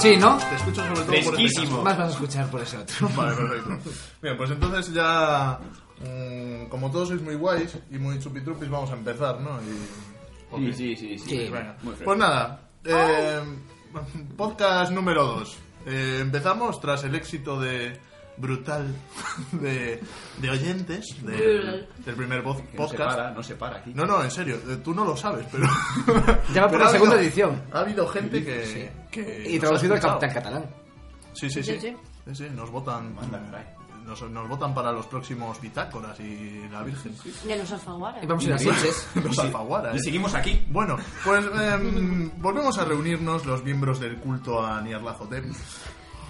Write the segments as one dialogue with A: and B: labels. A: Sí, ¿no?
B: Te escucho sobre todo
C: Fresquísimo.
B: por
A: Más vas a escuchar por ese otro.
B: el Vale, perfecto. Bien, pues entonces ya. mm, como todos sois muy guays y muy chupitrupis, vamos a empezar, ¿no? Y...
C: Sí,
B: Ok.
C: sí, sí, sí.
A: Sí.
B: Venga.
C: Muy fresco.
B: Pues nada, eh, podcast número 2. empezamos tras el éxito de brutal de, de oyentes de-
D: Brutal.
B: del primer voz-
C: Que No se
B: podcast.
C: para, no se para aquí.
B: No, no, en serio, eh, tú no lo sabes, pero.
A: Ya va por
B: pero
A: la
B: ha
A: segunda
B: habido-
A: edición.
B: Ha habido gente que.
A: Sí.
B: que nos
A: Y
B: ha
A: traducido al
B: escuchado.
A: capitán catalán.
B: Sí, sí, sí.
D: Sí, sí.
B: Sí, sí, nos votan.
C: Anda, caray.
B: Nos, nos votan para los próximos bitácoras y la Virgen.
D: De los alfaguaras.
A: Y vamos a ir a Sitges.
B: Los alfaguaras.
C: Y
B: ¿eh?
C: seguimos aquí.
B: Bueno, pues em, volvemos a reunirnos los miembros del culto a Niarlajotep.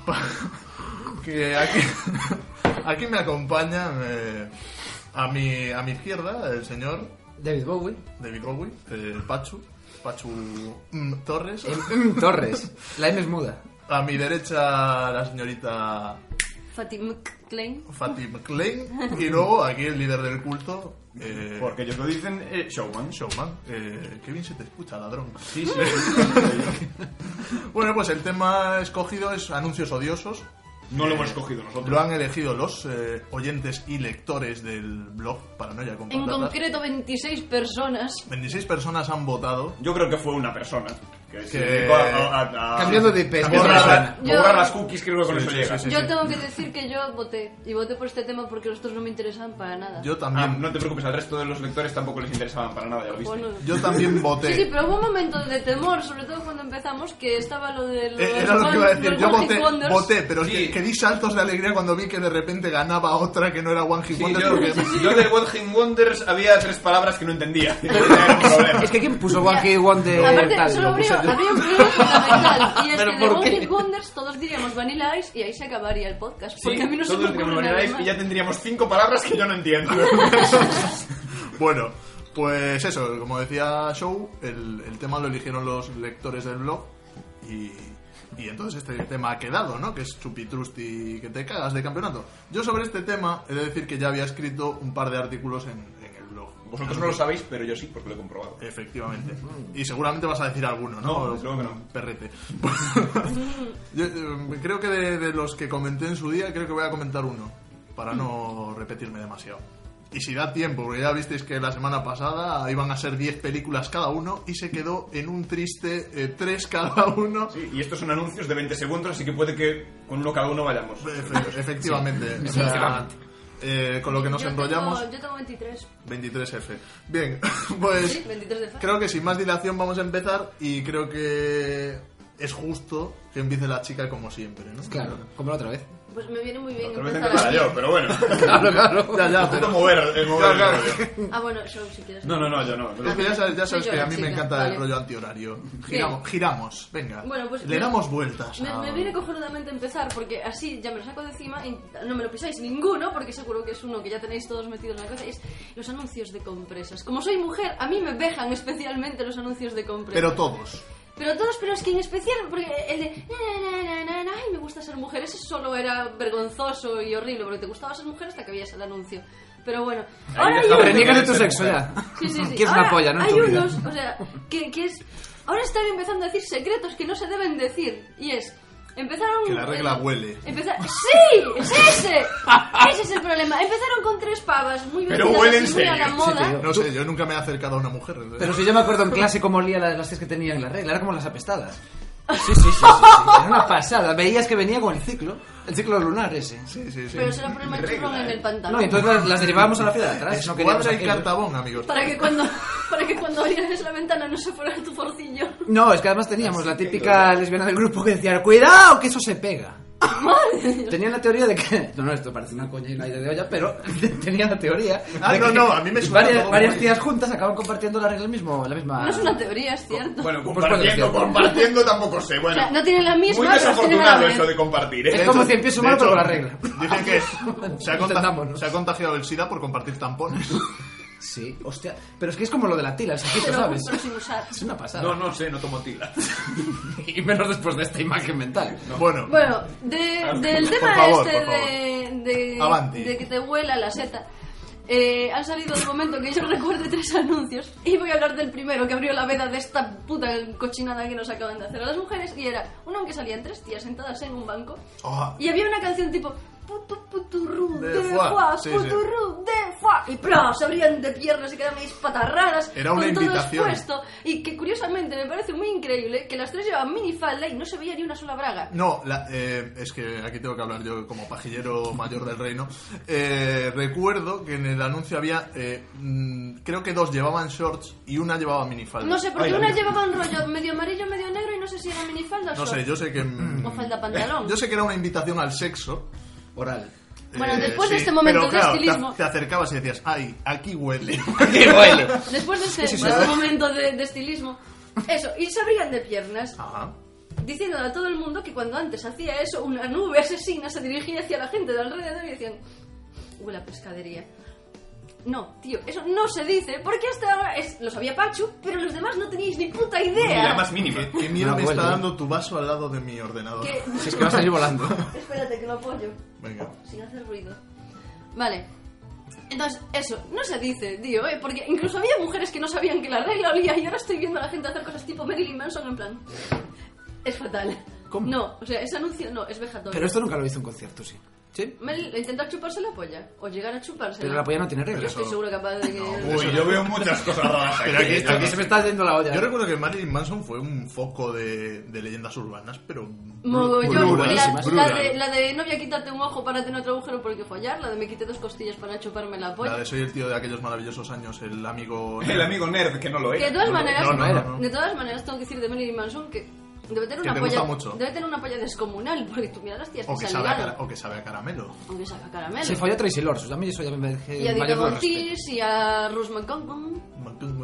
B: Pa- que aquí, aquí me acompaña eh, a, mi, a mi izquierda el señor
A: David Bowie.
B: David Bowie, eh, Pachu, Pachu mm, Torres.
A: El- Mm, Torres. La M es muda.
B: A mi derecha la señorita
D: Fatim Klein.
B: Fatim Klein y luego aquí el líder del culto, eh,
C: Porque ellos lo dicen eh, showman.
B: Showman. Eh, qué bien se te escucha, ladrón.
C: Sí, sí.
B: Bueno, pues el tema escogido es anuncios odiosos.
C: no lo hemos escogido nosotros.
B: Lo han elegido los eh, oyentes y lectores del blog Paranoia con
D: En
B: Patatas.
D: concreto, 26 personas.
B: 26 personas han votado.
C: Yo creo que fue una persona. Que, se
B: Que-
C: dedicó a, a- a-
A: Cambiando de IP,
C: a
A: cambiando
C: borrar,
A: de
C: la-
D: zona.
C: borrar
D: Yo-
C: las cookies, creo que con
B: Sí,
C: eso
B: sí,
C: llega.
B: sí, sí.
D: Yo tengo que decir que yo voté. Y voté por este tema porque los otros no me interesaban para nada.
B: Yo
C: Ah,
B: también,
C: no te preocupes, al resto de los lectores tampoco les interesaban para nada, ya lo viste.
D: Bueno,
B: yo también voté.
D: Sí, sí, pero hubo un momento de temor, sobre todo cuando empezamos, que estaba lo de los,
B: Eh, Era lo que iba a decir.
D: los
B: Yo
D: One
B: voté,
D: Hit Wonders. Eh,
B: voté, pero es
C: Sí.
B: que, que di saltos de alegría cuando vi que de repente ganaba otra que no era One Hit
C: Sí,
B: Wonder.
C: yo,
B: porque-
C: yo de What Hit Wonders había tres palabras que no entendía. Era un problema.
A: Es que ¿quién puso One Hit Wonder
D: Aparte,
A: tal?
D: solo
A: Lo puse yo.
D: habría, habría un problema fundamental. Y es
A: ¿Pero
D: que de
A: por
D: One
A: qué?
D: Hit Wonders todos diríamos Vanilla Ice y ahí se acabaría el podcast. Porque
C: Sí,
D: a mí no se me
C: todos teníamos
D: ocurre nada
C: maneras
D: más.
C: y ya tendríamos cinco palabras que yo no entiendo.
B: Bueno, pues eso, como decía Show, el, el tema lo eligieron los lectores del blog y, y entonces este tema ha quedado, ¿no? Que es chupitrusti que te cagas de campeonato. Yo sobre este tema he de decir que ya había escrito un par de artículos en, en el blog.
C: Vosotros no lo sabéis, pero yo sí, porque lo he comprobado.
B: Efectivamente. Y seguramente vas a decir alguno, ¿no?
C: No, desde luego que no.
B: Perrete. Yo, eh, creo que de, de los que comenté en su día, creo que voy a comentar uno, para no repetirme demasiado. Y si da tiempo, porque ya visteis que la semana pasada iban a ser 10 películas cada uno y se quedó en un triste 3 cada uno.
C: Sí, y estos son anuncios de 20 segundos, así que puede que con uno cada uno vayamos.
B: Efe- efectivamente. O sea,
A: efectivamente.
B: eh, con lo que nos
D: Yo
B: enrollamos,
D: Tengo, yo tengo 23.
B: 23F. Bien, pues...
D: Sí, 23 de fa.
B: Creo que sin más dilación vamos a empezar y creo que es justo que empiece la chica como siempre, ¿no?
A: Claro, como la otra vez.
D: Pues me viene muy bien
C: Otra vez
D: empezar
C: empezará
D: así.
C: yo, pero bueno.
A: Claro, claro.
B: Ya, ya,
C: Puedo
B: pero...
C: mover el- el mover el
B: Claro,
C: rollo.
D: Ah, bueno, show si quieres.
C: No, no, no, yo no.
B: Es que ya sabes, ya sabes
D: Soy yo
B: que a
D: la
B: mí me
D: chica,
B: encanta el
D: vale.
B: rollo antihorario. Giramos, giramos, venga.
D: Bueno, pues-
B: Le damos vueltas.
D: Me,
B: a-
D: me viene cojonudamente empezar porque así ya me lo saco de encima y no me lo pisáis ninguno porque seguro que es uno que ya tenéis todos metido en la cabeza. y Es los anuncios de compresas. Como soy mujer, a mí me vejan especialmente los anuncios de compresas.
B: Pero todos.
D: Pero todos, pero es que en especial porque el de na, na, na, na, na, na, ay, me gusta ser mujer, ese solo era vergonzoso y horrible porque te gustaba ser mujer hasta que veías el anuncio. Pero bueno, ahora hay
C: dejamos
D: uno-
C: de
A: Reniegas de tu
C: Ser
A: sexo
C: mujer.
A: ya.
D: Sí, sí, sí.
A: Quieres una
D: Ahora
A: polla, ¿no? En
D: Hay
A: tu vida.
D: unos, o sea, que, que es. Ahora están empezando a decir secretos que no se deben decir. Y es. Empezaron.
B: Que la regla
D: eh,
B: huele.
D: empeza- ¡Sí! ¡Es ese! Ese es el problema. Empezaron con tres pavas muy
C: Pero
D: vestidas
C: huele en
D: así, muy a la
C: serio.
D: moda.
A: Sí, te digo.
B: No sé, yo nunca me he acercado a una mujer. ¿eh?
A: Pero si yo me acuerdo en clase cómo olía las hostias que tenían la regla, era como las apestadas. Sí, sí, sí, sí, sí. Era una pasada. Veías que venía con el ciclo, el ciclo lunar ese.
B: Sí, sí, sí.
D: pero se lo ponen el
C: Regla,
D: churrón en
C: eh.
D: el pantalón.
A: No, y entonces las, las derivábamos a la fila de atrás. No queríamos
B: Escuadra y
A: aquello.
B: cartabón, amigos.
D: Para que cuando. Para que cuando abrieras la ventana no se fuera tu forcillo.
A: No, es que además teníamos la típica lesbiana del grupo que decía, cuidado, que eso se pega. Tenían la teoría de que... No, no, esto parece una coña y un aire de olla, pero tenían la teoría...
B: Ah,
A: de
B: no,
A: que
B: no, a mí me suena
A: Varias,
B: todo
A: varias
B: muy-
A: tías juntas acaban compartiendo la regla el mismo, la misma...
D: No es una teoría, es cierto.
C: Bueno,
A: Pues
C: compartiendo,
A: cuando-
C: compartiendo tampoco sé.
D: O
C: Bueno,
D: sea, no tienen la misma.
C: muy
D: pero tienen la
C: desafortunado
D: vez.
C: eso de compartir,
A: Es
C: ¿eh?
A: como cien pies humano,
B: de
A: pero
B: hecho,
A: con la regla.
B: Dicen que se ha, contagi-
A: Entendámonos.
B: se ha contagiado el SIDA por compartir tampones.
A: Sí, hostia. Pero es que es como lo de la tila, el saquito,
D: Pero-
A: ¿sabes?
D: pero sin usar.
A: Es una pasada.
C: No, no sé, no tomo tila.
A: Y menos después de esta imagen mental.
B: Bueno,
D: Bueno, de- del
B: Ah, Por
D: tema
B: favor,
D: este
B: por favor.
D: de, de,
B: Avanti.
D: de que te huela la seta. Eh, han salido de momento que yo recuerde tres anuncios y voy a hablar del primero que abrió la veda de esta puta cochinada que nos acaban de hacer a las mujeres y era uno en que salían tres tías sentadas en un banco
B: Oh,
D: y había una canción tipo putu puturru
B: De
D: de
B: fuá,
D: fuá,
B: sí, sí.
D: puturru de fuá y pra, se abrían de piernas y quedaban ahí espatarradas
B: Era una
D: con
B: invitación.
D: todo expuesto y que curiosamente me parece muy increíble que las tres llevaban minifalda y no se veía ni una sola braga.
B: No, la- eh, es que aquí tengo que hablar yo como pajillero mayor del reino. Eh, recuerdo que en el anuncio había, eh, mm, creo que dos llevaban shorts y una llevaba minifalda.
D: No sé, porque
C: Ay, la
D: una
C: mía.
D: llevaba un rollo medio amarillo, medio negro y no sé si era minifalda o
B: No
D: short.
B: sé, yo sé que... mm,
D: o falda pantalón.
B: Yo sé que era una invitación al sexo. Eh,
A: Oral.
D: Bueno, después de este momento
B: pero
D: de
B: claro,
D: estilismo-
B: Te, te acercabas y decías, ay, aquí huele.
C: ¡Qué huele!
D: Después de este,
B: sí, sí,
D: de
B: sí.
D: este momento de, de estilismo. Eso, y se abrían de piernas,
B: Ajá.
D: diciéndole a todo el mundo que cuando antes hacía eso, una nube asesina se dirigía hacia la gente de alrededor y decían, huele a pescadería. No, tío, eso no se dice, porque hasta ahora es- lo sabía Pachu, pero los demás no teníais ni puta
C: Ni la
D: idea.
C: más mínima.
B: ¿Qué miedo
A: No
B: me
A: huele.
B: está dando tu vaso al lado de mi ordenador?
D: Que-
A: Si es que va a salir volando.
D: Espérate, que lo apoyo.
B: Venga.
D: sin hacer ruido. Vale. Entonces, eso, no se dice, tío, ¿eh? porque incluso había mujeres que no sabían que la regla olía y ahora estoy viendo a la gente hacer cosas tipo Marilyn Manson en plan... Es fatal.
A: ¿Cómo?
D: No, o sea, ese anuncio no, es vejatorio.
A: Pero esto nunca lo hizo en concierto, sí. ¿Sí?
D: Marilyn- intentar chuparse la polla o llegar a chuparse
A: Pero la polla no tiene
D: Yo
A: reglas.
D: estoy seguro capaz de que...
C: Uy, yo veo muchas cosas raras
B: Pero aquí-
A: Aquí se me está yendo la olla.
B: Yo recuerdo que Marilyn Manson fue un foco de, de leyendas urbanas, pero...
D: Mogollón,
A: Brutal,
D: la,
A: brutal.
D: la de, la de no voy a quitarte un ojo para tener otro agujero porque follar, la de me quité dos costillas para chuparme la polla.
B: La de soy el tío de aquellos maravillosos años, el amigo...
C: El amigo nerd, que no lo
D: Que de
C: era.
D: todas
B: No,
D: maneras,
B: no, no, no.
D: de todas maneras tengo que decir de Marilyn Manson que debe tener
B: Que
D: una
B: te
D: polla,
B: gusta mucho.
D: debe tener una polla descomunal porque tú miras las tías que
B: O que,
D: se
B: sabe a, cara-
D: ligaron,
B: o que sabe a caramelo.
D: aunque saca caramelo.
A: Se folló a Tracy Lords. A mí eso ya me parece
D: y a Dita
A: mayor de respeto.
D: Ortiz y a Rose McConaughey.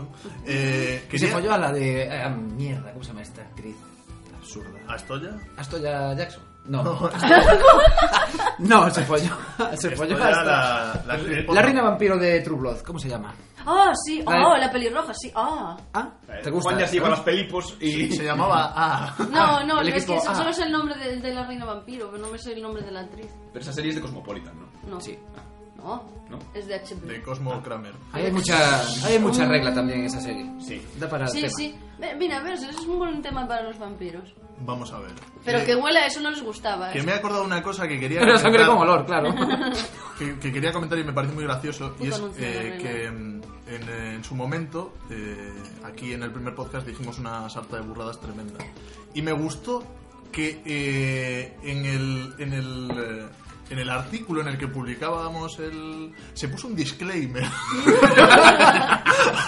B: Eh,
A: Que se
B: quería-
A: folló a la de... ah, mierda, ¿cómo se llama esta actriz? Absurda.
B: ¿Astoya?
A: ¿Astoya Jackson? No.
B: No.
A: No, se folló. Se folló a
B: Astoya,
A: esta-
B: la, la,
A: La reina vampiro de True Blood, ¿cómo se llama?
D: Ah, sí,
A: Vale.
D: oh, la pelirroja, sí, ah.
A: ¿Ah? ¿Te gusta?
C: Eh, Juan ya se lleva
A: ¿no?
C: los pelipos y...
B: Se llamaba A.
D: No, no,
A: Ah. el
D: es que
A: equipo A.
D: solo es el nombre de, de la reina vampiro, pero no me sé el nombre de la actriz.
C: Pero esa serie es de Cosmopolitan, ¿no?
D: No.
A: Sí.
D: No,
C: ¿No?
D: es de HBO.
B: De Cosmo Kramer.
A: Ahí Hay mucha, ahí hay mucha regla también en esa serie.
C: Sí.
A: Da para el
D: Mm. Sí,
A: tema.
D: sí. Ve- Mira, a ver, eso es un buen tema para los vampiros.
B: Vamos a ver.
D: Pero
B: Eh,
D: que huela, eso no les gustaba.
B: que
D: ¿eh?
B: me he acordado una cosa que quería
A: Pero sangre
B: comentar-
A: con olor, claro.
B: que, que quería comentar y me parece muy gracioso y
D: Puto
B: es
D: anuncio de
B: eh,
D: Renault.
B: que mm, en, eh, en su momento eh, aquí en el primer podcast dijimos una sarta de burradas tremenda y me gustó que eh, en el en el eh, en el artículo en el que publicábamos el se puso un disclaimer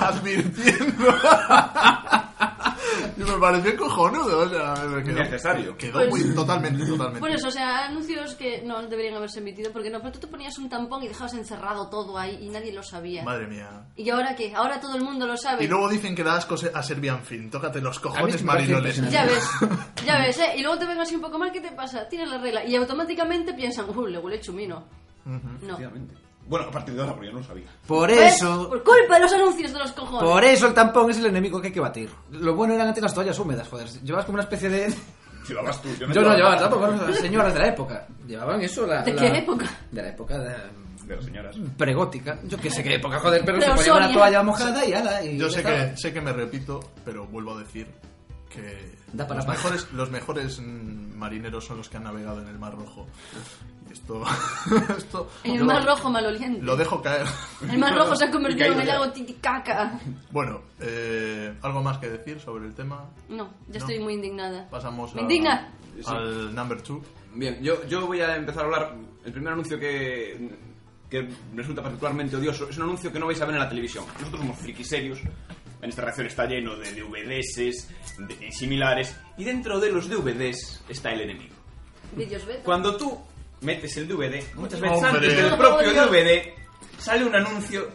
B: advirtiendo y me pareció cojonudo o sea me quedó,
C: Necesario.
B: quedó
D: Pues-
B: muy totalmente totalmente
D: Por eso, o sea, anuncios que no deberían haberse emitido, porque no, pero tú te ponías un tampón y dejabas encerrado todo ahí y nadie lo sabía.
B: madre mía
D: ¿Y ahora qué? Ahora todo el mundo lo sabe.
B: Y luego dicen que da asco se- a Serbian Fin. Tócate los
A: A mí
B: cojones,
A: es que me parece
B: marinoles.
A: impresionante.
D: Ya ves, ya ves, ¿eh? Y luego te ven así un poco mal, ¿qué te pasa? Tiras la regla y automáticamente piensan, uh, le huele chumino. No.
C: Efectivamente. Bueno, a partir de ahora, porque yo no lo sabía.
A: Por
D: Pues,
A: eso,
D: Por culpa de los anuncios de los cojones.
A: por eso el tampón es el enemigo que hay que batir. Lo bueno eran antes las toallas húmedas, joder. Llevabas como una especie de...
C: Llevabas tú. Yo, me
A: Yo no llevaba tampoco, las señoras de la época. Llevaban eso la...
D: ¿De
A: la-
D: qué época?
A: De la época de...
C: De las señoras.
A: pregótica. Yo que sé qué época, joder, pero,
D: Pero
A: se ponía una
D: Sonia.
A: toalla mojada y ala. Y
B: Yo
A: ya
B: sé
A: estaba.
B: que, sé que me repito, pero vuelvo a decir que
A: Da para
B: los,
A: paja.
B: mejores, los mejores mm, marineros son los que han navegado en el Mar Rojo. Y Esto, esto
D: En el
B: yo
D: mar
B: lo,
D: rojo maloliente.
B: lo dejo caer.
D: El mar rojo se ha
C: Y
D: convertido en el
C: caído ya.
D: lago Titicaca.
B: Bueno, eh, algo más que decir sobre el tema.
D: No, ya
B: No.
D: estoy muy indignada.
B: Pasamos
D: Me
B: a-
D: indigna.
B: al number two.
C: Bien, yo, yo voy a empezar a hablar. El primer anuncio que, que resulta particularmente odioso es un anuncio que no vais a ver en la televisión. Nosotros somos frikis serios. En esta reacción está lleno de DVDs, de similares, y dentro de los DVDs está el enemigo.
D: Vídeos beta.
C: Cuando tú metes el DVD, muchas veces
B: Hombre.
C: antes del
D: Por
C: propio
D: favor,
C: DVD, sale un anuncio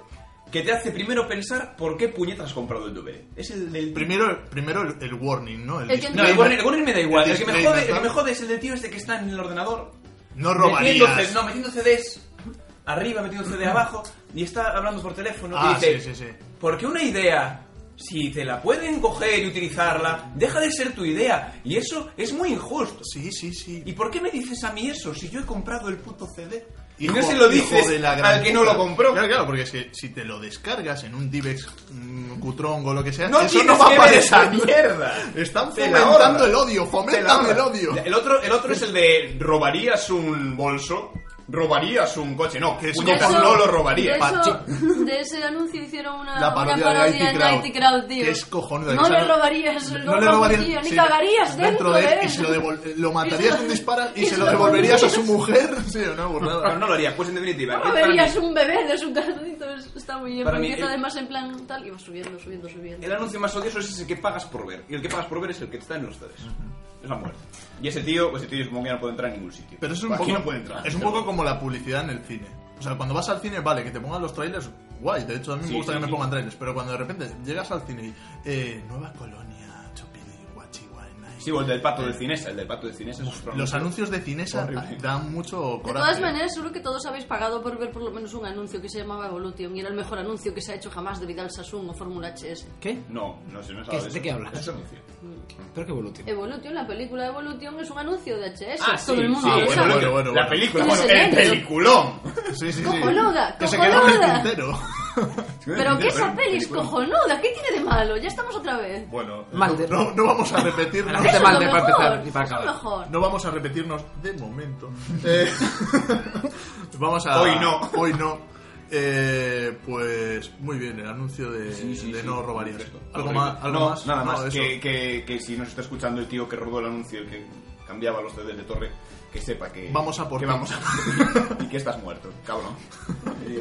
C: que te hace primero pensar por qué puñetas has comprado el DVD. Es el del
B: Primero, primero el, el warning, ¿no? El
D: El que-
B: disclaimer.
C: No, el Warner, el Warner me da igual.
B: El
C: El, que me
B: disclaimer,
C: jode, el
B: ¿no?
C: que me jode es el de tío este que está en el ordenador.
B: No
C: metiendo
B: robarías.
C: C- no, metiendo CDs arriba, metiendo CD abajo. Y está hablando por teléfono.
B: Ah,
C: y dice,
B: sí, sí, sí.
C: Porque una idea, si te la pueden coger y utilizarla, deja de ser tu idea. Y eso es muy injusto.
B: Sí, sí, sí.
C: ¿Y por qué me dices a mí eso si yo he comprado el puto CD? Y no se lo dices al que no lo compró.
B: Claro, claro, porque si, si te lo descargas en un Divex mm, cutrón o lo que sea,
C: No
B: eso
C: tienes
B: no va
C: que
B: para
C: ver
B: esa
C: esa mierda.
B: Están
C: Te la
B: fomentando
C: ahorras.
B: el odio,
C: Te la
B: fomentan
C: ahorras.
B: el odio.
C: El otro, el otro es el de robarías un bolso, robarías un coche. No, que
B: es
C: puñetas,
B: como-
C: no lo
D: de,
C: robaría.
D: eso- de ese anuncio hicieron una
B: La parodia
D: una
B: de
D: parodia en
B: Crowd,
D: Nighty Crowd, tío.
B: que es cojonuda,
D: No
B: que
D: le
B: sale-
D: robarías el
B: le
D: gorro,
B: robarías-
D: tío, ni
B: sí,
D: cagarías dentro,
B: de
D: de
B: él
D: él.
B: y se lo, devol- eh, lo matarías de un disparo y,
D: y
B: se
D: se
B: lo
D: lo
B: devolverías a su
D: volverías.
B: mujer. Sí, no, pues
C: Pero
B: nada.
C: no lo haría, pues en definitiva.
D: No
C: es para
D: verías
C: mí-
D: un bebé de su carrito, es- está muy bien.
C: Para
D: porque
C: mí,
B: eh,
D: empieza
C: el-
D: además en plan tal, y va subiendo, subiendo, subiendo.
C: El anuncio más odioso es ese que pagas por ver. Y el que pagas por ver es el que está en los tres. Es la muerte. Y ese tío, pues ese tío supongo que ya no puede entrar en ningún sitio.
B: Pero eso es un,
C: Aquí
B: poco,
C: no puede entrar.
B: es un
C: Pero-
B: poco como la publicidad en el cine. O sea, cuando vas al cine, vale, que te pongan los trailers, guay. De hecho, a mí
C: Sí,
B: me gusta
C: sí,
B: que me
C: sí.
B: pongan trailers. Pero cuando de repente llegas al cine y. Eh, Nueva Colonia, Chopini, Guachihuayna.
C: Sí, o el del pato del cinesa. El del pato del cinesa es otro
B: Los
C: anuncio.
B: anuncios de Cinesa
C: Horrible.
B: dan mucho coraje.
D: De todas maneras, seguro que todos habéis pagado por ver por lo menos un anuncio que se llamaba Evolution y era el mejor anuncio que se ha hecho jamás de Vidal Sassoon o Fórmula HS.
A: ¿Qué?
C: No, no sé, no
A: ¿Qué-
C: sabes.
A: de qué hablas?
C: Es un anuncio.
A: Pero qué evolutivo.
D: Evolution, la película Evolution es un anuncio de HS.
C: Ah, sí,
D: Todo el mundo
C: sí,
D: lo
B: bueno,
D: sabe.
B: bueno, bueno.
C: La película,
D: Es
C: bueno, el
D: excelente.
C: peliculón.
B: Sí, sí, sí.
D: Cojonuda,
B: Que se quedó en el
D: cojonuda.
B: tintero.
D: Pero que esa peli es
C: Peliculón.
D: cojonuda, ¿qué tiene de malo? Ya estamos otra vez.
B: Bueno,
A: Malder.
B: No, no vamos a repetirnos.
A: Eso
D: Eso es
A: Este mal
D: lo
A: de para
D: mejor,
A: empezar y para
D: eso es lo
A: acabar.
D: mejor.
B: No vamos a repetirnos de momento. Eh, vamos a.
C: Hoy no.
B: Hoy no. Eh, pues muy bien, el anuncio de, de no robarías. ¿Algo más? ¿Algo
C: no,
B: más?
C: Nada
B: No,
C: más.
B: eso.
C: que, que, que si nos está escuchando el tío que rodó el anuncio, el que cambiaba los CDs de torre, que sepa que.
B: Vamos a por
C: que
B: ti.
C: vamos a- y que estás muerto, cabrón.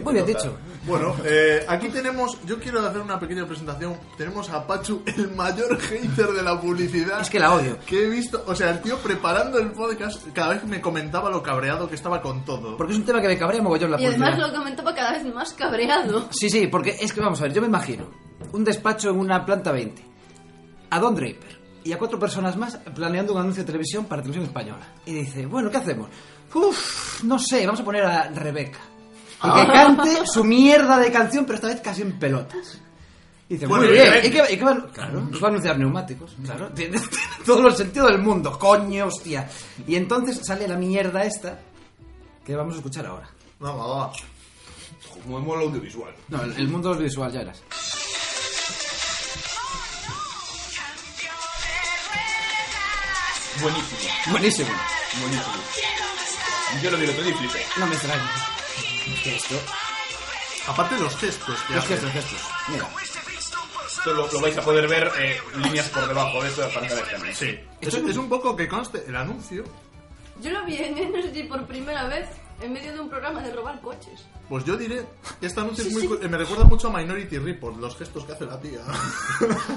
A: Muy bien dicho.
B: Bueno, eh, aquí tenemos. Yo quiero hacer una pequeña presentación. Tenemos a Pachu, el mayor hater de la publicidad.
A: Es que la odio.
B: que he visto, o sea, el tío preparando el podcast, cada vez me comentaba lo cabreado que estaba con todo.
A: Porque es un tema que me cabrea mogollón la
D: Y además
A: publicidad.
D: lo comentaba cada vez más cabreado.
A: Sí, sí, porque es que vamos a ver, yo me imagino un despacho en una planta 20, a Don Draper y a cuatro personas más planeando un anuncio de televisión para televisión española. Y dice, bueno, ¿qué hacemos? Uf, no sé, vamos a poner a Rebeca. Y que cante su mierda de canción, pero esta vez casi en pelotas. Y dice,
B: Bueno,
A: muy bien,
B: evidente.
A: ¿y qué, va- y qué va- Claro, pues va a anunciar neumáticos, claro, tiene, tiene todo el sentido del mundo, coño, hostia. Y entonces sale la mierda esta que vamos a escuchar ahora.
B: No, va, va.
C: Como es mola audiovisual.
A: No, el, el mundo visual ya eras.
C: Buenísimo,
A: Buenísimo.
C: buenísimo. Yo lo vi el otro día y flipé.
A: No me extraña. ¿Qué esto?
B: Aparte los gestos que
A: Los
B: hace.
A: gestos, gestos. Mira.
C: Esto lo, lo vais a poder ver eh, líneas por debajo de esto de la pantalla de cámara.
B: Sí. Es, es un poco que conste el anuncio.
D: Yo lo vi en Energy por primera vez en medio de un programa de robar coches.
B: Pues yo diré que este anuncio es
D: Sí,
B: muy,
D: sí.
B: cu- eh, me recuerda mucho a Minority Report, los gestos que hace la tía.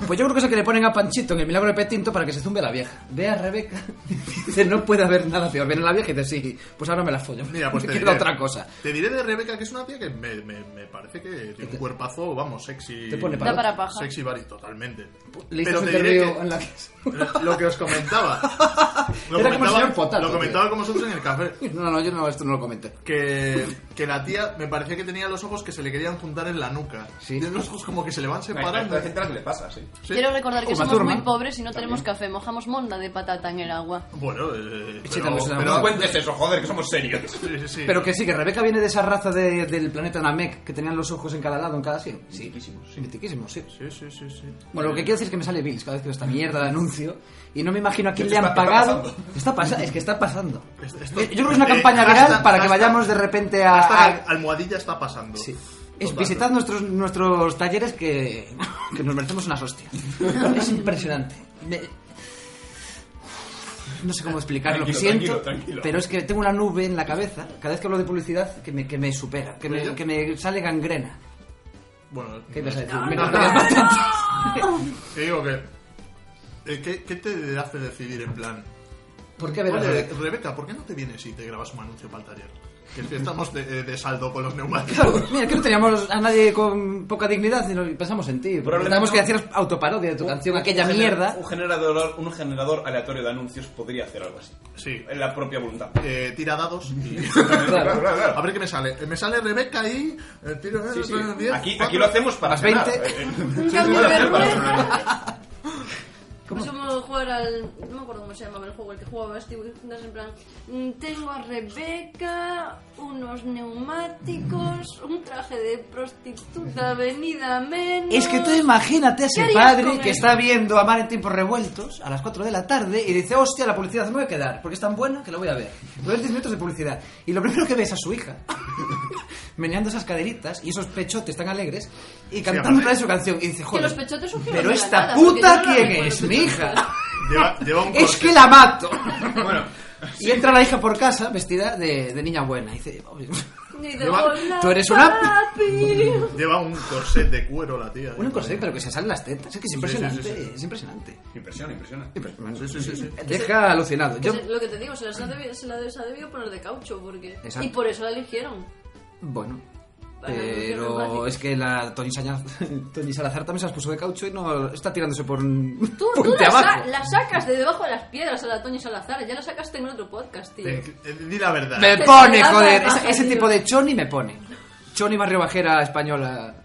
A: Pues yo creo que es el que le ponen a Panchito en el milagro de Petinto para que se zumbe a la vieja. Ve a Rebeca. Dice, no puede haber nada peor. Viene la vieja y dice, sí, pues ahora me la follo.
B: Mira, pues
A: Me
B: te
A: queda
B: diré,
A: otra cosa.
B: Te diré de Rebeca que es una tía que me, me- me parece que tiene un cuerpazo, vamos, sexy.
A: Te pone
D: Da para paja.
B: Sexy body, totalmente.
A: Le
B: Pues, Pero
A: hizo un
B: te diré
A: interview
B: que-
A: en la que...
B: lo que os comentaba. Lo
A: Era como el
B: comentaba-
A: señor Potato,
B: Lo comentaba con vosotros en el café.
A: No, no, yo no, esto no lo comenté.
B: que, que la tía me parecía que tenía los ojos que se le querían juntar en la nuca.
A: Sí.
B: Tiene los ojos como que se le van
C: Hay- hay-
B: separando.
C: hay gente a la que le pasa, sí.
B: Sí.
D: Quiero recordar que
A: O
D: somos
A: Baturma.
D: muy pobres y no tenemos café. Mojamos monda de patata en el agua.
B: Bueno, eh,
A: Sí,
B: pero,
A: también se da
B: pero-
C: No cuentes eso, joder, que somos serios.
B: sí, sí, sí.
A: Pero que sí, que Rebeca viene de esa raza de- del planeta Namek que tenían los ojos en cada lado, en cada sitio. Sí, mitiquísimos, sí.
B: Sí, sí, sí, sí.
A: Bueno, lo que quiero decir es que me sale Bills cada vez que veo esta mierda de anuncio y no me imagino a quién
C: Está-
A: le han
C: está
A: pagado.
C: pasando.
A: Está pasa- es que está pasando.
B: Es-
A: Eh,
B: esto-
A: Yo creo que es una
B: eh,
A: campaña
B: hashtag-
A: viral para que
B: hashtag-
A: vayamos de repente a...
B: Esta
A: a-
B: al- almohadilla está pasando.
A: ah, sí. Es-
B: Total.
A: visitad nuestros, nuestros talleres que, que nos merecemos unas hostias. es impresionante. Me- no sé cómo explicar lo que
C: Tranquilo,
A: siento,
C: tranquilo, tranquilo.
A: pero es que tengo una nube en la cabeza cada vez que hablo de publicidad que me, que me supera, que
B: Pues
A: me, que me sale gangrena.
B: Bueno,
A: ¿Qué
B: no
A: ibas a
B: sé.
A: decir?
B: No,
A: Me
B: no,
A: corté las patatas.
B: Que digo que... eh, ¿Qué, qué te hace decidir en plan?
A: ¿Por qué ver a
B: Oye,
A: Rebeca?
B: Rebeca, ¿por qué no te vienes y te grabas un anuncio para el taller? Que es que estamos de, de saldo con los neumáticos.
A: Claro, mira, que no teníamos a nadie con poca dignidad y nos- pensamos en ti.
C: Probablemente
A: Tenemos que
C: no.
A: hacer autoparodia de tu canción,
C: Un-
A: aquella
C: un gener-
A: mierda.
C: Un generador, un generador aleatorio de anuncios podría hacer algo así.
B: Sí.
C: En la propia voluntad.
B: Eh, tira dados y...
A: Claro.
B: A ver qué me sale. Eh, Me sale Rebeca ahí. eh, tiro-
C: Sí, sí.
B: eh, diez,
C: Aquí, aquí
B: cuatro.
C: lo hacemos para
A: Más 20.
C: cenar. Eh, eh,
D: Un cambio
C: sí,
D: de
C: sí,
D: rueda.
C: para cenar.
D: Pues somos jugar al. No me acuerdo cómo se llamaba el juego, el que jugaba Steve Wonder, en plan. mm, Tengo a Rebeca, unos neumáticos, un traje de prostituta venida a menos.
A: Es que tú imagínate a ese
D: harías con
A: padre que
D: él?
A: está viendo a Mar en tiempos revueltos a las 4 de la tarde y dice, hostia, la publicidad me voy a quedar, porque es tan buena que la voy a ver. Voy a ver 10 minutos de publicidad. Y lo primero que ves es a su hija, meneando esas caderitas y esos pechotes tan alegres y
B: aparte-
A: cantando otra vez su canción. Y dice,
D: Que
A: joder,
D: los pechotes surgieron
A: pero
D: de la
A: esta
D: nada, porque yo
A: puta
D: no
A: quién
D: recuerdo
A: es,
D: los
A: mi hija.
D: pechotes.
B: Lleva, lleva un
A: Es
B: corte.
A: que la mato.
C: Bueno,
A: Y entra la hija por casa vestida de, de niña buena. Y dice,
D: Y de,
B: Lleva-
D: "Hola,
A: tú eres una-
D: papi".
B: Lleva un corset de cuero la tía.
A: un corsé, pero que se salen las tetas. Es que es impresionante,
B: sí, sí.
A: es impresionante.
C: impresiona, impresiona.
B: Sí, sí, sí, sí.
A: Deja alucinado.
D: Que
A: Yo,
D: se- Lo que te digo, se las ha debido, se las ha debido poner de caucho porque.
A: Exacto.
D: Y por eso la eligieron.
A: bueno.
D: Vale, no quiero
A: Pero
D: más.
A: es que la Tony, Saña- Tony Salazar también se las puso de caucho y no está tirándose por un
D: Tú, tú
A: puente
D: la, sa-
A: abajo.
D: la sacas de debajo de las piedras a la Toña Salazar, ya la sacaste en otro podcast, tío.
B: Eh, eh, Di la verdad.
A: Me
D: Te
A: pone,
D: la
A: joder.
D: baja,
A: Ese, ese
D: tío.
A: tipo de choni me pone. Choni barrio bajera española.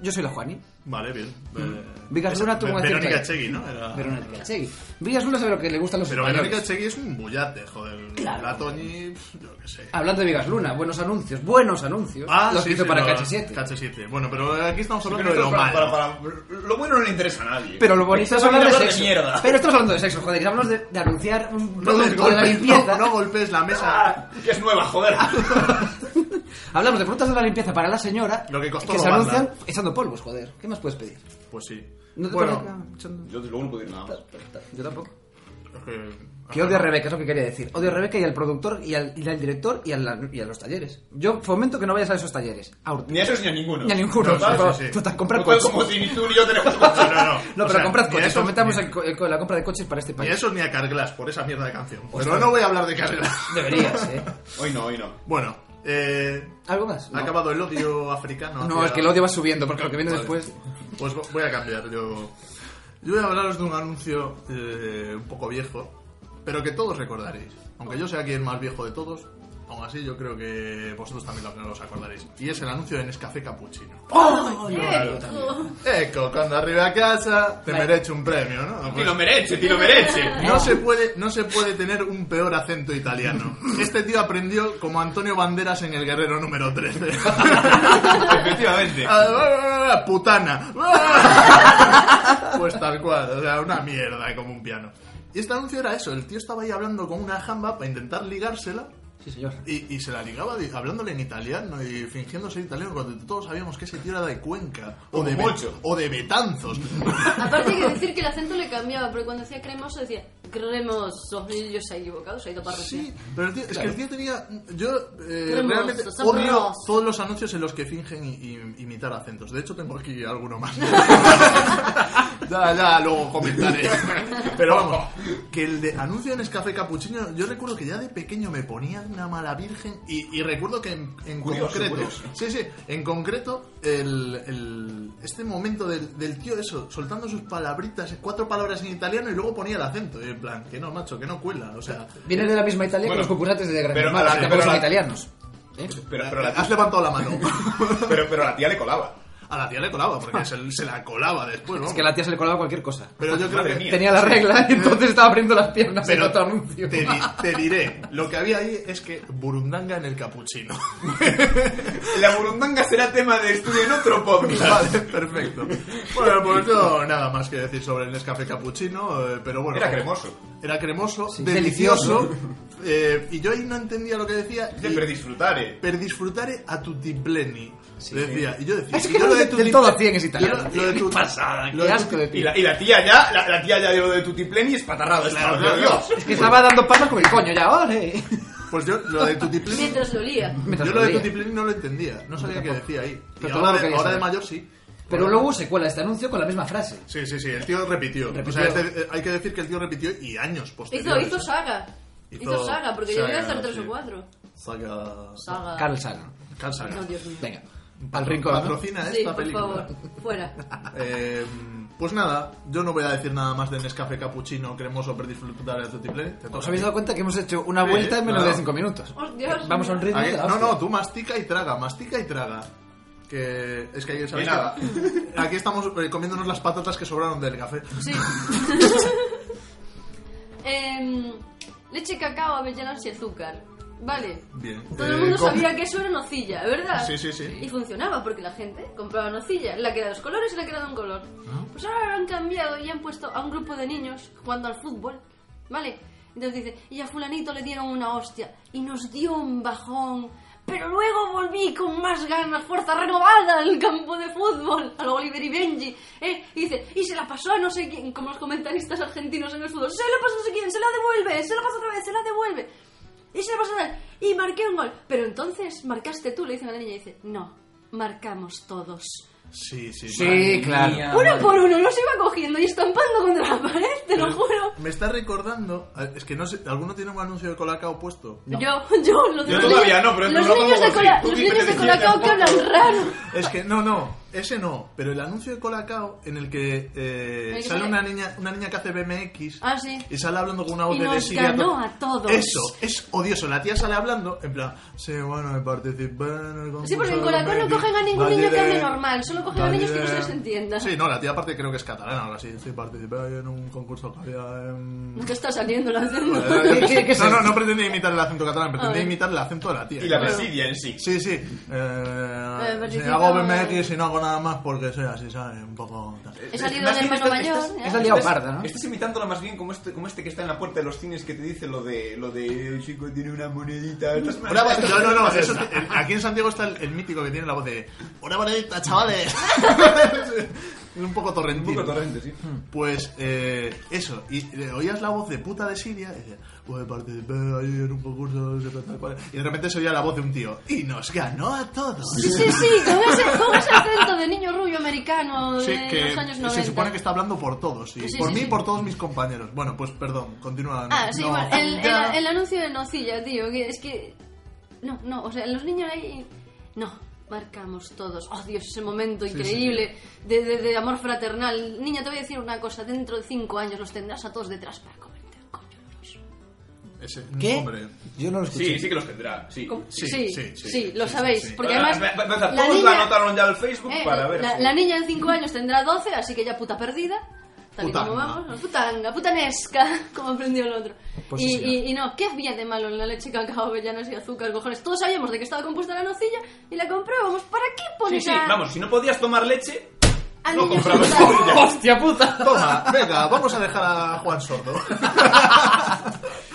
A: Yo soy la Juani.
B: Vale, bien. Eh,
A: Vigas Mm. Luna tuvo
B: Ve-
A: una
B: Verónica
A: cierta-
B: Chegui, ¿no? Era-
A: Verónica Chegui. Villas Luna sabe lo que le gustan los
B: Pero
A: españoles.
B: Verónica Chegui es un bullate, joder.
A: Claro. Ah,
B: La Toñi, pf, yo qué sé. Ah,
A: Hablando de Vigas Luna, buenos anuncios, buenos anuncios. los
B: sí,
A: que hizo
B: sí,
A: para
B: no,
A: Cache 7.
B: Cache 7. Bueno, pero aquí estamos hablando
C: Pero
B: de lo
C: esto para-
B: malo.
C: para- para- lo bueno no le interesa a nadie.
A: Pero lo bonito es
C: Estamos
A: hablar de
C: hablando
A: sexo.
C: mierda.
A: Pero estamos hablando de sexo, joder. Y hablamos de, de anunciar un
B: No,
A: producto de la
B: golpes-
A: limpieza.
B: no, no golpes la mesa.
C: Que es nueva, joder.
A: Hablamos de productos de la limpieza para la señora.
B: Lo que costó
A: se
B: robarla.
A: anuncian echando polvos, joder. ¿Qué más puedes pedir?
B: Pues sí.
A: No te
B: bueno, Ah,
A: parece que- echando-
C: Yo desde luego no puedo ir nada más.
A: Yo tampoco.
B: es que-
A: Que odio a Rebeca, es lo que quería decir. Odio a Rebeca y al productor y al, y al director y, a la- y a los talleres. Yo fomento que no vayas a esos talleres. A Urte.
C: Ni a esos ni a ninguno.
A: Ni a ninguno.
B: No, sí,
A: por favor.
B: sí, sí.
A: Total, comprar
C: No tanto
A: coches.
C: como si ni tú ni yo tenemos coche.
B: No, no, no.
A: No,
B: O
A: pero
B: sea,
A: comprad
B: ni
A: coches.
B: esos-
A: Fomentamos
B: ni-
A: el co- el co- la compra de coches para este
B: Ni
A: país.
B: eso ni a Carglass por esa mierda de canción. Pero
A: Ostras.
B: no voy a hablar de Carglass.
A: Deberías, ¿eh?
C: Hoy no, hoy no.
B: Bueno, eh,
A: ¿Algo más?
B: ha acabado el odio africano.
A: No,
B: hacia-
A: es que el odio va subiendo, porque lo que viene
B: Vale.
A: después...
B: Pues vo- voy a cambiar. Yo, yo voy a hablaros de un anuncio eh, un poco viejo, pero que todos recordaréis. Aunque yo sea aquí el más viejo de todos, aún así yo creo que vosotros también lo- os acordaréis. Y es el anuncio de Nescafé Cappuccino.
A: ¡Oh!
D: Eh,
B: Eco, cuando arribe a casa te merece un premio, ¿no? Pues-
C: Tiro merece, tiro merece.
B: no se, puede, no se puede tener un peor acento italiano. Este tío aprendió como Antonio Banderas en El Guerrero número 13.
C: Efectivamente.
B: Ah, putana. Pues tal cual, o sea, una mierda como un piano. Y este anuncio era eso, el tío estaba ahí hablando con una jamba para intentar ligársela
A: Sí, señor.
B: y, y se la ligaba di- hablándole en italiano y fingiendo ser italiano cuando todos sabíamos que ese tío era de Cuenca o de, Be-
C: Mucho.
B: o de Betanzos.
D: Aparte hay que decir que el acento le cambiaba, porque cuando decía cremoso decía cremoso. Y yo se ha equivocado, se ha ido para
B: Sí, pero el tío, es que el tío tenía... Yo eh,
D: Cremoso,
B: realmente
D: sabroso.
B: odio todos los anuncios en los que fingen i- i- imitar acentos. De hecho, tengo aquí alguno más. ya, ya, luego comentaré. Pero vamos, que el de anuncio en Escafé Capuchino, yo recuerdo que ya de pequeño me ponía de una mala virgen y, y recuerdo que en, en
C: Curioso,
B: concreto...
C: curioso.
B: Sí, sí, en concreto, el, el- este momento del, del tío, eso, soltando sus palabritas, cuatro palabras en italiano y luego ponía el acento. Y en plan, que no, macho, que no cuela, o sea...
A: Viene de la misma Italia
C: Bueno,
A: que los concursantes de Gran
C: pero-
A: Hermano,
C: pero-
A: que tampoco
C: pero-
A: son italianos. ¿eh?
C: Pero, pero, la
B: Has
C: tía,
B: levantado la mano.
C: pero, pero la tía le colaba.
B: A la tía le colaba, porque se, se la colaba después, ¿no?
A: Es que a la tía se le colaba cualquier cosa.
B: Pero yo creo
C: Madre
B: que...
C: mía.
A: Tenía la regla y entonces estaba abriendo las piernas en
B: Pero
A: otro anuncio.
B: Te, di- te diré, lo que había ahí es que burundanga en el capuchino.
C: La burundanga será tema de estudio en otro podcast.
B: Vale, perfecto. Bueno, pues yo nada más que decir sobre el Nescafé capuchino, eh, pero bueno.
C: Era cremoso.
B: Era cremoso,
A: Sí.
B: delicioso. eh, y yo ahí no entendía lo que decía.
C: Sí,
B: y-
C: Pero disfrutaré.
B: per disfrutare a tutti pleni.
A: Sí.
B: Decía, y yo decía,
A: Es
B: y
A: que
B: yo
A: no del
B: tutti-
A: todo a cien es italiano.
B: yo Lo, lo de tu pasada,
A: Qué asco de
C: Y
A: ti.
C: la, y la tía ya, la, la tía ya de lo de Tutipleni es patarrada.
B: Claro,
C: Claro,
B: claro,
C: Dios.
A: Es que estaba dando pasos con el coño ya, ¡ole!
B: Pues yo lo de tutti pleni-
D: Mientras lo olía.
A: Mientras
B: yo lo de
A: olía.
B: Tutti Pleni no lo entendía, no sabía qué decía ahí. Y
A: Pero todo
B: ahora,
A: lo
B: de,
A: quería
B: ahora
A: saber.
B: de mayor sí.
A: Pero luego se cuela este anuncio con la misma frase.
B: Sí, sí, sí, el tío repitió.
A: Repitió.
B: O sea, es de- eh, hay que decir que el tío repitió y años
D: Hizo,
B: posteriores.
D: hizo saga.
B: Hizo-
D: Hizo, saga, porque yo voy a
B: saga,
D: hacer tres
B: sí.
D: o cuatro.
B: Saga.
D: Saga.
A: Carl Sagan.
B: Carl
D: No,
B: Sagan.
D: Dios mío.
A: Venga, al rincón. ¿no?
B: Patrocina
D: Sí,
B: esta
D: por
B: película.
D: favor, fuera.
B: Eh, pues nada, yo no voy a decir nada más del Nescafé capuchino cremoso para disfrutar de Tutti Pleni. Te
A: ¿Os
B: toca.
A: habéis dado cuenta que hemos hecho una
B: Sí,
A: vuelta en menos
B: claro.
A: de 5 minutos?
D: Oh, Dios
A: Vamos a un
D: mío.
A: ritmo
B: Aquí-
A: de la
B: no,
A: hostia.
B: no, tú mastica y traga, mastica y traga. Que es que hay que saber
C: Y nada.
B: que- Aquí estamos eh, comiéndonos las patatas que sobraron del café.
D: Sí. em, leche, cacao, avellanas y azúcar. Vale.
B: Bien.
D: Todo el
B: Eh,
D: mundo
B: con-
D: sabía que eso era nocilla, ¿verdad?
B: Sí, sí, sí.
D: Y funcionaba porque la gente compraba nocilla, la que era de dos colores y la que era de un color.
B: Ah.
D: Pues ahora lo han cambiado y han puesto a un grupo de niños jugando al fútbol, ¿vale? Entonces dice, y a fulanito le dieron una hostia y nos dio un bajón. Pero luego volví con más ganas, fuerza renovada al campo de fútbol, al Oliver y Benji. ¿eh? Y dice, y se la pasó a no sé quién, como los comentaristas argentinos en el fútbol. Se la pasó a no sé quién, se la devuelve, se la pasa otra vez, se la devuelve. Y se la pasó a él. Y marqué un gol. Pero entonces marcaste tú, le dicen a la niña. Y dice, no, marcamos todos.
B: Sí, sí.
A: Sí, claro.
D: Uno por uno los iba cogiendo y estampando contra la pared, te lo juro.
B: Me está recordando. eh, Es que no sé. ¿Alguno tiene un anuncio de Colacao puesto?
D: Yo, yo, lo de
C: Yo
D: los
C: todavía
D: niños,
C: no, pero
D: los
C: tú lo
D: niños de,
C: tomas
D: cola,
C: así.
D: los
C: Tú
D: niños de
C: dices,
D: Colacao que hablan raro.
B: Es que no, no, ese no, pero el anuncio de Colacao en el que, eh,
D: El que
B: sale
D: sale-
B: una niña, una niña que hace BMX
D: Ah, sí.
B: y sale hablando con una voz
D: Y
B: de
D: nos
B: desidia
D: ganó
B: to-
D: a todos.
B: Eso, es odioso. La tía sale hablando en plan, sí, bueno, me participé en el concurso
D: Sí, porque en
B: de
D: Colacao no
B: BMX,
D: cogen a ningún
B: validé-
D: niño que hable normal, solo cogen a niños que no se
B: validé-
D: les entienda.
B: Sí, no, la tía aparte creo que es catalana, ahora sí, sí, participé en un concurso que había en...
D: No te está saliendo la haciendo.
A: ¿Qué- qué- qué es
B: Eh, no, no,
A: esto?
B: no pretendía imitar el acento catalán, pretendía
D: ver.
B: imitar el acento de la tía.
C: Y la
B: Claro.
C: presidia en sí.
B: Sí, sí. Eh, sí,
D: participa-
B: hago
D: eh.
B: BMX y no hago nada más porque soy así, ¿sabes? Un poco... tal.
C: Eh,
D: He salido del hermano mayor. ¿eh? ya.
A: es la liado parda, ¿no?
C: Estás imitándola más bien como este, como este que está en la puerta de los cines que te dice lo de, lo de el chico tiene una monedita. Estás- estás-
B: No, no, no. eso- el- aquí en Santiago está el, el mítico que tiene la voz de... ¡Una monedita, chavales! Es un poco
C: Un
B: torrentino.
C: poco torrente, sí.
B: Pues eh, eso, y le oías la voz de puta de Siria y decía, pues participé ahí en un concurso de tal cual". y de repente se oía la voz de un tío y nos ganó a todos.
D: Sí, sí, sí, con ese, con ese acento de niño rubio americano de
B: Sí, que
D: los años 90.
B: se supone que está hablando por todos, y
D: Sí,
B: por
D: sí,
B: mí y
D: sí.
B: por todos mis compañeros. Bueno, pues perdón, continúa.
D: Ah, sí,
B: No,
D: bueno, el, el-
B: ya.
D: el anuncio de nocilla, tío, que es que... No, no, o sea, los niños ahí... No, marcamos todos. Oh, Dios, ese momento increíble De, de- de amor fraternal. Niña, te voy a decir una cosa, dentro de cinco años los tendrás a todos detrás para comerte el coño de los-
B: Ese,
A: ¿Qué?
B: hombre.
A: Yo no lo escuché.
C: Sí, sí que los tendrá. Sí. Ah,
D: Com-
B: sí,
D: Sí,
B: sí,
D: sí,
B: sí, sí,
D: lo
B: sí,
D: sabéis.
B: sí.
D: Porque además...
C: Ve- ve- ve-
D: la
C: todos
D: niña-
C: la anotaron ya al Facebook
D: eh,
C: para ver.
D: la, la niña de 5 años tendrá 12, así que ya puta perdida. Tal y
B: Putanga.
D: como vamos, putanga, putanesca, como aprendió el otro.
A: Pues
D: y,
A: sí, señor.
D: y- y no, ¿qué había de malo en la leche, cacao, avellanas y azúcar, cojones? Todos sabíamos de que estaba compuesta la nocilla y la comprábamos. ¿Para qué
C: Sí,
D: pones
C: sí,
D: a,
C: vamos, si no podías tomar leche,
D: a
C: no
D: niños
C: comprabas
D: a usar?
C: nocilla.
A: ¡Hostia puta!
B: Toma, venga, vamos a dejar a Juan sordo.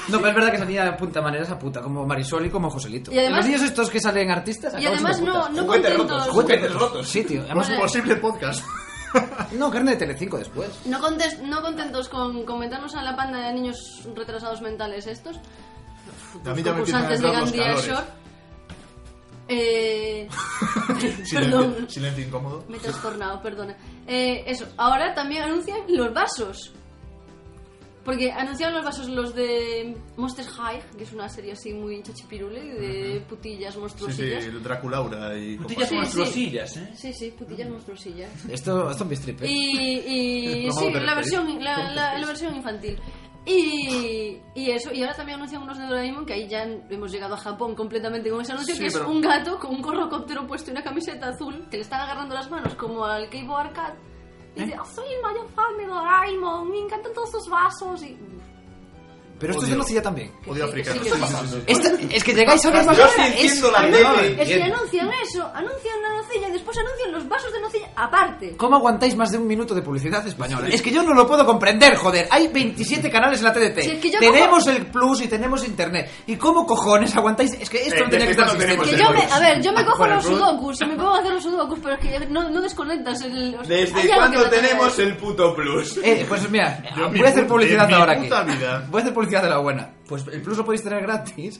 A: No, pero es verdad que esa niña apunta maneras a puta, como Marisol y como Joselito.
D: Y además-
A: los niños estos que salen artistas.
D: Y
A: acaban
D: además
A: siendo
D: no,
A: putas.
D: no
C: Juguetes
D: contentos...
C: rotos, juguetes rotos.
A: Sí, tío.
B: Más
A: Además,
D: Vale.
B: posible podcast.
A: no, carne de Telecinco después.
D: No, contes- no contentos con comentarnos a la panda de niños retrasados mentales estos,
B: A mí ya me empiezan a
D: concursantes Pues de
B: entrar los
D: Gandía
B: calores.
D: Shore... Eh... Perdón.
B: Silencio, silencio incómodo.
D: Me he trastornado, perdona. Eh, eso, ahora también anuncian los vasos. Porque anunciaron los vasos los de Monster High, que es una serie así muy chachipirule, de putillas
B: Sí, sí,
D: monstruosillas. Pues Sí, Pues
B: el Draculaura y...
D: Sí,
C: con
D: sí.
C: rosillas, ¿eh?
D: sí, putillas monstruosillas.
A: Esto, esto es mi strip. ¿eh?
D: Y, y
B: No
D: sí,
B: vamos a
D: la
B: tener
D: versión, la, la- la versión infantil. Y, y eso, y ahora también anuncian unos de Doraemon, que ahí ya hemos llegado a Japón completamente con ese anuncio,
B: Sí,
D: que es
B: pero-
D: un gato con un corrocóptero puesto y una camiseta azul, que le están agarrando las manos como al Cable Arcade. Y
B: ¿Eh?
D: dice, "Oh, soy el mayor fan de Doraemon, me encantan todos sus vasos. Y...
A: Pero esto es
B: Odio.
A: de nocilla también.
B: Odio
D: Sí,
B: africano.
D: sí,
B: Sí,
D: sí,
B: sí,
D: sí.
B: sí, sí.
A: Esta- es que llegáis a horas más
C: Yo
A: raras,
C: estoy
A: es-
C: entiendo la
A: no,
C: tele.
A: no,
D: Es que
A: entiendo.
D: anuncian eso, anuncian la nocilla y después anuncian los vasos de nocilla aparte.
A: ¿Cómo aguantáis más de un minuto de publicidad española? Es que yo no lo puedo comprender, joder. Hay 27 canales en la TDT.
D: Si es que yo
A: tenemos el Plus y tenemos Internet. ¿Y cómo cojones aguantáis? Es que esto
C: Eh,
A: no tenía que
C: esto
A: estar
C: no
A: existiendo.
D: Que
C: tenemos,
D: yo me, a ver, yo me
A: Ah,
D: cojo
A: bueno,
D: los
A: pero-
D: sudokus y me pongo a hacer los sudokus, pero es que no, no desconectas el... o sea, hay
C: ¿Desde
D: algo que
C: cuándo
D: no te
C: tenemos
D: cae.
C: el puto plus?
A: Eh, pues mira,
B: Yo en mi
A: voy a hacer
B: pu-
A: publicidad
B: en mi
A: ahora aquí.
B: puta vida.
A: Voy a hacer publicidad de la buena. Pues el plus lo podéis tener gratis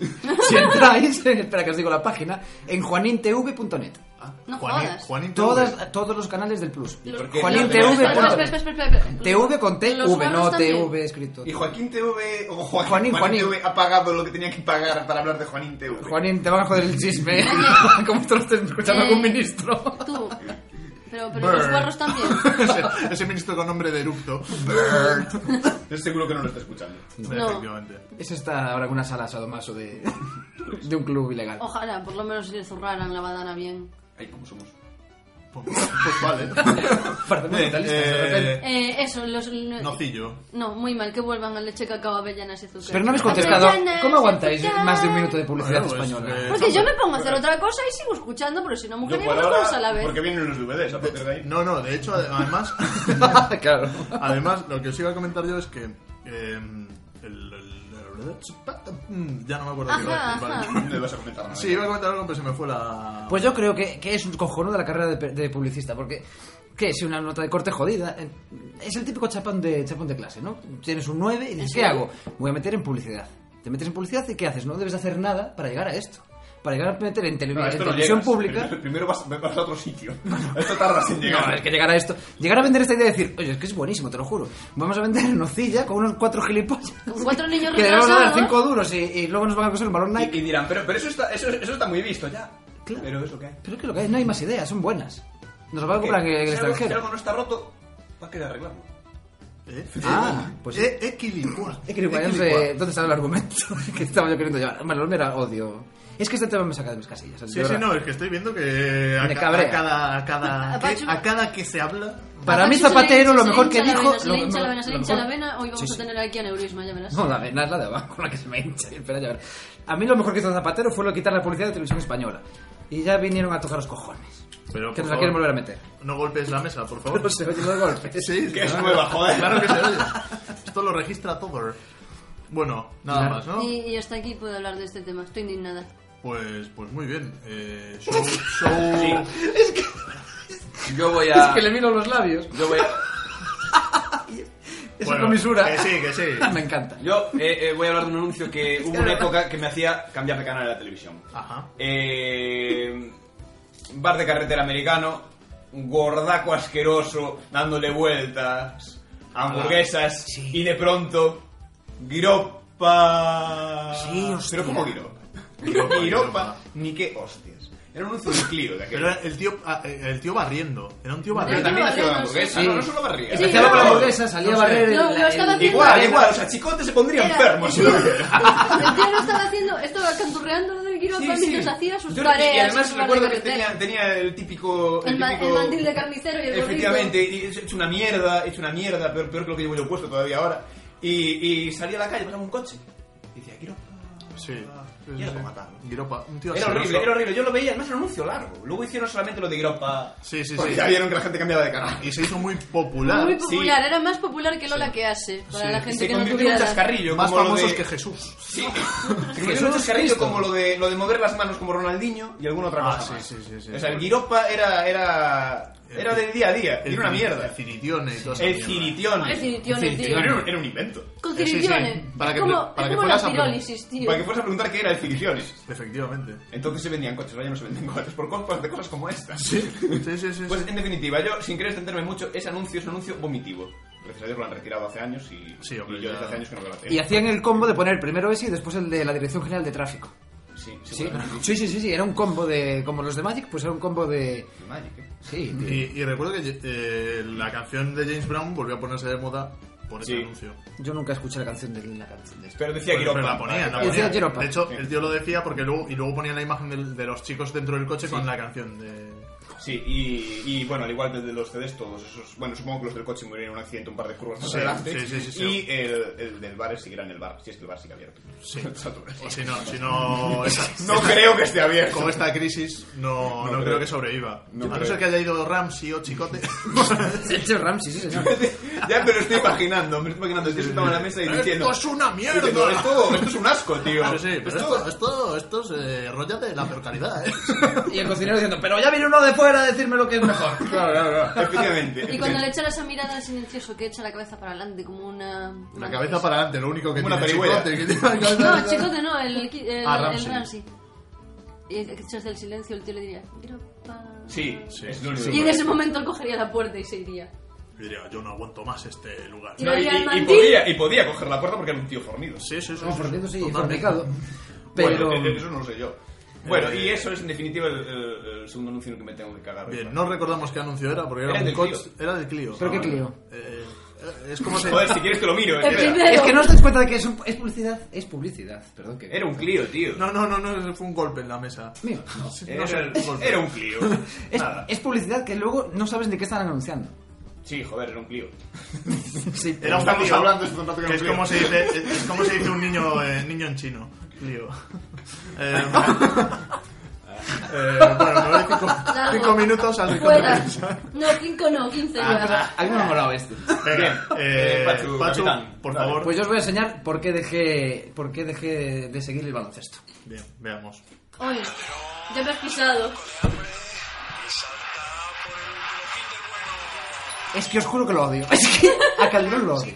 A: si entráis, espera que os digo la página, en juanintv.net.
B: Ah,
D: No
B: Juanín-
D: jodas.
B: Juanín Torres.
A: Todas, todos los canales del plus.
D: Los-
C: ¿Por qué?
A: Juanín
D: los-
A: TV
D: los-
A: punto-
D: espera, espera, espera, espera, espera.
A: TV con T,
D: Los
A: V,
D: vasos
A: no
D: también.
A: TV escrito.
C: Y Joaquín TV, o Joaquín,
A: Juanín, Juanín.
C: TV ha pagado lo que tenía que pagar para hablar de Juanín TV.
A: Juanín, te van a joder el chisme. Como tú lo estés escuchando
D: Eh.
A: con ministro.
D: Tú. Pero, pero los
B: Burn.
D: guarros también.
B: ese, ese ministro con nombre de eructo. Bird.
C: Es seguro que no lo está escuchando.
D: No.
B: Efectivamente.
A: Eso está ahora en una sala sadomaso de, de un club ilegal.
D: Oh. Ojalá, por lo menos se le zurraran la badana bien.
C: Ay, cómo somos.
B: Pues, pues vale.
A: Parecemos
B: Bien,
A: vitalistas, de
B: eh,
A: repente.
D: Eh, eso, los...
B: Nocillo.
D: No, muy mal, que vuelvan a leche, cacao, avellanas y azúcar.
A: Pero no habéis contestado.
D: Avellanas,
A: ¿Cómo aguantáis
D: azúcar.
A: más de un minuto de publicidad
B: Bueno, pues,
A: española?
B: eh,
D: Porque yo me pongo a hacer otra cosa y sigo escuchando, pero si no, mujer,
C: Yo
D: ni
C: por
D: dos
C: ahora,
D: cosas a la vez.
C: Porque vienen los DVDs a partir de ahí.
B: No, no, de hecho, ade- además, eh,
A: claro.
B: además, lo que os iba a comentar yo es que. eh, el- el- el- ya no me acuerdo qué iba a
D: Ajá,
B: decir, vale.
D: ajá.
C: No le vas a comentar nada.
B: Sí, iba a comentar algo, pero se me fue la.
A: Pues yo creo que, que es un cojonudo la carrera de, pe- de publicista, porque que es una nota de corte jodida. eh, Es el típico chapón de chapón de clase, ¿no? Tienes un 9 y dices,
D: Eso
A: ¿qué
D: es.
A: hago? Voy a meter en publicidad. Te metes en publicidad y ¿qué haces? No debes de hacer nada para llegar a esto. Para llegar a meter en, televi-
C: No, a
A: en
C: esto no
A: televisión
C: llegas.
A: pública.
C: Primero, primero vas, vas a otro sitio. Esto tarda sin llegar.
A: No, es que llegar a esto. Llegar a vender esta idea y decir, oye, es que es buenísimo, te lo juro. Vamos a vender nocilla con unos cuatro gilipollas.
D: Con cuatro niños
A: Que le vamos a dar
D: retrasados.
A: cinco duros y, y luego nos van a coser un balón Nike.
C: Y, y dirán, pero, pero eso, está, eso, eso está muy visto ya.
A: Claro.
C: Pero eso qué.
A: Pero es que lo que hay, no hay más ideas, son buenas. Nos lo va a comprar en
C: Que
A: el
C: si algo, si
A: extranjero.
C: algo no está roto, va a quedar arreglado.
B: ¿Eh?
A: Ah, pues sí.
B: Eh, equilicua.
A: Es que no vayamos de- ¿Dónde estaba el argumento que estaba yo queriendo llevar? Bueno, mira, odio. Es que este tema me saca de mis casillas.
B: Sí, sí, no, es que estoy viendo que a,
A: Me
B: ca-
A: cabrea.
B: a cada, a, cada,
D: A
B: que-
D: Pachu-
B: a cada que se habla.
A: Para
D: A
A: mí
D: Pancho se
A: Zapatero
D: le-
A: lo
D: se le
A: mejor
D: hincha
A: que
D: la
A: dijo...
D: vena, Se
A: lo-
D: le hincha la vena, se
A: lo
D: le hincha la
A: mejor-
D: vena. Hoy
A: Sí,
D: vamos
A: sí.
D: a tener aquí aneurisma, ya verás.
A: No, la vena es la de abajo, la que se me hincha. Espera, ya verás. A mí lo mejor que hizo Zapatero fue lo de quitar la publicidad de televisión española. Y ya vinieron a tocar los cojones.
B: Pero,
A: que
B: por
A: nos la
B: favor.
A: quieren volver a meter. Pues
B: No golpes la mesa, por favor.
A: Pero se oyen los golpes.
B: Sí,
C: Que es
B: claro.
C: nueva, joder.
B: Claro que se oye. Esto lo registra todo. Bueno, nada
A: Claro.
B: más, ¿no?
D: Y, y hasta aquí puedo hablar de este tema, estoy indignada.
B: Pues, pues muy bien. Eh, show, show-
C: Yo voy a.
A: Es que le miro los labios.
C: Yo voy a,
A: Es
B: Bueno,
A: una misura.
B: Que sí, que sí.
A: Me encanta.
C: yo, eh, eh, voy a hablar de un anuncio que hubo una época que me hacía cambiar de canal de la televisión.
B: Ajá.
C: Eh, bar de carretera americano, un gordaco asqueroso, dándole vueltas,
D: Ah,
C: hamburguesas
A: Sí.
C: y de pronto, guiropa.
A: Sí, hostia.
C: Pero ¿cómo guiropa?
B: Guiropa,
C: Guiropa,
B: guiropa.
C: ni qué hostias. Era un anuncio de Clio de aquel.
B: Pero era el tío, ah, eh, el tío barriendo. Era un tío
C: Pero
B: barriendo.
C: también hacía
D: Sí.
C: la hamburguesa,
A: Sí.
C: no, no solo barría.
D: Sí,
A: Empezaba
D: no.
A: con la hamburguesa, salía
B: No
A: a
B: sé.
A: barrer... el-
D: No, lo estaba
A: el-
D: haciendo-
C: Igual,
D: Era-
C: igual, o sea, Chicote se pondría
D: Era-
C: enfermo si lo viera.
D: El tío lo estaba haciendo, estaba canturreando lo del Quiroga mientras hacía sus
C: Yo-
D: tareas.
C: Y además
D: sus
C: recuerdo
D: barras
C: que
D: de
C: tenía,
D: carretera.
C: tenía el típico.
D: El, ma- el
C: típico-
D: mandil de carnicero y el gorrito.
C: Efectivamente, y es es una mierda, es una mierda, peor, peor que lo que llevo yo puesto todavía ahora. Y, y salía a la calle, pasaba un coche. Y decía, quiero.
B: Sí. sí,
C: Y era
B: sí.
C: para matarlo.
B: Guiropa. Un tío
C: Ah, Era
B: asqueroso.
C: horrible, era horrible. Yo lo veía, además era un anuncio largo. Luego hicieron solamente lo de Gropa.
B: Sí, sí,
C: porque
B: sí.
C: Ya vieron que la gente cambiaba de canal.
B: Y se hizo muy popular.
D: Muy
C: Sí.
D: popular, era más popular que Lola que hace. Para
B: Sí.
D: la
C: Y
D: gente
C: se
D: que no
C: convirtió en un
D: tuviera.
C: chascarrillo.
B: Más
C: como lo
B: famosos
C: de-
B: que Jesús.
C: Sí, se convirtió en un chascarrillo como lo de, lo de mover las manos como Ronaldinho y alguna otra
B: Ah,
C: cosa.
B: sí,
C: más.
B: sí, sí, sí.
C: O sea, el Guiropa era, era, era del día a día, era una
B: ciri-
C: mierda.
B: El ciritione y todo eso.
C: El ciritión.
D: Ah, El ciritión, el tío.
C: Era un- era un invento.
D: Con
B: Sí, sí, sí.
D: cirilliones.
B: Para
D: es
B: que-
D: como,
B: para
D: es
B: que
D: como
B: fueras
D: la
B: a-
D: pirólisis, tío.
C: Para que fueras a preguntar qué era el Ciricciones.
B: Efectivamente.
C: Entonces se vendían coches, ahora ya no se venden coches por compras de cosas como estas.
B: Sí, sí, sí.
C: Pues
B: sí.
C: en definitiva, yo sin querer extenderme mucho, ese anuncio es un anuncio vomitivo. Gracias a Dios lo han retirado hace años y,
B: Sí, hombre,
C: y yo
B: ya.
C: desde hace años que no veo la tele.
A: Y hacían el combo de poner primero ese y después el de la Dirección General de Tráfico.
C: Sí,
A: Sí,
C: seguramente.
A: sí, sí, sí, sí, era un combo de... Como los de Magic, pues era un combo de...
C: Magic, ¿eh?
A: Sí, de-
B: Y, y recuerdo que eh, la canción de James Brown volvió a ponerse de moda por ese
C: Sí.
B: anuncio.
A: Yo nunca escuché la canción de la canción de esto.
C: Pero decía
B: Pues, Pero-
C: Quiropa.
B: pero la ponía, la
A: Y decía
B: ponía.
A: Giropa.
B: De hecho, el tío lo decía porque luego, y luego ponía la imagen del- de, los chicos dentro del coche con la canción de...
C: Sí, y, y, bueno, al igual que de los CDs, todos esos. Bueno, supongo que los del coche murieron en un accidente, un par de curvas más
B: Sí,
C: adelante.
B: sí, sí, sí, sí.
C: Y el, el del bar seguirá en el bar, si es que el bar sigue abierto.
B: Sí.
C: Saturno.
B: O si no, si no... esa-
C: No creo que esté abierto.
B: con esta crisis no, no,
C: creo.
B: creo. que sobreviva.
C: No
B: a no
C: creo.
B: ser que haya ido Ramsey o Chicote.
A: Sergio Ramsey, sí, señor.
C: ya me lo estoy imaginando, me estoy imaginando. Estoy sentado en la mesa y diciendo.
B: ¡Esto es una mierda!
C: diciendo, esto, esto es un asco, tío.
B: Sí, sí, pero esto,
C: Esto-
B: esto, esto es eh, rolla de la peor calidad, ¿eh?
A: Y el cocinero diciendo, pero ya viene uno de fuera a decirme lo que es mejor.
C: Claro, claro, claro. Efectivamente.
D: Y cuando le echara esa mirada silencioso que echa la cabeza para adelante como una...
B: La cabeza para adelante, lo único que
C: Una
B: tiene
C: parihuela.
B: Chicote, que tiene la cabeza-
D: No, chicote no, el, el, el,
B: Ah,
D: el
B: Ramsey.
D: Ramsey. Y el que echase el silencio, el tío le diría... "Gropa".
C: Sí, sí, es lo único
D: Y
C: que-
D: en ese momento él cogería la puerta y se iría.
B: Yo diría, yo no aguanto más este lugar.
D: No.
C: y,
D: Tiraría el
C: y- y
D: mandil.
C: podía, y podía coger la puerta porque era un tío fornido.
B: Sí, sí, sí.
A: No, por cierto, sí,
B: totalmente.
A: fabricado. Pero...
C: Bueno, eh, eso no lo sé yo. Bueno,
B: Eh,
C: y eso es en definitiva el, el- el segundo anuncio en el que me tengo que cagar. hoy.
B: Bien, no recordamos qué anuncio era, porque era,
C: Era
B: un
C: del
B: coche.
C: Clio.
B: Era del Clio. Ah,
A: ¿Pero qué Clio?
B: Eh, eh, es como se...
C: Joder, si quieres te lo miro.
D: El
C: eh, mira.
D: primero.
A: Es que no os dais cuenta de que es, un- es publicidad. Es publicidad, perdón. Que...
C: Era un Clio, tío.
B: No, no, no, no, fue un golpe en la mesa.
A: Mío, no.
C: era,
B: sé,
C: el-
B: golpe.
C: era un Clio.
A: Es,
C: Nada.
A: es publicidad que luego no sabes ni qué están anunciando.
C: Sí, joder, era un Clio.
A: Sí,
B: Era un
E: Estamos
B: tío,
E: hablando hace un rato que
B: que
E: no
B: es
E: creo.
B: como se dice, es como se dice un niño, eh, niño en chino. Lío. Eh, eh, bueno, me voy cinco,
D: Largo.
B: cinco minutos al rincón de
D: Fuera.
B: prensa.
D: No, 5 no, 15
A: Ah, pero
D: no.
A: a mí me ha molado este.
B: Venga,
C: Bien.
B: eh,
C: Eh, Pachu,
B: Pachu,
C: capitán.
B: por
C: Dale.
B: favor.
A: Pues yo os voy a enseñar por qué dejé, por qué dejé de seguir el baloncesto.
B: Bien, veamos.
D: Oye, ya me has pisado.
A: Es que os juro que lo odio. Es que a Calderón lo odio.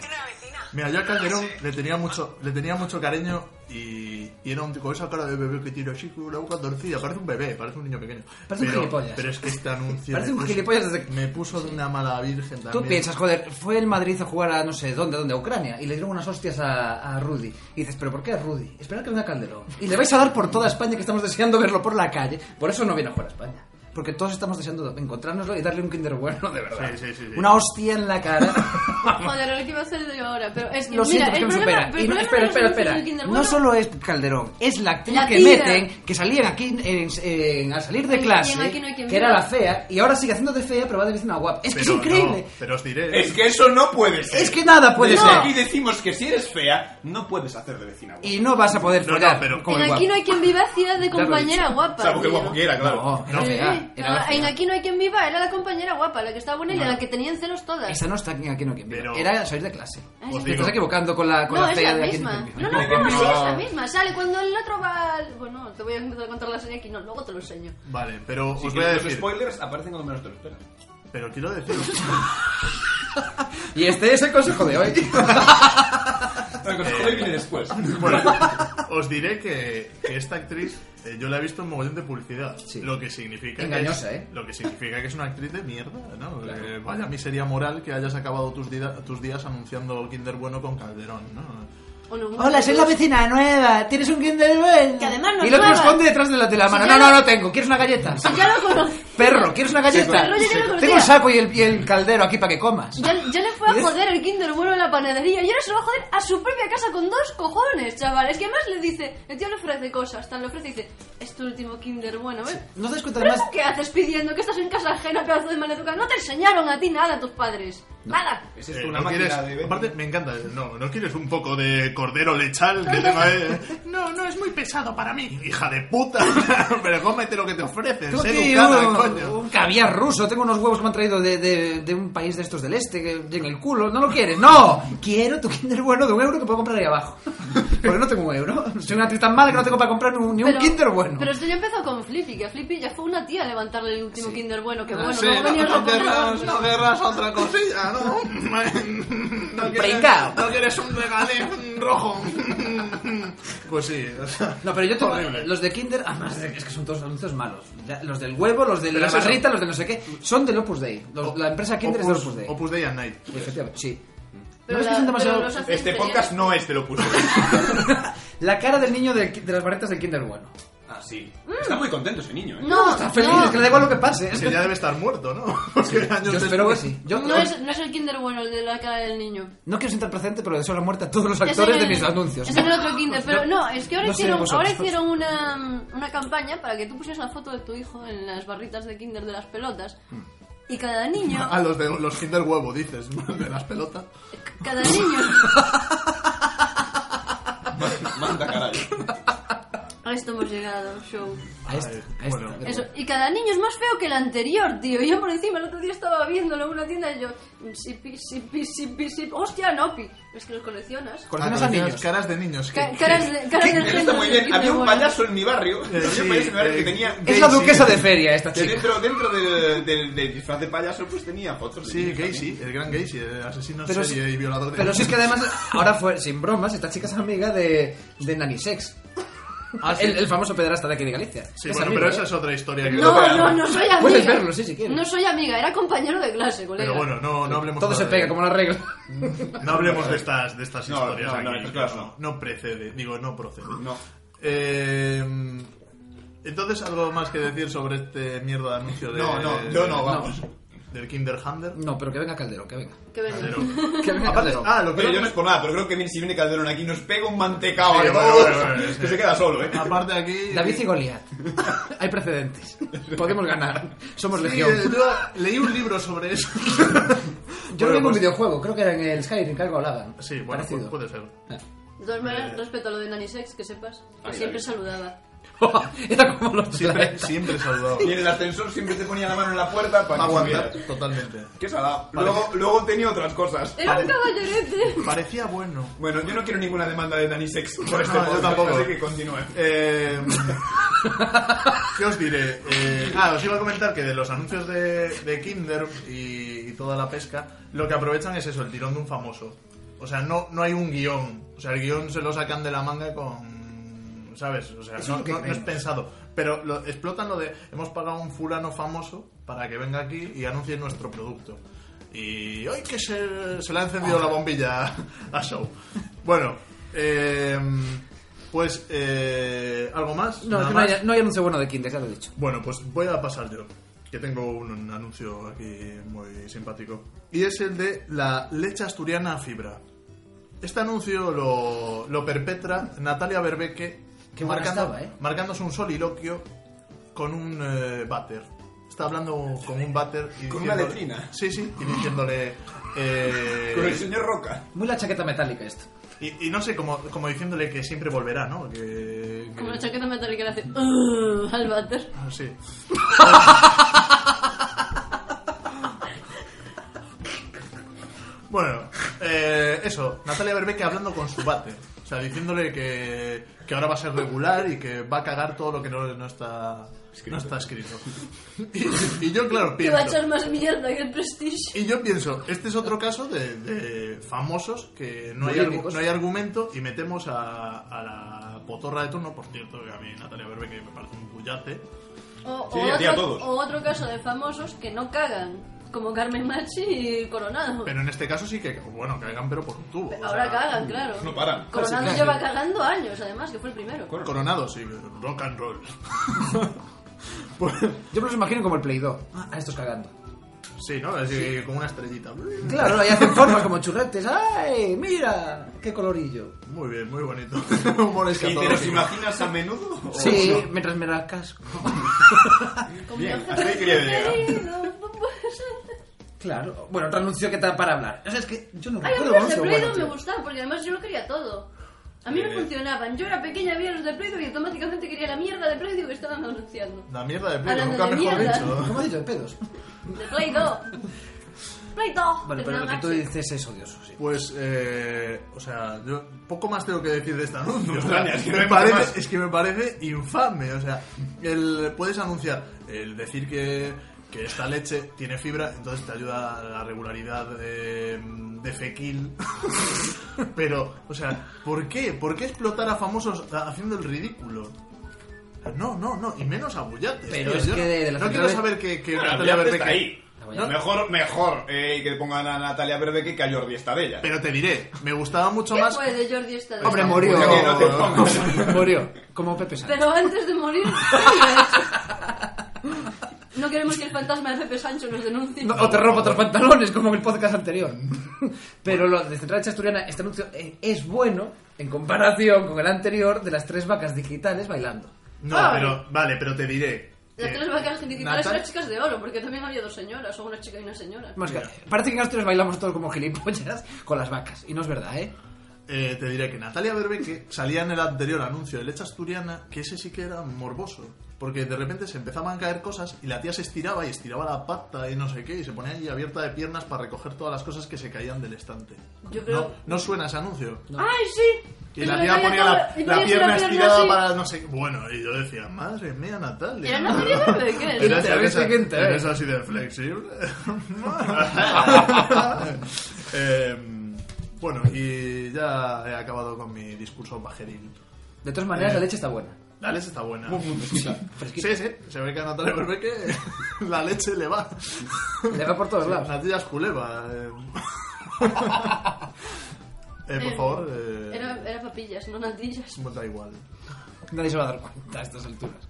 B: Mira, yo a Calderón le tenía mucho, le tenía mucho cariño y, y era un tío con esa cara de bebé que tira así con la boca torcida. Parece un bebé, parece un niño pequeño.
A: Parece un
B: pero,
A: gilipollas.
B: Pero es que este anuncio.
A: Parece
B: me
A: un
B: puso-
A: gilipollas desde-
B: Me puso de una mala virgen también.
A: Tú piensas, joder, fue el Madrid a jugar a no sé dónde, dónde, a Ucrania, y le dieron unas hostias a, a Rudy. Y dices, ¿pero por qué a Rudy? Espera que venga Calderón. Y le vais a dar por toda España que estamos deseando verlo por la calle. Por eso no viene a jugar a España. Porque todos estamos deseando encontrárnoslo y darle un kinder bueno, de verdad.
B: Sí, sí, sí, sí.
A: Una hostia en la cara.
D: Joder, ahora lo que iba a hacer yo ahora. Pero es que,
A: Lo
D: mira,
A: siento,
D: el
A: porque me
D: problema,
A: supera.
D: pero el
A: Y no-
D: problema
A: espera,
D: de los
A: espera,
D: anuncios
A: espera.
D: del Kinder
A: No
D: Bueno-
A: solo es Calderón, es la actriz
D: La
A: que
D: tira.
A: meten, que salían aquí en- en- al salir de
D: Y- y en
A: clase,
D: Aquí no hay quien
A: que era
D: viva.
A: la fea, y ahora sigue haciendo de fea, pero va de vez en una guapa. Es que es
B: Pero
A: increíble.
B: no, eh, pero os diré.
C: Es que eso no puede ser.
A: Es que nada puede
C: Desde
A: ser.
C: aquí decimos que si eres fea, no puedes hacer de vecina guapa.
A: Y no vas a poder
B: No, no,
A: follar
B: pero-
A: con
D: En
A: el
D: aquí
A: guapo.
D: no hay quien viva hacía de
A: lo he
D: compañera
A: dicho.
D: guapa.
C: Salvo que el
D: tío.
C: guapo quiera, claro.
A: No, era
D: Sí,
A: fea, era
D: no,
A: la fea.
D: en Aquí no hay quien viva, era la compañera guapa, la que estaba buena y
A: No.
D: la que tenían celos todas.
A: Esa no está aquí, aquí no quien viva.
B: Pero-
A: Era salir de clase.
D: Ah, sí.
A: Te
B: Os digo.
A: estás equivocando con la, con
D: no,
A: la
D: es
A: fea
D: la
A: de aquí no
D: misma.
A: quien
D: No,
A: viva.
D: no, ¿cómo así? Es la misma. Sale cuando el otro va. al- Bueno, te voy a empezar a contar la serie aquí, no, luego te lo enseño.
B: Vale, pero
C: Si
B: os voy a
C: quieres, los
B: decir.
C: spoilers aparecen cuando menos te lo esperas.
B: Pero quiero decir.
A: Y este es el consejo de hoy.
C: El consejo viene después.
B: Bueno, os diré que, que esta actriz eh, yo la he visto en mogollón de publicidad.
A: Sí.
B: Lo que significa. que
A: Engañosa,
B: es-
A: ¿eh?
B: Lo que significa que es una actriz de mierda, ¿no? Eh, vaya miseria moral que hayas acabado tus, dida- tus días anunciando Kinder Bueno con Calderón, ¿no?
D: O no,
A: Hola, soy la vecina nueva. ¿Tienes un Kinder bueno?
D: Que además no es
A: Y lo que
D: nueva.
A: esconde detrás de la, de la mano.
D: Si
A: no,
D: ya
A: no,
D: lo-
A: no tengo. ¿Quieres una galleta?
D: Si ya lo conocí.
A: Perro, ¿quieres una galleta?
D: Perro, yo ya lo conocía.
A: tengo el saco y el, y el caldero aquí para que comas.
D: Ya, ya le fue a
A: ¿Ves?
D: joder el Kinder Bueno en la panadería y ahora se lo va a joder a su propia casa con dos cojones, chaval. Es que además le dice, el tío le ofrece cosas, tan le ofrece y dice, es tu último Kinder Bueno, ¿ves?
A: ¿No te das cuenta
D: ¿Pero
A: además?
D: tú qué haces pidiendo que estás en casa ajena, pedazo de maleducado? No te enseñaron a ti nada tus padres. Nada.
C: Es esto
B: Eh,
C: una
B: ¿no
C: máquina
B: quieres-
C: de...
B: Aparte, me encanta. eh, No, ¿no quieres un poco de cordero lechal? Que tema de- No, no, es muy pesado para mí. Hija de puta. Pero cómete lo que te ofrecen.
A: Tengo
B: Sé
A: aquí
B: educada,
A: un,
B: coño.
A: un caviar ruso, tengo unos huevos que me han traído de, de- de un país de estos del este, que en el culo, no lo quieres, no, quiero tu Kinder bueno de un euro que puedo comprar ahí abajo, porque no tengo un euro, soy una actriz tan mala que no tengo para comprar ni un, ni un Kinder bueno.
D: Pero esto ya empezó con Flippy, que a Flippy ya fue una tía a levantarle el último
A: Sí.
D: Kinder bueno, que
A: Ah,
D: bueno,
A: sí,
D: luego venía el
B: no
D: otro.
B: querrás, no querrás otra cosilla, ¿no? no
A: Brincao.
B: no quieres un regalín rojo. pues sí, o sea,
A: no, pero yo tengo
B: horrible.
A: los de Kinder, además de que es que son todos anuncios malos. Ya, Los del huevo, los de
B: Pero
A: la
B: es eso.
A: barrita, los de no sé qué, son del Opus Dei. Los- la empresa Kinder es de Opus Dei.
B: Opus Dei and Night.
A: Efectivamente, sí.
D: Pero
A: No es que son
D: la- pero
A: demasiado-
D: los hacen
C: Este
D: creer.
C: podcast no es de lo puse.
A: La cara del niño del- de, las barritas del Kinder bueno.
C: Ah, sí. Está muy contento ese niño, ¿eh?
D: No,
A: Está feliz,
D: no.
A: es que le da igual lo que pase. ¿eh?
B: Que ya debe estar muerto, ¿no? Porque años
A: Yo espero que
B: después-
A: sí. Yo,
D: No es, no es el Kinder bueno el de la cara del niño.
A: No quiero sentar presente, pero deseo la muerte a todos los
D: Ese
A: actores
D: era
A: de
D: el-
A: mis anuncios.
D: ese era el otro Kinder, pero no, es que ahora
A: no sé
D: hicieron,
A: vosotros.
D: ahora hicieron una, una campaña para que tú pusieras la foto de tu hijo en las barritas de Kinder de las pelotas.
A: Mm.
D: Y cada niño,
B: A los de los Kinder Huevo, dices, de las pelotas.
D: cada niño,
C: Manda caray.
D: a esto hemos llegado, show.
A: A este, a este,
B: Bueno.
A: pero
D: Eso,
A: bueno.
D: y cada niño es más feo que el anterior, tío. Yo por encima el otro día estaba viéndolo en una tienda y yo, mm, sipi, sipi, sipi, sipi. Hostia, nopi. Es que los coleccionas.
A: Coleccionas
B: Ah,
A: a niños.
B: Caras de niños.
D: Ca-
B: que-
D: caras de, caras de
C: Está
D: gente
C: muy
D: de
C: bien.
D: Kinder
C: Había un
D: Bueno.
C: payaso en mi barrio. Había
B: sí,
C: un payaso en mi barrio
B: eh,
C: que tenía.
A: Es la
B: Daisy.
A: duquesa de feria esta
C: Que
A: chica.
C: dentro dentro de- del del disfraz de payaso, pues tenía fotos. de
B: Sí,
C: niños también.
B: Gacy, el gran Gacy, el asesino
A: Pero
B: serie
A: si-
B: y violador de
A: Pero si es que además, ahora fue, sin bromas, esta chica es amiga de, de Nanisex. el, el famoso pederasta de aquí de Galicia.
B: Ah, Sí,
A: Es
B: bueno,
A: amigo,
B: pero
A: ¿eh?
B: esa es otra historia que
D: No, no, no soy amiga.
A: Puedes verlo, sí, si quieres.
D: No soy amiga, era compañero de clase, colega.
B: Pero bueno, no, no hablemos
A: Todo se
B: de-
A: pega como la regla.
B: No hablemos de estas, de estas
C: No,
B: historias
C: no,
B: aquí.
C: no,
B: que
C: estas cosas no.
B: no precede, digo, no procede.
C: No.
B: Eh, entonces, ¿algo más que decir sobre este mierda de anuncio de...
C: No, no, yo no, vamos.
B: del Kinder Hunter.
A: No, pero que venga Calderón, que venga.
D: Que venga.
B: Calderón.
A: Que venga
B: Aparte,
A: Calderón.
B: ah, lo
C: Pero
B: que
C: yo no es por nada, pero creo que viene- si viene Calderón aquí nos pega un mantecao
B: Sí,
C: a
B: bueno,
C: todos,
B: bueno, bueno,
C: que
B: sí.
C: se queda solo, ¿eh?
B: Aparte aquí...
A: David y Goliat. Hay precedentes. Podemos ganar. Somos
B: Sí,
A: legión.
B: eh, yo leí un libro sobre eso. Bueno,
A: Yo lo vi en un
B: pues-
A: videojuego, creo que era en el Skyrim, que algo hablaban.
B: Sí, bueno, pu-
A: Parecido.
B: puede ser.
D: De todas maneras, respecto a lo de Nanisex, que sepas, que
C: Ay,
D: siempre
C: ay.
D: saludaba.
A: era como los
B: Siempre,
A: planetas.
B: siempre saludado.
C: Y en el ascensor siempre te ponía la mano en la puerta para que
B: Aguantar
C: subieras.
B: totalmente.
C: Qué salado. Luego, luego tenía otras cosas.
D: Era un caballerete.
B: Parecía bueno.
C: Bueno, yo no quiero ninguna demanda de Danisex por este
B: No, yo
C: podcast,
B: tampoco.
C: así que continúe.
B: Eh, ¿Qué os diré? Eh, ah, os iba a comentar que de los anuncios de, de Kinder y, y toda la pesca, lo que aprovechan es eso, el tirón de un famoso. O sea, no, no hay un guión. O sea, el guión se lo sacan de la manga con... ¿Sabes? O sea,
A: Eso es
B: no,
A: lo que
B: no- no es
A: queremos.
B: pensado. Pero lo- explotan lo de hemos pagado a un fulano famoso para que venga aquí y anuncie nuestro producto. Y hoy que se, se le ha encendido la bombilla a- a Show. Bueno, eh, pues eh, algo más.
A: No, es
B: ¿Nada
A: que no hay,
B: más?
A: no hay anuncio bueno de Kinder, ya lo he dicho.
B: Bueno, pues voy a pasar yo, que tengo un, un anuncio aquí muy simpático. Y es el de la leche asturiana a fibra. Este anuncio lo, lo perpetra Natalia Berbeque,
A: Qué buena estaba, ¿eh?
B: marcándose un soliloquio con un eh, váter. Está hablando con un váter y
C: Con una
B: diciéndole-
C: letrina.
B: Sí, sí, y diciéndole... eh,
C: Con el señor Roca.
A: Muy la chaqueta metálica esto.
B: y, y no sé, como, como diciéndole que siempre volverá, ¿no? Que,
D: Como
B: que-
D: la chaqueta metálica le hace "Ugh", al váter.
B: Ah, Sí. bueno, eh, eso, Natalia Berbeque hablando con su bate. O sea, diciéndole que, que ahora va a ser regular y que va a cagar todo lo que no, no está,
C: Escrito.
B: no está escrito. Y, y yo, claro,
D: Que va a
B: pienso.
D: echar más mierda que el Prestige.
B: Y yo pienso, este es otro caso de, de famosos que no hay,
A: Políticos.
B: argu- no hay argumento y metemos a, a la potorra de turno, por cierto, que a mí Natalia Berbeque me parece un bullate.
D: O,
C: Sí,
D: o
C: a ti, a
D: otro,
C: todos.
D: o otro caso de famosos que no cagan, como Carmen Machi y Coronado.
B: Pero en este caso sí que, bueno, caigan pero por un tubo. o
D: Ahora
B: sea,
D: cagan, claro.
C: No paran.
D: Coronado
A: Casi
D: lleva
A: cagan.
D: cagando años, además, que fue el primero.
B: Coronado, sí, rock and roll. Pues,
A: Yo me los imagino como el Play Doh. Ah, a estos cagando.
B: sí, ¿no? Así con una estrellita.
A: Claro, ahí hacen formas como churretes. ¡Ay, mira! ¡Qué colorillo!
B: Muy bien, muy bonito. Humor
C: ¿Y te los
B: escatológico.
C: imaginas a menudo? ¿O
A: Sí,
C: no?
A: mientras me las casco.
D: Como
C: Bien,
D: objeto
C: hasta ahí quería llegar.
D: preferido, pues,
A: Claro. Bueno, otro anuncio que te da para hablar. O sea, es que yo no
D: Ay, a mí
A: recuerdo
D: los de
A: anuncio
D: Play
A: bueno,
D: Doh me
A: tío.
D: gustaban, porque además yo lo quería todo. A mí
C: Eh.
D: no funcionaban. Yo era pequeña, veía los de Play Doh y automáticamente quería la mierda de Play Doh que estaban anunciando.
B: La mierda de pelo,
D: Hablando
B: nunca
D: de
B: mejor
D: mierda.
B: dicho.
A: ¿Cómo has dicho? De pedos.
D: De Play Doh. Play Doh.
A: Vale,
D: de
A: pero lo que tú
D: Maxi.
A: dices es odioso, sí.
B: Pues, eh, o sea, yo poco más tengo que decir de este anuncio.
C: No
B: O sea,
C: extraña, es que no
B: me
C: hay mucho
B: parece-
C: más.
B: es que me parece infame. O sea, el, puedes anunciar, el decir que, que esta leche tiene fibra, entonces te ayuda a la regularidad de, de fequil. Pero, o sea, ¿por qué? ¿Por qué explotar a famosos a- haciendo el ridículo? No, no, no, y menos a Bullate.
A: Pero
B: tío,
A: es
B: yo
A: que
B: no-
A: de la
B: no
A: central
B: quiero
A: de-
B: saber que, que
C: Ah,
B: Natalia
C: Natalia Verde
B: Berbeque-
C: está ahí.
A: Natalia.
C: Mejor, mejor eh, que pongan a Natalia Verde que a Jordi está de ella.
B: Pero te diré, me gustaba mucho
D: ¿Qué
B: más.
D: fue de Jordi esta vez?
A: Hombre, murió.
C: Que no te pongas.
A: murió. Como Pepe Sánchez.
D: Pero antes de morir, ¿qué había hecho? No queremos que el fantasma de Pepe Sancho nos denuncie.
A: No, o te rompo otros pantalones, como en el podcast anterior. Pero lo de Central Hecha Asturiana, este anuncio eh, es bueno en comparación con el anterior de las tres vacas digitales bailando.
B: No,
D: Ay.
B: pero vale, pero te diré.
D: Las
B: que
D: tres vacas digitales
B: Natal-
D: eran chicas de oro, porque también había dos señoras, o una chica y una señora.
A: Más que-
B: Mira.
A: parece que en Asturias bailamos todos como gilipollas con las vacas. Y no es verdad, ¿eh?
B: eh, te diré que Natalia Berbeque salía en el anterior anuncio de leche asturiana, que ese sí que era morboso. Porque de repente se empezaban a caer cosas y la tía se estiraba y estiraba la pata y no sé qué, y se ponía ahí abierta de piernas para recoger todas las cosas que se caían del estante.
D: Yo creo-
B: No, no suena ese anuncio.
D: ¡Ay, sí!
B: Y
D: Pero
B: la
D: le
B: tía
D: caía
B: ponía
D: todo-
B: la,
D: y
B: la
D: ponía así
B: pierna estirada
D: así.
B: para no sé qué. Bueno, y yo decía, madre mía, Natalia.
D: Era Natalia Berbeque,
B: Era-
A: ¿no?
B: eres-
A: Qué gente, ¿eh?
B: eres así de flexible. Eh, bueno, y ya he acabado con mi discurso pajeril.
A: De todas maneras,
B: Eh.
A: la leche está buena.
B: La leche está buena.
A: Fresquita.
B: Sí, sí, se ve que a Natalia Berbeque la leche le va.
A: Le va por todos lados.
B: Natalia es culeva. Eh, Eh, por
D: Eh,
B: favor, eh,
D: Era, era papillas, no natillas.
B: da igual.
A: Nadie se va a dar cuenta a estas alturas.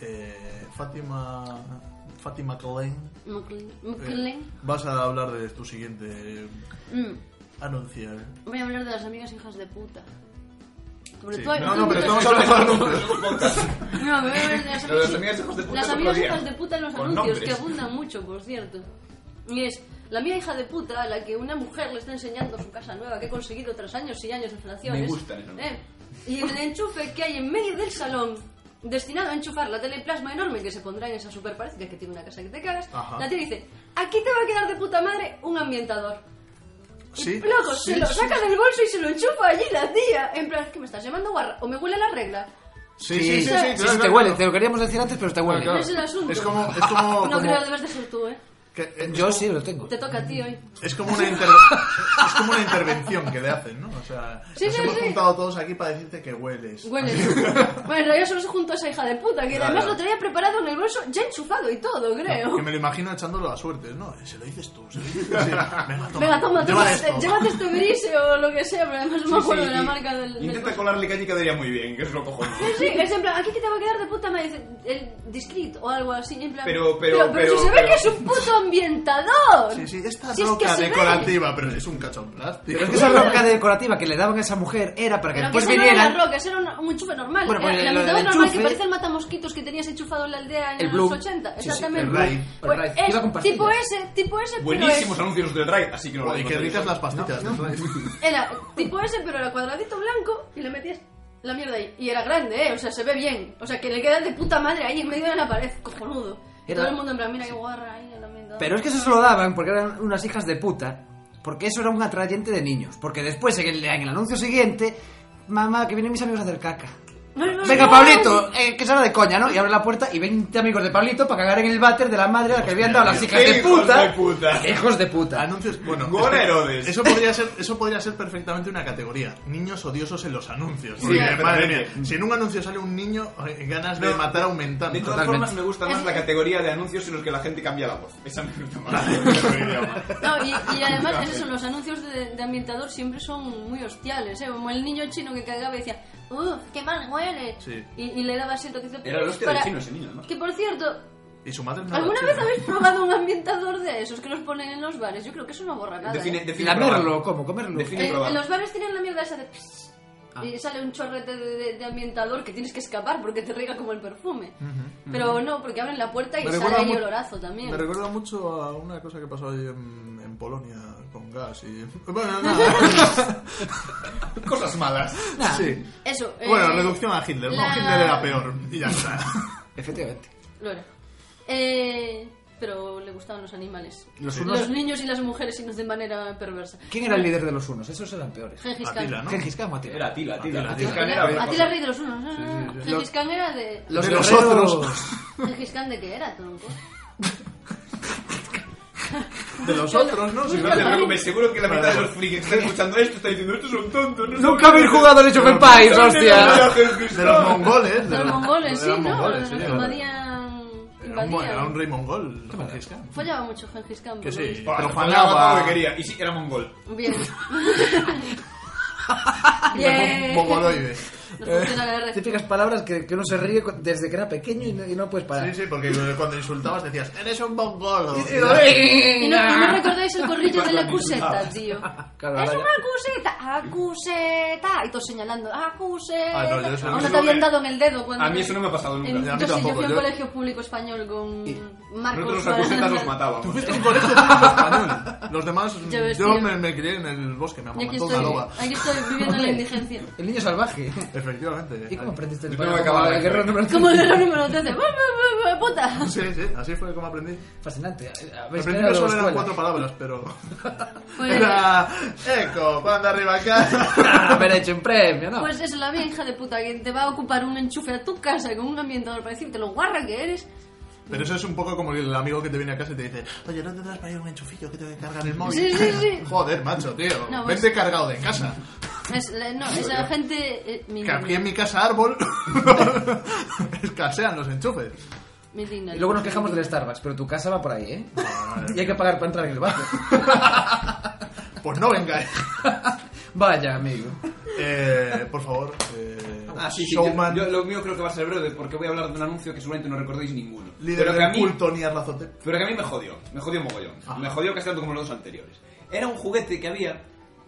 B: Eh, Fátima Fátima Klein,
D: McLean.
B: eh,
D: McLean.
B: vas a hablar de tu siguiente eh,
D: Mm.
B: anuncio. ¿eh?
D: Voy a hablar de las amigas hijas de puta. Porque
B: Sí.
D: tú-
B: No,
D: tú-
B: no, pero
D: tú-
C: Este
B: estamos hablando de anuncios.
D: No, me voy a hablar de las
C: Pero las
D: sí.
C: amigas hijas de puta
D: Las
C: es otro
D: amigas
C: día.
D: hijas de puta en los
C: Con
D: anuncios,
C: nombres.
D: que abundan mucho, por cierto. Y es la mía hija de puta a la que una mujer le está enseñando su casa nueva que ha conseguido tras años y años de relaciones.
C: Me gustan esas
D: Eh, Y el enchufe que hay en medio del salón, destinado a enchufar la teleplasma enorme que se pondrá en esa super pared, ya que tiene una casa que te cagas,
B: Ajá.
D: la tía dice, aquí te va a quedar de puta madre un ambientador.
B: Sí,
D: Y, loco,
B: sí,
D: se lo
B: sí.
D: saca del bolso y se lo enchufa allí la tía. En plan, ¿qué me estás llamando guarra? ¿O me huele la regla?
B: Sí, sí, sí, sí,
D: sí,
B: claro,
A: te
B: claro,
A: huele,
B: claro.
A: te lo queríamos decir antes, pero te huele.
B: Claro,
D: Ese es el asunto.
B: Es como, es como,
D: No
B: como-
D: creo que debes de ser tú, ¿eh?
B: que- eh,
A: Yo sí lo tengo.
D: Te toca a ti hoy.
B: es como una interve- es como una intervención que le hacen, ¿no? O sea,
D: Sí,
B: nos
D: sí,
B: hemos
D: sí.
B: juntado todos aquí para decirte que hueles.
D: Huele. bueno, en realidad solo se juntó a esa hija de puta, que
B: Claro.
D: además lo tenía preparado en el bolso, ya enchufado y todo, creo.
B: Que me lo imagino echándolo a suertes, ¿no? Eh, Se lo dices tú, se lo dices tú. Sí. Venga, toma,
D: Venga, toma,
B: lleva
D: toma,
B: esto.
D: este- llévate este grise o lo que sea, pero además no me acuerdo
C: Sí,
D: de la
C: y-
D: marca del. del
C: Intenta
D: bolso.
C: colarle caña y quedaría muy bien, que es lo cojones.
D: Sí, es en plan, aquí que te va a quedar de puta madre dice, el discrete o algo así, y en plan.
C: Pero- pero-
D: pero, si
C: pero-
D: se ve
C: pero-
D: que es un puto ambientador.
B: Sí, sí, esta
D: Si es
B: roca
D: que se ve.
B: decorativa, pero es un cachón plástico.
A: Pero es que esa roca decorativa que le daban a esa mujer era para que
D: Pero
A: después
D: que eso no era
A: viniera
D: la roca, eso era un, un enchufe normal.
A: ¿eh?
D: Eh,
A: Bueno, pues
D: Era
A: lo
D: el
A: del
D: ambientador normal que
A: enchufe-
D: parece el matamosquitos que tenías enchufado en la aldea en
A: El
D: los
A: Blue.
D: 80.
A: Sí, sí,
D: Exactamente.
B: el Raid,
A: el
D: Pues
A: Raid.
D: es
A: Iba con pastillas.
D: tipo ese, tipo ese, pero
C: Buenísimos
D: es-
C: anuncios del Drive, así que no lo
B: Joder,
C: digo
B: qué
C: todo
B: ricas
C: yo.
B: las pastillas. ¿no?
D: Era tipo ese, pero era cuadradito blanco y le metías la mierda ahí. Y era grande, ¿eh? O sea, se ve bien. O sea, que le quedan de puta madre ahí en medio de la pared, cojonudo. Y
A: Era-
D: todo el mundo en plan, mira qué guarra ahí el ambientador.
A: Pero es que eso se lo daban porque eran unas hijas de puta. Porque eso era un atrayente de niños. Porque después, en el, en el anuncio siguiente, mamá, que vienen mis amigos a hacer caca.
D: No, no, no,
A: Venga,
D: no.
A: Pablito, eh, que será de coña, ¿no? Y abre la puerta y 20 amigos de Pablito para cagar en el váter de la madre a la que habían dado las hijas
C: ¡Qué
A: de
C: hijos
A: puta.
C: de puta!
A: ¡Qué Hijos de puta.
B: Anuncios, bueno,
C: Gol
B: es que
C: Herodes.
B: Eso podría ser, eso podría ser perfectamente una categoría. Niños odiosos en los anuncios.
C: Sí,
B: Porque,
C: perfectamente.
B: madre mía, si en un anuncio sale un niño, eh, ganas de
C: No.
B: matar aumentando.
C: De todas
A: Totalmente.
C: formas, me gusta más
D: Es-
C: la categoría de anuncios en los que la gente cambia la voz. Esa me gusta más.
D: No, y, y además, esos son los anuncios de, de ambientador siempre son muy hostiales, ¿eh? Como el niño chino que cagaba y decía, ¡Uf, qué mal huele!
B: Sí.
D: Y, y le daba asiento que dice,
C: Era el hostia
D: para-
C: del chino ese niño, además.
D: Que por cierto,
B: Y su madre no
D: ¿alguna
B: era
D: vez
B: china.
D: habéis probado un ambientador de esos que los ponen en los bares? Yo creo que eso no borra nada.
C: Define,
D: ¿eh?
C: define
A: Lamerlo,
C: probar.
A: ¿cómo? Comerlo.
C: Define-
D: En,
C: probar.
D: en los bares tienen la mierda esa de... pss,
A: Ah.
D: Y sale un chorrete de, de- de ambientador que tienes que escapar porque te riega como el perfume. Pero no, porque abren la puerta y
B: Me
D: sale
B: recuerda
D: ahí
B: mu-
D: olorazo también.
B: Me recuerda mucho a una cosa que pasó ahí en, en Polonia con gas y... Bueno, nada.
C: Cosas malas.
A: Nah,
B: sí.
D: Eso.
B: Bueno,
D: eh,
B: reducción a Hitler.
D: la-
B: No, Hitler era peor. Y ya está.
A: Efectivamente.
D: Lo era. Eh, pero le gustaban los animales.
A: Los
D: Los,
A: unos-
D: niños y las mujeres y no de manera perversa.
A: ¿Quién era el líder de los unos? Esos eran peores.
D: Gengis Khan.
B: Atila, ¿no?
A: Gengis Khan o Atila.
C: Era Atila, Atila.
B: Atila,
C: Atila
B: Atila.
C: Khan era otra
D: Atila
C: cosa.
D: rey de los unos. no, no, no.
B: sí, sí.
D: Gengis Khan era de...
A: Los
B: De los
A: guerreros-
B: otros.
D: ¿Gengis Khan de qué era, tronco?
B: De los otros, ¿no? Si
C: No
B: no
C: te
B: te-
C: preocupes, seguro que la mitad de los frikis que están escuchando esto están diciendo estos son tontos. no
A: Nunca
C: saben
A: habéis
C: lo que-
A: jugado ¿eh? al Age of
B: Pero-
A: Empires,
C: no saben lo que
A: hostia.
C: hace el Cristo.
B: De los mongoles.
D: Los mongoles, sí,
B: de los
D: ¿no?
B: mongoles,
D: Los
B: sí,
D: que
B: era-
D: invadían...
B: Era un, era un
D: invadían.
B: rey mongol, Gengis
D: Eh.
B: Khan.
D: Follaba mucho Gengis Khan.
B: Que
D: por lo
B: sí.
D: visto.
C: Buah,
B: Pero
C: me
B: Juan
C: pagaba
B: Lava-
C: todo lo que quería. Y sí, era mongol.
D: Bien.
B: Mon-
D: Bien.
B: Mongoloide.
D: No funciona la guerra.
A: Típicas palabras que, que uno se ríe cu- desde que era pequeño y no, y no puedes parar.
B: Sí, sí, porque cuando insultabas decías, eres un mongol.
D: Y no, y no recordáis el corrillo de la cuseta, tío.
A: Claro,
D: es
A: ahora
D: una cuseta, acuseta. Y todos señalando, acuseta.
B: Ah, no, yo eso no me
D: Aún no te habían
C: suena.
D: dado en el dedo cuando.
C: A mí eso no me ha pasado
D: En-
C: nunca.
B: A mí
D: yo, sí, yo
B: tampoco,
D: fui a un
B: yo-
D: colegio público español con Marcos.
C: Nosotros los
D: para-
C: acusetas los matábamos.
B: Fuiste un colegio público español. Los demás,
D: Ya ves,
B: yo
D: tío.
B: me, me crié en el bosque, me
D: Y aquí
B: amamantó una
D: estoy,
B: loba.
D: aquí estoy viviendo en la indigencia.
A: El niño salvaje.
B: Efectivamente.
A: ¿Y cómo aprendiste el
C: Yo tengo
A: español?
C: que acabar
A: Como
C: la
A: la guerra
C: carrera.
A: número tres.
D: Como el número número 13. ¡Puta!
B: Sí, sí, así fue como aprendí.
A: Fascinante. A
B: Al principio
A: ver,
B: solo
A: Pues escuela.
B: eran cuatro palabras, pero...
D: Bueno.
B: Era... Eco, banda arriba acá.
A: Haber hecho un premio, ¿no?
D: Pues es la vieja de puta que te va a ocupar un enchufe a tu casa con un ambientador para decirte lo guarra que eres.
B: Pero eso es un poco como el amigo que te viene a casa y te dice Oye, ¿no tendrás para ir un enchufillo que tengo que cargar el móvil?
D: Sí, sí, sí.
B: Joder, macho, tío.
D: No, pues-
B: Vente cargado de casa.
D: Es la, no, es la gente. eh, mi
B: Que aquí
D: indigna.
B: en mi casa árbol escasean los enchufes.
D: Mi indigna.
A: Y luego nos quejamos del Starbucks, pero tu casa va por ahí, ¿eh?
B: Madre
A: Y hay que pagar para entrar en el bar.
B: Pues no vengáis.
A: Vaya, amigo.
B: Eh, por favor, eh, Ah, sí, sí,
C: Showman.
B: Showman.
C: Yo, lo mío creo que va a ser breve porque voy a hablar de un anuncio que seguramente no recordéis ninguno.
B: Líder
C: pero que a
B: del
C: mí,
B: culto Nier Lazote.
C: Pero que a mí me jodió, me jodió mogollón.
B: Ajá.
C: Me jodió casi tanto como los dos anteriores. Era un juguete que había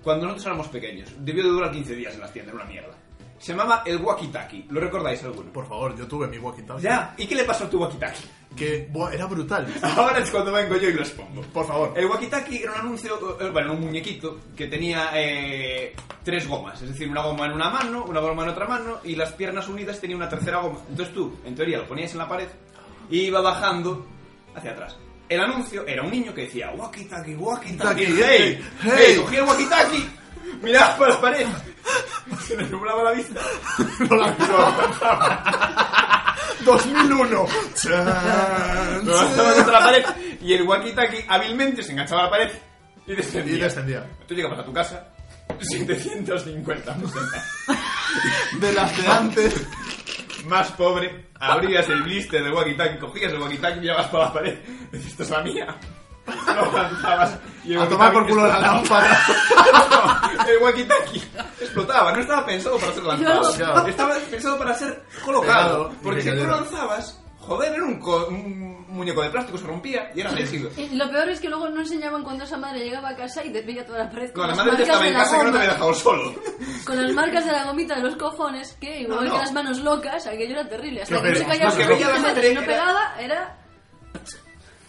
C: cuando nosotros éramos pequeños. Debió de durar 15 días en las tiendas, era una mierda. Se llamaba el Wakitaki. ¿Lo recordáis alguno?
B: Por favor, yo tuve mi walkie-talkie.
C: Ya. ¿Y qué le pasó a tu Wakitaki?
B: Que buah, era brutal.
C: Ahora es cuando vengo yo y los pongo.
B: Por favor.
C: El Wakitaki era un anuncio, eh, bueno, un muñequito que tenía eh, tres gomas, es decir, una goma en una mano, una goma en otra mano y las piernas unidas tenía una tercera goma. Entonces tú, en teoría, lo ponías en la pared y iba bajando hacia atrás. El anuncio era un niño que decía Wakitaki,
B: Taki,
C: Wakitaki, hey,
B: hey,
C: hey,
B: hey.
C: cogía el Wakitaki, miraba para la pared, se le nublaba la vista.
B: No la- no la encontraba. 2001. Chan,
C: Lo lanzaba contra la pared y el Wakitaki hábilmente se enganchaba a la pared y descendía.
B: Y descendía.
C: Tú llegabas a tu casa, 750 pesetas.
B: De las de antes.
C: Más pobre, abrías el blister del Wakitaki, cogías el Wakitaki y mirabas para la pared. Dices, esto es la mía. Lo lanzabas y el
B: A tomar por
C: walkie-talkie
B: culo la lámpara.
C: explotaba. el Wakitaki explotaba, no estaba pensado para ser lanzado.
B: Claro.
C: Estaba pensado para ser colocado.
B: Pegado,
C: porque
B: y
C: si
B: que
C: tú
B: cayera.
C: lanzabas, joder, era un, co- un muñeco de plástico, se rompía y era rígido.
D: Eh, Lo peor es que luego no enseñaban cuando esa madre llegaba a casa y veía toda la pared
C: Con la
D: las
C: madre que
D: marcas de
C: estaba en
D: la
C: casa que no te
D: goma.
C: había dejado solo.
D: Con las marcas de la gomita de los cojones, que igual
C: No, no.
D: que las manos locas, aquello era terrible. Hasta
B: Pero
D: que no se
B: que-
D: caía
C: más que
D: su
C: veía la madre
D: no
C: era-
D: pegada, era...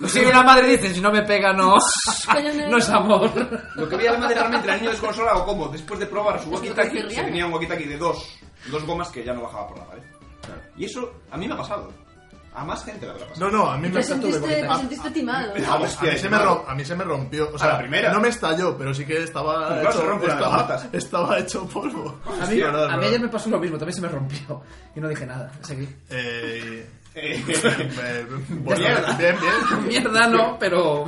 A: Si una madre dice, si no me pega, no,
D: Coño, no.
A: no es amor.
C: Lo que veía la madre realmente era niño desconsolado, como después de probar
D: Es
C: su
D: lo
C: walkie-talkie,
D: que
C: se
D: querrían.
C: tenía un walkie-talkie de dos, dos gomas que ya no bajaba por la pared. Y eso a mí me ha pasado. A más gente le habrá pasado.
B: No, no, a mí me
D: Te sentiste, te sentiste
C: Ah,
D: timado.
B: A, a
C: Hostia,
B: mí se me rom- a mí se me rompió. O sea,
C: la primera.
B: No me estalló, pero sí que estaba.
C: Claro, se rompe una de las
B: estaba,
C: patas.
B: estaba hecho polvo.
A: A mí,
C: Hostia,
B: Verdad,
A: a mí
B: verdad.
A: ayer me pasó lo mismo, también se me rompió. Y no dije nada, seguí.
B: Eh,
C: Eh,
B: eh, bueno,
C: Mierda.
B: bien, bien.
A: Mierda no, pero...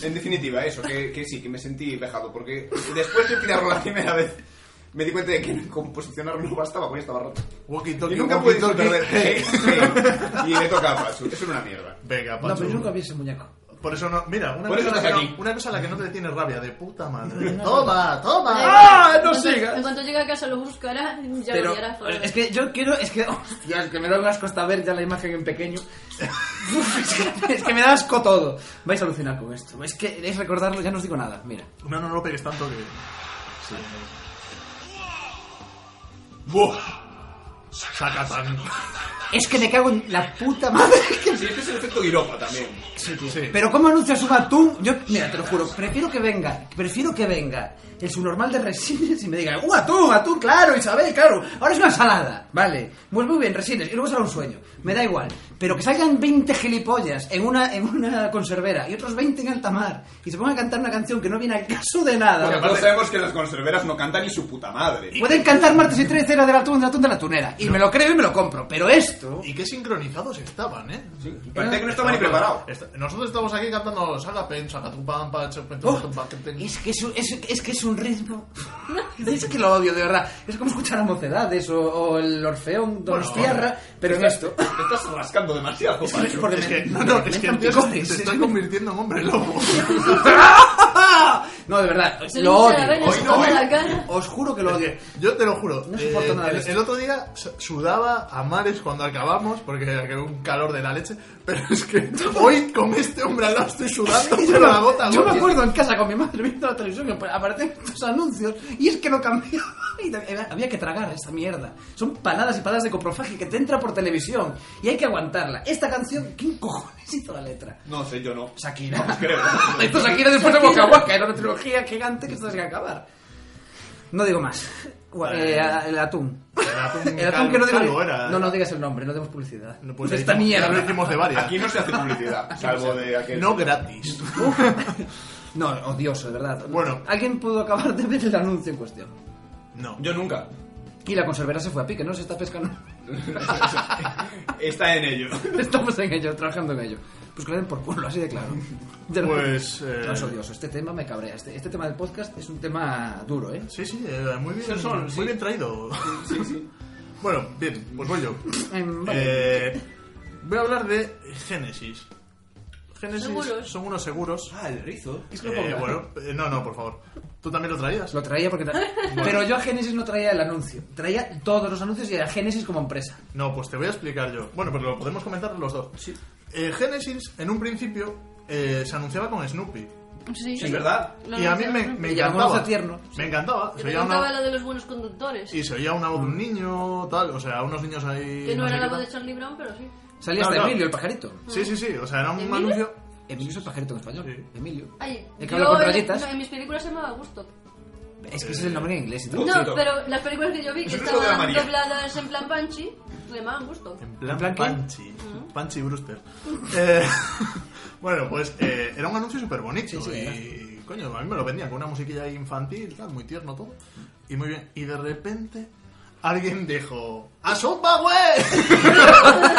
C: en definitiva, eso, que, que sí, que me sentí vejado, porque después de tirarlo la primera vez, me di cuenta de que con posicionarlo no bastaba, porque estaba roto.
B: Walkie
C: Y
B: talkie,
C: nunca pude disfrutar
B: Hey.
C: de... Sí, sí. Y le toca a Pachu, eso era una mierda.
B: Venga,
A: No,
B: Pachu.
A: pero yo nunca vi ese muñeco.
B: Por eso no. Mira, una,
C: Por
B: cosa, a
C: eso
B: la
C: estás
B: que no-
C: aquí.
B: una cosa a la que no te tiene rabia, de puta madre. toma, toma.
A: ¡Ah, no
D: En cuanto-
A: sigas!
D: En cuanto llegue a casa lo buscará y ya
A: Pero
D: lo odiará. joder.
A: es que yo quiero, es que, hostia, es que me da un asco hasta ver ya la imagen en pequeño. es, que, es que me da asco todo. Vais a alucinar con esto. Es que es recordarlo, ya no os digo nada. Mira.
B: No, no, no lo pegues tanto que.
C: ¡Buah!
B: Saca tan.
A: Es que me cago en la puta madre.
C: Sí, este es el efecto Guiropa también.
B: Sí.
A: Pero ¿cómo anuncias un atún? Yo, mira, te lo juro, prefiero que venga, prefiero que venga el subnormal de Resines y me diga, ¡uh, atún, atún, claro, Isabel, claro! Ahora es una ensalada, vale, pues muy bien, Resines, y luego será un sueño, me da igual. Pero que salgan 20 gilipollas en una, en una conservera y otros 20 en alta mar y se pongan a cantar una canción que no viene al caso de
C: Porque
A: nada.
C: todos sabemos que las conserveras no cantan ni su puta madre.
A: Pueden cantar martes y 13 era del atún, del atún de la tunera, y me lo creo y me lo compro, pero esto...
B: Y qué sincronizados estaban, ¿eh?
C: Sí, Parecía que no estaba ni preparado.
B: Est- Nosotros estamos aquí cantando Sagapen, Sagatupan,
A: Oh,
B: Pachapen,
A: es, que es, un, es, es que es un ritmo. Es que lo odio, de verdad. Es como escuchar a Mocedades o, o el Orfeón Donostiarra, pero en esto.
C: Te estás rascando demasiado,
A: Es que-
C: Pacho.
A: porque
B: Es
A: me-
B: que, no, no,
A: me
B: es que
A: entran
B: empiezas- te
A: picores.
B: estás convirtiendo en hombre lobo.
A: No, de verdad,
D: Se le
A: lo
D: hincha
A: odio.
D: la vena,
B: Hoy
D: se
B: no,
D: come
B: ¿eh?
D: la cara.
A: Os juro que lo odio.
B: Yo te lo juro. eh,
A: No soporto nada de
B: el,
A: esto.
B: el otro día su- sudaba a mares cuando acabamos, porque había un calor de la leche. Pero es que hoy con este hombre al lado estoy sudando pero la gota. a
A: Yo me
B: gota.
A: acuerdo en casa con mi madre viendo la televisión que aparecen estos anuncios y es que no cambiaba. Y era- había que tragar esta mierda. Son paladas y paladas de coprofagia que te entra por televisión y hay que aguantarla. Esta canción, ¿quién cojones hizo la letra?
C: No sé, yo no.
A: Shakira.
C: Vamos, creo.
A: Esto es Shakira después de Waka Waka, era una trilogía gigante que esto se acabar. No digo más. Gua- eh, a- el atún.
B: El atún
A: El atún que no digo.
B: calvo era,
A: No,
B: eh.
A: no digas el nombre, no demos publicidad.
B: No, pues
A: De
B: ya
A: esta
B: hicimos- ya
A: mierda.
B: Lo hicimos de varias.
C: Aquí no se hace publicidad, salvo de aquel.
B: No gratis.
A: No, odioso, de verdad.
B: Bueno.
A: Alguien pudo acabar de ver el anuncio en cuestión.
B: No.
C: Yo nunca.
A: Y la conservera se fue a pique, ¿no? Se está pescando.
C: Está en ello.
A: Estamos en ello, trabajando en ello. Pues que le den por culo, así de claro. Ya no-
B: Pues, eh,
A: No es odioso, este tema me cabrea. Este, este tema del podcast es un tema duro, ¿eh?
B: Sí, sí, eh, muy bien,
C: Sí, son,
B: muy
C: sí.
B: bien traído.
C: Sí, sí.
B: Bueno, bien, pues voy yo.
A: Em, vale.
B: Eh, voy a hablar de Génesis. Génesis
D: Seguros.
B: son unos seguros.
C: Ah, el rizo.
A: Es que lo
B: Eh,
A: ponga.
B: bueno, eh, no, no, por favor. ¿Tú también lo traías?
A: Lo traía porque... tra- Pero yo a Genesis no traía el anuncio. Traía todos los anuncios y a Genesis como empresa.
B: No, pues te voy a explicar yo. Bueno, pero lo podemos comentar los dos. Eh, Genesis, en un principio, eh, se anunciaba con Snoopy.
D: Sí,
C: Sí, ¿verdad?
D: Lo
B: y a mí me,
D: anunciaron.
B: me
A: Y llamamos
B: encantaba.
A: a tierno.
B: Me encantaba.
D: Te
B: Se oía una-
D: preguntaba lo de los buenos conductores.
B: Y se oía una voz de un niño, tal. O sea, unos niños ahí...
D: Que no
B: sé
D: era la
B: qué
D: voz
B: tal.
D: de Charlie Brown, pero sí.
A: Salía
B: No,
A: hasta
B: no.
A: Emilio, el pajarito.
B: Sí, sí, sí. O sea, era un
D: ¿Emilio?
B: anuncio...
A: Emilio es el pajarito en español.
B: Sí. Eh,
A: Emilio.
D: Ay,
A: El que
D: yo
A: habla con
D: en-
A: rayitas.
D: no, En, mis películas se llamaba Gusto.
A: Es que ese es el nombre en inglés. y todo.
C: Gusto.
D: No,
C: Gusto.
D: pero las películas que yo vi que
C: Eso es lo de la
D: estaban
C: María.
D: dobladas en plan Panchi, se llamaban Gusto.
B: En plan,
A: ¿En plan qué?
B: Panchi. Panchi Brewster. Eh, bueno, pues eh, era un anuncio súper bonito.
A: Sí, sí,
B: y, coño, a mí me lo vendían con una musiquilla ahí infantil, tal, muy tierno todo. Y muy bien. Y de repente alguien dijo: ¡Asumba, güey!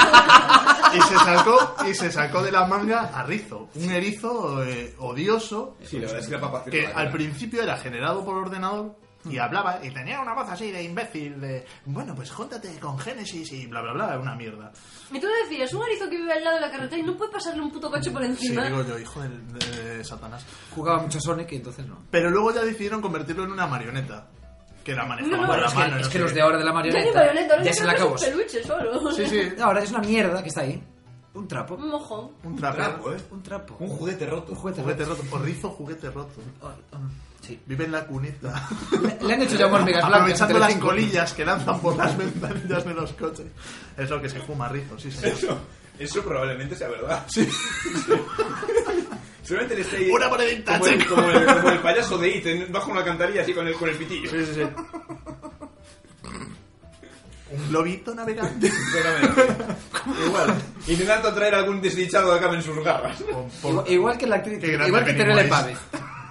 B: y, se sacó, y se sacó de la manga a Rizo. Un erizo eh, odioso
C: Sí, la verdad es que la papa
B: que al principio era generado por ordenador
A: Mm.
B: y hablaba y tenía una voz así de imbécil de bueno pues júntate con Génesis y bla bla bla una mierda
D: Y tú decías, un erizo que vive al lado de la carretera y no puede pasarle un puto coche por
B: sí
D: encima.
B: digo yo hijo del- de, de Satanás
A: Jugaba mucho Sonic y entonces no.
B: pero luego ya decidieron convertirlo en una marioneta que la manejaban
D: No, no,
B: con
D: es
B: la
A: Es
B: mano
A: que,
B: y
A: es
B: no
A: que
B: sé
A: los
B: qué.
A: de ahora de la
D: Ya ni
A: marioneta.
D: marioneta, no
A: ya
D: sé,
A: se la
D: creo que
A: acabó.
D: es un peluche solo.
B: sí sí
A: Ahora es una mierda que está ahí. Un trapo.
D: Un mojón.
B: un
C: Un
B: trapo
C: trapo, ¿eh?
A: Un trapo.
C: Un juguete roto.
A: Un juguete.
B: juguete roto o rizo juguete roto
A: Ah, ah, Sí.
B: vive en la cuneta
A: Le, le han hecho ya hormigas blancas.
B: aprovechando las
A: Telecinco.
B: colillas que lanzan por las ventanillas de los coches es lo que se fuma rizo sí señor.
C: Eso, eso probablemente sea verdad. Sí. Seguramente le estáis.
B: Una monedita,
C: como el,
B: chico.
C: como, el, como el payaso de It, en- bajo una alcantarilla así con el, con el pitillo.
B: sí sí sí un globito navegante
C: Seguramente. Igual, intentando atraer algún desdichado de acá en sus garras.
B: Pon- pon-
A: Igual, igual que la actriz.
B: Qué grande
A: Igual que
B: Pennywise.
A: Terele Pávez.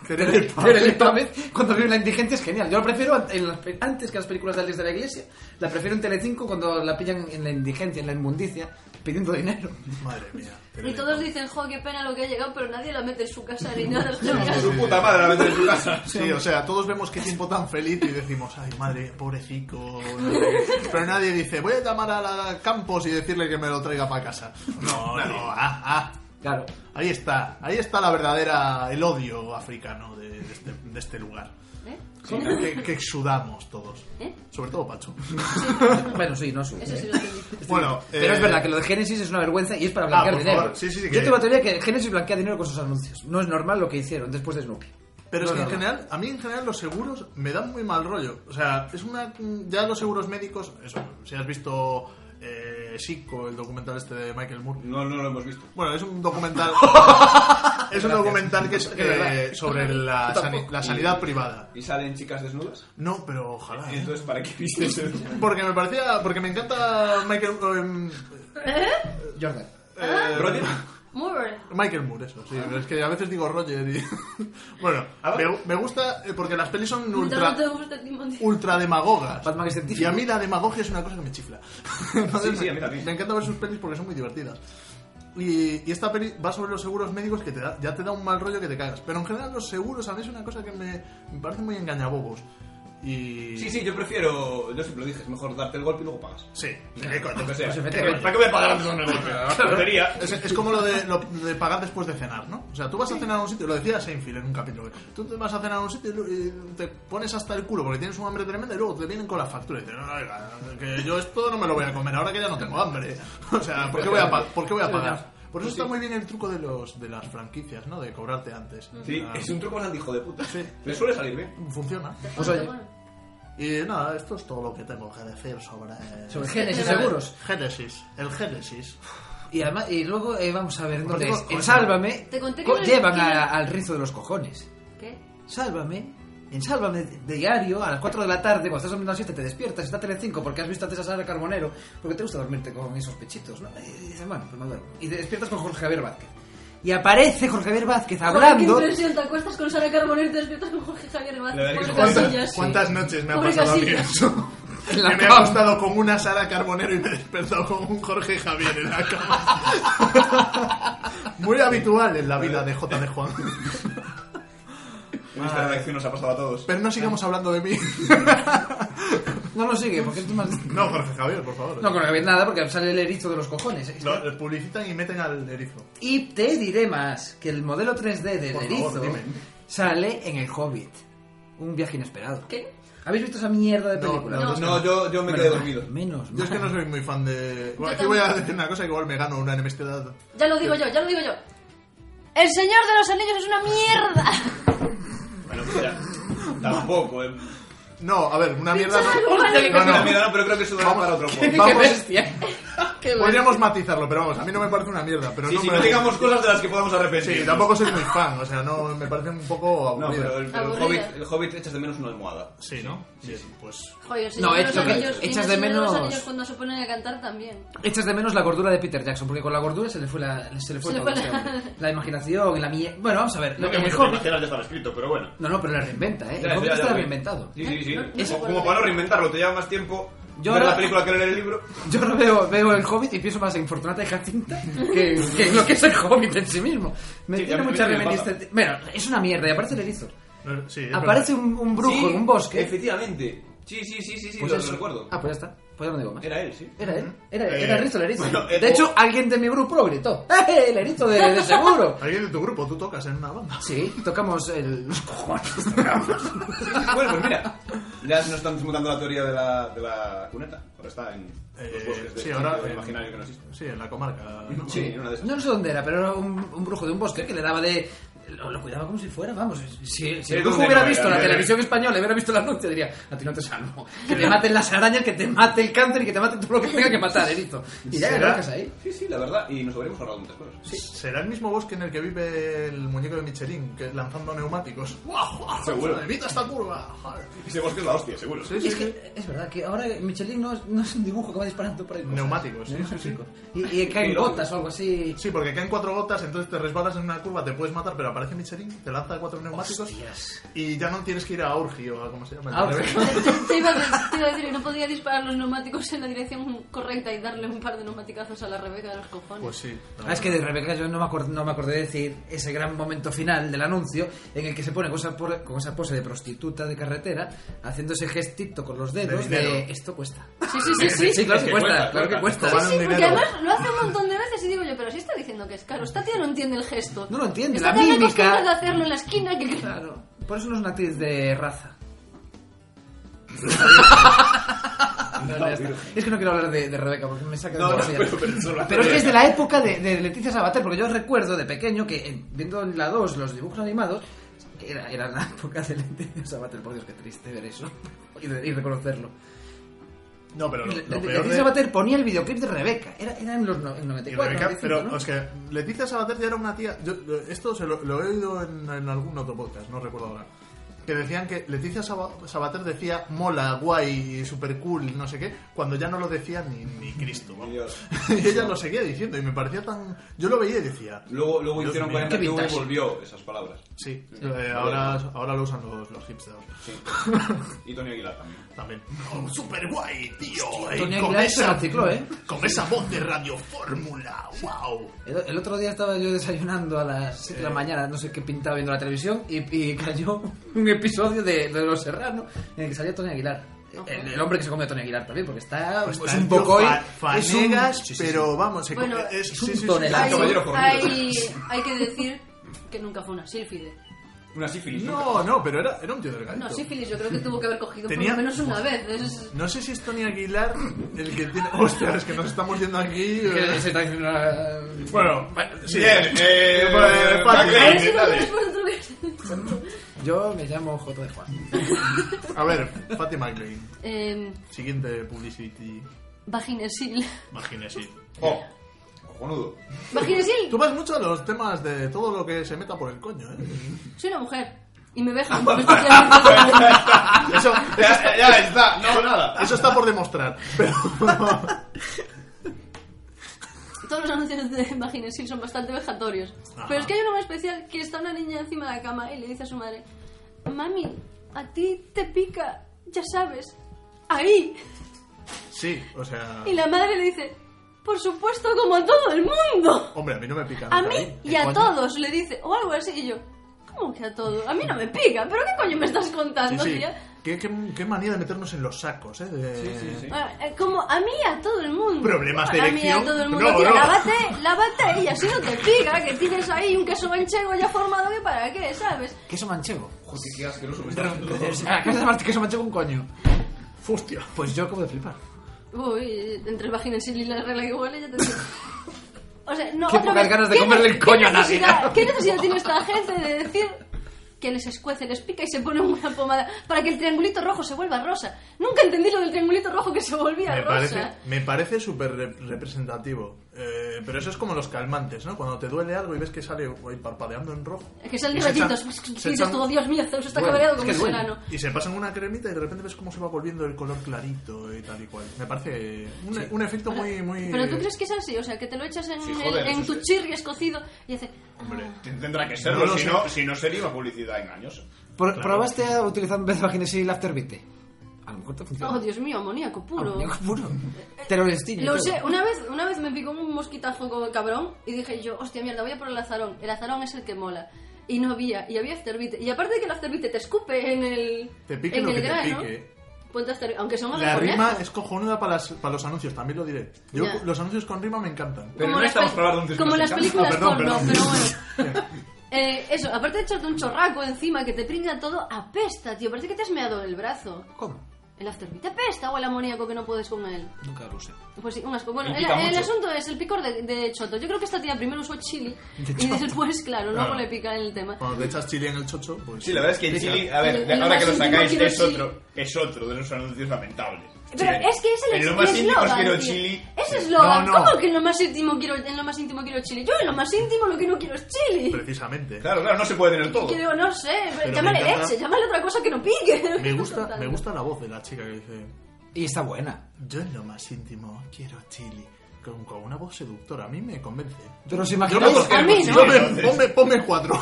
B: Terele Pávez.
A: Terele Pávez, cuando vive la indigente, es genial. Yo la prefiero an- en las pe- antes que las películas de Alex de la Iglesia. La prefiero en Telecinco cuando la pillan en la indigencia, en la inmundicia, pidiendo dinero.
B: Madre mía.
D: Y todos dicen, jo, qué pena lo que ha llegado, pero nadie la mete en su casa ni nada.
C: Su puta madre la vende en su casa.
B: Sí, o sea, todos vemos qué tiempo tan feliz y decimos, ay, madre, pobrecito. no sé qué". Pero nadie dice, voy a llamar a la Campos y decirle que me lo traiga para casa. No, no, ah, ah.
A: Claro.
B: Ahí está, ahí está la verdadera, el odio africano de, de este, de este lugar.
D: ¿Eh?
B: Que, que exudamos todos.
D: ¿Eh?
B: Sobre todo Pacho.
A: Bueno, sí, no sube.
D: Eso sí lo entendí.
B: Bueno,
A: Pero es
B: eh, Ah,
A: verdad que lo de Génesis es una vergüenza y es para blanquear
B: por
A: dinero.
B: favor, sí, sí, sí,
A: Yo
B: que-
A: tengo la teoría que Génesis blanquea dinero con sus anuncios. No es normal lo que hicieron después de Snoopy.
B: Pero es
A: No
B: que en
A: normal.
B: general, a mí en general los seguros me dan muy mal rollo. O sea, es una. Ya los seguros médicos, eso, si has visto eh, Psico, el documental este de Michael Moore.
C: No, no lo hemos visto.
B: Bueno, es un documental. es un documental que es
A: Es verdad.
B: eh, sobre la,
C: Tampoco.
B: sani- la sanidad privada.
C: ¿Y salen chicas desnudas?
B: No, pero ojalá. ¿eh?
C: Entonces, ¿para qué viste eso?
B: Porque me parecía. Porque me encanta Michael. em,
A: Jordan.
B: eh,
C: ¿Ah? Roger,
D: Muy bien.
B: Michael Moore, eso, sí. pero Es que a veces digo Roger y. bueno,
C: Ah,
B: me, me gusta eh, porque las pelis son
D: Mientras
B: ultra.
D: no te gusta Timothy.
B: ultra demagogas.
A: Batman es científico.
B: Y a mí la demagogia es una cosa que me chifla. Entonces,
C: Sí, sí, a mí
B: me,
C: también.
B: me encanta ver sus pelis porque son muy divertidas. Y, y esta peli va sobre los seguros médicos que te da- ya te da un mal rollo que te cagas. Pero en general los seguros a mí es una cosa que me, me parece muy engañabobos. Y...
C: Sí, sí, yo prefiero. Yo siempre lo dije, es mejor darte el golpe y luego pagas.
B: Sí, qué coño.
C: Lo que sea.
A: Pues
C: ¿Para
A: efectivamente.
C: qué voy a pagar antes de un negocio? La tontería.
B: Es, es como lo de, lo de pagar después de cenar, ¿no? O sea, tú vas a cenar a un sitio, lo decía Seinfeld en un capítulo, que tú te vas a cenar a un sitio y lu- y te pones hasta el culo porque tienes un hambre tremenda y luego te vienen con la factura y dicen, no, oiga, que yo esto no me lo voy a comer ahora que ya no tengo hambre. O sea, ¿por qué voy a, pa- por qué voy a pagar? Por eso está muy bien el truco de, los, de las franquicias, ¿no? De cobrarte antes.
C: Sí,
B: Ah,
C: es un truco bastante hijo de puta.
B: Sí.
C: Le suele salir bien.
B: Funciona.
A: Pues oye.
B: Y nada, esto es todo lo que tengo que decir sobre...
A: Sobre Génesis
D: Pero-
A: Seguros.
B: Génesis, el Génesis.
A: Y además, y luego eh, vamos a ver dónde
B: tengo
A: es. En
B: cosas.
A: Sálvame
D: Te conté
A: co-
D: que-
A: llevan
D: que-
A: a- al rizo de los cojones.
D: ¿Qué?
A: Sálvame. En Sálvame diario, a las 4 de la tarde, cuando estás durmiendo a las 7, te despiertas, está Telecinco porque has visto antes a Sara Carbonero, porque te gusta dormirte con esos pechitos, ¿no? Y dices, bueno, pues me duermo. Y te despiertas con Jorge Javier Vázquez. Y aparece Jorge Javier Vázquez
D: Qué
A: hablando.
D: impresión, te acuestas con Sara Carbonell y te despiertas con Jorge Javier
C: La
D: Vázquez.
C: verdad que
D: Pobre
C: Juan-
D: Casillas.
B: ¿Cuántas noches me ha
D: Pobre
B: pasado a mí
D: Casillas.
B: eso?
A: En la
B: que me ha
A: cama.
B: acostado con una Sara Carbonero y me he despertado con un Jorge Javier en la cama. Muy habitual en la vida de J. de Juan.
C: En esta redacción nos ha pasado a todos.
B: Pero no sigamos hablando de mí.
A: No lo sigue, porque es más.
B: No, Jorge Javier, por favor.
A: No con Javier nada, porque sale el erizo de los cojones. ¿eh?
B: Lo- publicitan y meten al erizo.
A: Y te diré más que el modelo 3D del
B: Por
A: erizo
B: favor, dime.
A: sale en el Hobbit. un viaje inesperado.
D: ¿Qué?
A: ¿Habéis visto esa mierda de
B: No,
A: película?
B: no,
C: No, yo, yo me quedé
A: Menos mal,
C: dormido.
A: Menos
B: Yo es que
A: mal.
B: no soy muy fan de. Bueno,
D: Yo
B: aquí voy a
D: también.
B: decir una cosa que igual me gano una enemistad.
D: Ya lo digo yo, ya lo digo yo. El Señor de los Anillos es una mierda.
C: Bueno, pues ya. Tampoco, eh.
B: No, a ver, una mierda. no.
D: Vale.
B: No, no.
C: Mira, mira, no, pero creo que eso da
B: Vamos.
C: para otro
B: ¿Qué?
C: podcast.
A: Qué
B: Vamos.
A: bestia. Qué bestia.
B: Podríamos matizarlo, pero vamos, a mí no me parece una mierda. Pero
C: Sí,
B: no
C: sí,
B: me-
C: no digamos cosas de las que podamos arrepentir.
B: Sí, tampoco soy muy fan, o sea, no me parece un poco
C: No,
B: aburrido.
C: pero el, pero el
D: Aburrida.
C: hobbit, el hobbit echas de menos una almohada.
B: Sí, ¿no? Sí, sí, pues.
D: Joder, el
A: No,
D: Señor de los
A: echo-
D: Anillos.
A: echas
D: y el
A: de
D: Señor los
A: menos-
D: Anillos cuando se ponen a cantar también.
A: Echas de menos la gordura de Peter Jackson, porque con la gordura se le fue la, se le fue
D: Se le
A: todo,
D: fue
A: o
D: la-
A: sea, la imaginación y la mierda. Bueno, vamos a ver.
C: No,
A: lo
C: que
A: el
C: muy
A: Hobbit-
C: ya estaba escrito, pero bueno.
A: No, no, pero la reinventa, ¿eh?
C: Ya,
A: el Hobbit
C: ya, ya,
A: está
C: ya.
A: reinventado.
C: Sí, sí, sí.
D: No, no
C: Como-
D: se
C: como,
D: acuerda.
C: para no reinventarlo, te lleva más tiempo
A: Yo
C: ver
A: ahora-
C: la película que leer el libro.
A: Yo no veo, veo el Hobbit y pienso más en Fortunata y Jacinta que, que lo que es el Hobbit en sí mismo. Me
C: Sí,
A: tiene
C: ya me-
A: mucha
C: me pasa.
A: reminiscencia. Bueno, es una mierda y aparece el erizo.
B: no, sí, es
A: Aparece
B: verdad.
A: un, un brujo
C: Sí,
A: en un bosque.
C: Efectivamente. Sí, sí, sí, sí, sí
A: Pues
C: lo,
A: eso.
C: lo recuerdo.
A: Ah, pues ya está. Pues ya no digo más.
C: Era él, sí.
A: Era él, era,
B: Eh,
A: era Rizo el erizo.
C: bueno, eh,
A: de hecho,
C: o-
A: alguien de mi grupo lo gritó. ¡Eh, el erizo de, de seguro!
B: Alguien de tu grupo, tú tocas en una banda.
A: Sí, tocamos el... los cojones.
C: bueno, pues mira, ya nos están desmontando la teoría de la, de la cuneta. Ahora está en los
B: Eh,
C: bosques de este
B: sí, ahora.
C: de
B: en-
C: imaginario que no existe.
B: Sí, en la comarca. ¿no?
C: Sí, en una de esas.
A: No sé dónde era, pero era un, un brujo de un bosque que le daba de... Lo, lo cuidaba como si fuera, vamos. Si, si
C: ¿De
A: el brujo
C: dónde
A: hubiera
C: no
A: visto
C: era? Eh,
A: la
C: De-
A: televisión española y hubiera visto la noche, diría, a ti no te salvo. Que te maten las arañas, que te mate el cáncer y que te mate todo lo que tenga que matar, erizo. Y ya
B: ¿Será?
A: gracias ahí.
C: Sí, sí, la verdad. Y nos habríamos ahorrado muchas cosas.
B: ¿Será el mismo bosque en el que vive el muñeco de Michelin, que lanzando neumáticos? ¡Guau, guau!
C: Seguro.
B: ¡Evita esta curva! Joder.
C: Ese bosque es la hostia, seguro.
B: Sí,
A: Y
B: sí,
A: es
B: sí.
A: que es verdad que ahora Michelin no es, no es un dibujo que va disparando por ahí. cosas.
B: Neumáticos, sí, sí, sí.
A: Y, y caen
C: Sí, lógico.
A: gotas o algo así.
B: Sí, porque caen cuatro gotas, entonces te resbalas en una curva, te puedes matar, pero aparece Michelin, te lanza cuatro neumáticos
A: Hostias.
B: y ya no tienes que ir a Orgi o a cómo se llama.
A: Ahora,
D: Te iba, a, te iba a decir que no podía disparar los neumáticos en la dirección correcta y darle un par de neumaticazos a la Rebeca de los cojones.
B: Pues sí.
A: Ah, es que de Rebeca yo no me, acordé, no me acordé de decir ese gran momento final del anuncio en el que se pone con esa, por- con esa pose de prostituta de carretera haciendo ese gestito con los dedos
B: De
A: de,
B: dinero.
A: esto cuesta.
D: Sí, sí, sí, sí.
A: Sí, claro
C: Es
A: que
C: que
A: cuesta,
C: cuesta,
A: claro que
B: cuesta.
A: cuesta.
B: Vale.
D: Sí,
B: un
D: porque
B: dinero.
D: además lo hace un montón de veces y digo yo, pero si está diciendo que es caro, esta tía no entiende el gesto.
A: No lo entiende,
D: está
A: la
D: tan
A: mímica.
D: acostumbrada a hacerlo en la esquina que...
A: Claro. Por eso no es una actriz de raza. No, ya está. Es que no quiero hablar de, de Rebeca porque me saca de
C: No, no,
A: la silla.
C: pero, pero solo
A: Pero es que es de la época de, de Leticia Sabater, porque yo recuerdo de pequeño que eh, viendo en la 2 los dibujos animados, era, era la época de Leticia Sabater, por Dios, qué triste ver eso y, de- y reconocerlo.
B: No, pero lo,
A: Le-
B: lo
A: Le-
B: peor
A: Leticia
B: de...
A: Sabater ponía el videoclip de Rebeca, era, era en los no- en 94,
B: Rebeca,
A: 95,
B: pero,
A: ¿no?
B: es que Leticia Sabater ya era una tía. yo- yo- esto se lo, lo he oído en, en algún otro podcast, no recuerdo ahora. Que decían que Leticia Saba- Sabater decía mola, guay, super cool, no sé qué, cuando ya no lo decía ni, ni Cristo. vamos.
C: Dios.
B: y ella lo seguía diciendo y me parecía tan. Yo lo veía y decía.
C: Luego, luego
B: Dios
C: hicieron
B: mío.
C: 40
A: Qué
C: TV y
A: vintage.
C: volvió esas palabras.
B: Sí, eh, ahora, ahora lo usan los, los hipsters
C: Y Tony Aguilar también.
B: también. Oh, super guay, tío. eh,
A: Tony
B: con
A: Aguilar
B: esa-
A: se recicló, ¿eh?
B: Con esa voz de Radio Fórmula, wow.
A: El, el otro día estaba yo desayunando a las 7 de la mañana, no sé qué pintaba viendo la televisión, y, y cayó un episodio de, de Los Serranos en el que salía Tony Aguilar. El, el hombre que se come a Tony Aguilar también, porque está
B: Pues
A: es
B: tal,
A: un poco
B: tío,
A: hoy.
B: fa-
A: es un-
B: fanegas,
A: sí, sí, sí.
B: pero vamos, se
D: Bueno,
B: come-
A: es un
B: sí, sí, sí.
A: tonelazo.
D: Hay,
C: caballero fornido.
D: hay, hay que decir que nunca fue una sílfide.
C: Una sífilis. nunca.
B: No, no, pero era, era un tío delgadito.
D: No, sífilis yo creo que tuvo que haber cogido
B: Tenía-
D: por lo menos una vez. Es-
B: No sé si es Tony Aguilar el que tiene. Hostia, es que nos estamos yendo aquí.
A: Que
B: eh.
A: se está diciendo una-
B: Bueno, sí.
C: Bien, eh,
B: Bueno, fácil.
D: A ver
C: Maclay,
D: si no
C: dale.
D: quieres poner otra vez.
A: Yo me llamo J de Juan.
B: A ver, Fatty McLean.
D: Eh,
B: Siguiente publicity.
D: Vaginesil.
B: Imagínese.
C: Oh, cojonudo.
D: Vaginesil,
B: Tú vas mucho a los temas de todo lo que se meta por el coño, ¿eh?
D: soy una mujer. Y me vejan. especialmente.
B: Eso,
C: Ya, ya está, no, nada.
B: eso está por demostrar. Pero.
D: Todos los anuncios de Vaginesil son bastante vejatorios.
B: Ajá.
D: Pero es que hay uno muy especial que está una niña encima de la cama y le dice a su madre: Mami, a ti te pica, ya sabes. Ahí.
B: Sí, o sea.
D: Y la madre le dice: Por supuesto, como a todo el mundo.
B: Hombre, a mí no me pica.
D: A
B: nunca,
D: mí
B: ¿eh?
D: y a todos le dice, o algo así, y yo, ¿cómo que a todos? A mí no me pica, pero ¿qué coño me estás
B: Sí,
D: contando,
B: sí.
D: tía?
B: Qué, qué, qué manía de meternos en los sacos, ¿eh? De...
C: Sí, sí, sí.
D: Ah, eh, Como a mí y a todo el mundo.
B: Problemas de
D: A mí y a
B: erección.
D: todo el mundo,
B: No,
D: tía,
B: no.
D: lávate, lávate y así no te pica, que tienes ahí un queso manchego ya formado que para qué, ¿sabes?
A: Queso manchego.
C: Joder, qué asqueroso me está haciendo.
A: Ah, ¿Qué es más que eso manchego un coño?
B: Hostia.
A: Pues yo acabo de flipar.
D: Uy, entre el vaginensil y la regla que huele, ya te digo. O sea, no,
A: Qué
D: otra
A: pocas
D: vez,
A: ganas de
D: ¿qué
A: comerle el
D: ne-
A: coño
D: qué
A: a nadie,
D: necesidad-
A: ¿no?
D: ¿Qué necesidad tiene esta gente de decir que les escuece, les pica y se ponen una pomada para que el triangulito rojo se vuelva rosa? Nunca entendí lo del triangulito rojo que se volvía
B: Me
D: rosa.
B: parece, me parece súper re- representativo. Eh, pero eso es como los calmantes, ¿no? Cuando te duele algo y ves que sale guay, parpadeando en rojo.
D: Es que salen
B: Y se
D: rayitos.
B: echan-
D: Y
B: se
D: Dices
B: echan-
D: tú, Dios mío, Zeus está
A: Bueno,
D: cabreado
A: es
D: con
A: que
D: un
A: duele.
D: serano.
B: Y se pasan una cremita y de repente ves cómo se va volviendo el color clarito y tal y cual. Me parece un, un efecto muy, muy...
D: Pero tú crees que es así, o sea, que te lo echas en,
C: Sí, joder,
D: en- en
C: eso
D: tu
C: sí.
D: chirri escocido y "Ah, hace.
B: Hombre,
C: Tendrá que
B: No
C: serlo,
B: lo
C: si,
B: sé.
C: no, si no sería una publicidad engañosa.
A: Por- ¿Probaste a utilizar en vez de vaginesil Afterbite? A lo mejor te funciona.
D: Oh, Dios mío, amoníaco puro.
A: Amoníaco puro. Terolestín.
D: Lo sé, una vez, una vez me picó un mosquitazo como cabrón y dije yo, hostia mierda, voy a por el azarón. El azarón es el que mola. Y no había, y había afterbite. Y aparte de que el afterbite te escupe en el.
B: Te pique
D: en
B: lo
D: el
B: que te
D: grano,
B: pique.
D: ponte afterbite, aunque son
B: La rima es cojonuda para, las- para los anuncios, también lo diré. Yo
D: ¿eh? Ya.
B: los anuncios con rima me encantan.
C: Pero no estamos para hablar de un circo
D: Como
C: sin
D: las
C: cambio.
D: películas
B: Ah, perdón,
D: porno,
B: perdón.
D: pero bueno. Eh, eso, aparte de echarte un chorraco encima que te pringa todo, apesta, tío. Parece que te has meado el brazo.
A: ¿Cómo?
D: ¿El afterbite apesta o el amoníaco que no puedes con él?
A: Nunca lo sé.
D: Pues sí, un asco. Bueno,
C: Y
D: el,
C: pica
D: el
C: mucho.
D: asunto es el picor de, de choto. Yo creo que esta tía primero usó chili
A: De
D: y después, claro, luego
B: Claro.
D: le pica el tema.
B: Cuando te echas chile en el chocho, pues...
C: Sí, la verdad es que en
B: pica.
C: Chile, a ver,
D: El-
C: de-
D: el
C: ahora
D: más
C: que lo
D: íntimo
C: sacáis,
D: quiero
C: es
D: Chili.
C: otro, es otro de los anuncios lamentables.
D: Pero
C: Sí,
D: es que es el,
C: En
D: es-
C: lo más
D: el
C: íntimo es
D: eslogan.
C: quiero
D: tío.
C: chili.
D: Es eslogan.
B: No, no.
D: ¿Cómo que en lo más íntimo quiero en lo más íntimo quiero chili? Yo en lo más íntimo lo que no quiero es chili.
B: Precisamente.
C: Claro, claro, no se puede tener todo.
D: Quiero, no sé,
B: Pero
D: llámale
B: me encanta.
D: leche, llámale otra cosa que no pique.
B: Me gusta,
D: Total.
B: me gusta la voz de la chica que dice...
A: Y está buena.
B: Yo en lo más íntimo quiero chili. Con, con una voz seductora, a mí me convence.
A: ¿Te los
B: Yo
A: imagináis?
B: me conozco.
D: a mí, ¿no?
B: Ponme, ponme, ponme cuatro.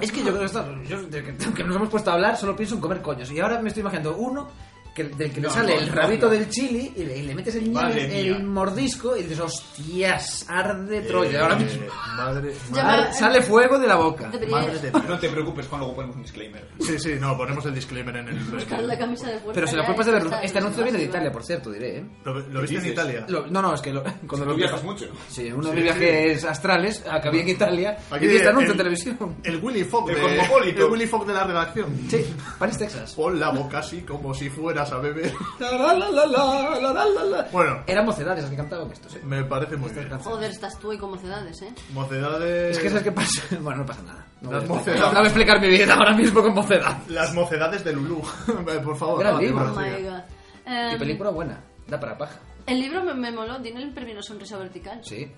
A: Es que yo creo que esto, yo, desde que, que nos hemos puesto a hablar, solo pienso en comer coños. Y ahora me estoy imaginando uno que, del que le
C: No,
A: sale
C: no,
A: el
C: no,
A: rabito
C: no.
A: del chili y le, y le metes el, niño-
C: Madre
A: el
C: mía.
A: mordisco y dices, hostias, arde Troya. ahora mismo.
B: Eh, Madre...
D: Ya
A: Ar-
D: me-
A: sale fuego de la boca.
D: Debería-
B: Madre de Dios.
C: No te preocupes, Juan, luego ponemos un disclaimer.
B: Sí, sí, no, ponemos el disclaimer en el...
D: Buscar la camisa de fuerza.
A: Pero se la
D: ya,
A: puedes pasar de
D: está,
A: Este
D: está
A: anuncio viene de
D: está.
A: Italia, por cierto, diré, ¿eh?
B: ¿Lo, lo
C: ¿Qué
B: viste en
C: dices?
B: Italia?
A: Lo- no, no, es que lo- cuando
C: Tú
A: lo
C: viajas mucho.
A: Sí, uno de mis viajes astrales acabé en Italia
B: Aquí
A: y vi este
B: el-
A: anuncio
B: el-
A: en televisión.
B: El Willy Fogg
C: El
B: de-
C: cosmopolito.
B: El Willy Fogg de la redacción.
A: Sí, Paris, Texas.
B: Pon la boca así como si fueras a beber.
A: La, la, la, la, la, la, la, la.
B: Bueno,
A: Eran mocedades las que cantaban esto, sí.
B: me parece muy
A: Estas
B: bien.
A: canciones.
D: Joder, estás tú y como cedades, eh.
B: Mocedades...
A: Es que ¿sabes qué pasa? Bueno, no pasa nada. No
B: Las
A: voy a
B: mocedades.
A: explicar- no voy a explicar mi vida ahora mismo con mocedad.
B: Las mocedades de Lulú. Por favor.
A: Gran
B: dale,
A: libro.
D: Oh my
B: sigue.
D: god. Eh,
A: Y película buena. Da para paja.
D: el libro me, me moló, tiene el premio Sonrisa Vertical.
A: Sí.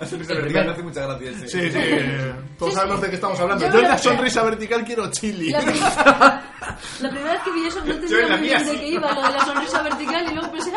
C: Así que se
A: El
C: me
A: primero.
C: hace mucha gracia ese.
B: Sí, sí. eh, Todos
D: Sí,
B: sabemos
D: sí.
B: de qué estamos hablando.
D: Yo
B: Yo en
D: creo
B: la
D: que-
B: sonrisa vertical quiero chili.
D: La, pri- la primera vez que vi eso no
C: Yo
D: entendía
C: en la
D: muy
C: mía
D: bien de
C: sí.
D: qué iba lo de la sonrisa vertical y luego pensé,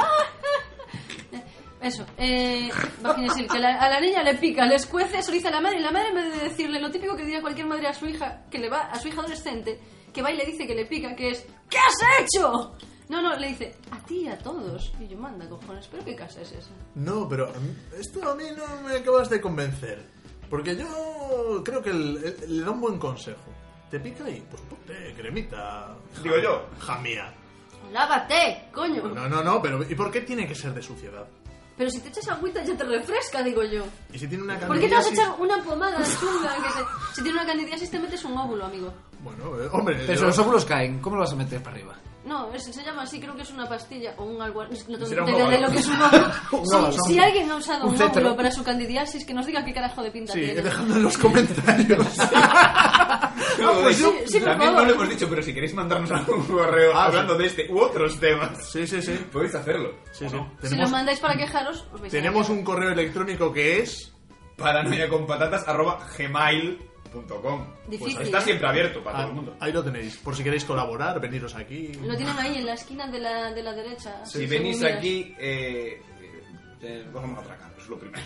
D: ¡ah! Eso, eh, imagínense, que la- a la niña le pica, le escuece, eso le dice a la madre, y la madre en vez de decirle lo típico que diría cualquier madre a su hija, que le va, a su hija adolescente, que va y le dice que le pica, que es, ¿qué has hecho? No, no, le dice, a ti y a todos. Y yo, manda, cojones, pero ¿qué casa es esa?
B: No, pero a mí- esto a mí no me acabas de convencer. Porque yo creo que el- el- le da un buen consejo. Te pica y pues ponte cremita.
C: Digo yo.
B: Jamía.
D: ¡Lávate, coño!
B: No, no, no, pero ¿y por qué tiene que ser de suciedad?
D: Pero si te echas agüita ya te refresca, digo yo.
B: Y si tiene una
D: ¿Por qué te vas a
B: candidiasis-
D: echar una pomada chunga? Que te- si tiene una candidiasis te metes un óvulo, amigo.
B: Bueno, eh, hombre.
A: Pero
B: yo-
A: si los óvulos caen, ¿cómo lo vas a meter para arriba?
D: No, es- se llama así, creo que es una pastilla o un algo... No tengo
C: Será un
D: idea de
C: óvalo.
D: lo que es un óvulo.
A: Un
D: Si-
A: óvalo,
D: si,
A: son-
D: alguien ha usado
A: un
D: un,
A: cétero.
D: óvulo para su candidiasis, que nos diga qué carajo de pinta
B: Sí, eh,
D: tiene.
B: dejadlo en los comentarios.
C: No,
D: pues
C: de hecho,
D: sí, sí, por
C: también
D: favor.
C: no lo hemos dicho, pero si queréis mandarnos algún correo
B: Ah,
C: hablando de este u otros temas,
B: sí, sí, sí.
C: podéis hacerlo.
B: sí,
C: ¿O
B: sí.
C: no?
D: Si lo
B: Tenemos,
D: mandáis para quejaros, os vais a
B: tenemos
D: quejar.
B: un correo electrónico que es.
C: Paranoia con patatas arroba gmail.com.
D: Difícil,
C: Pues está
D: ¿eh?
C: siempre abierto para
B: Ah,
C: todo el mundo.
B: ahí lo tenéis. Por si queréis colaborar, veniros aquí.
D: Lo tienen ahí, en la esquina de la, de la derecha.
C: Si
D: según
C: venís
D: miras.
C: aquí, eh, eh, os vamos a atracar, es lo primero.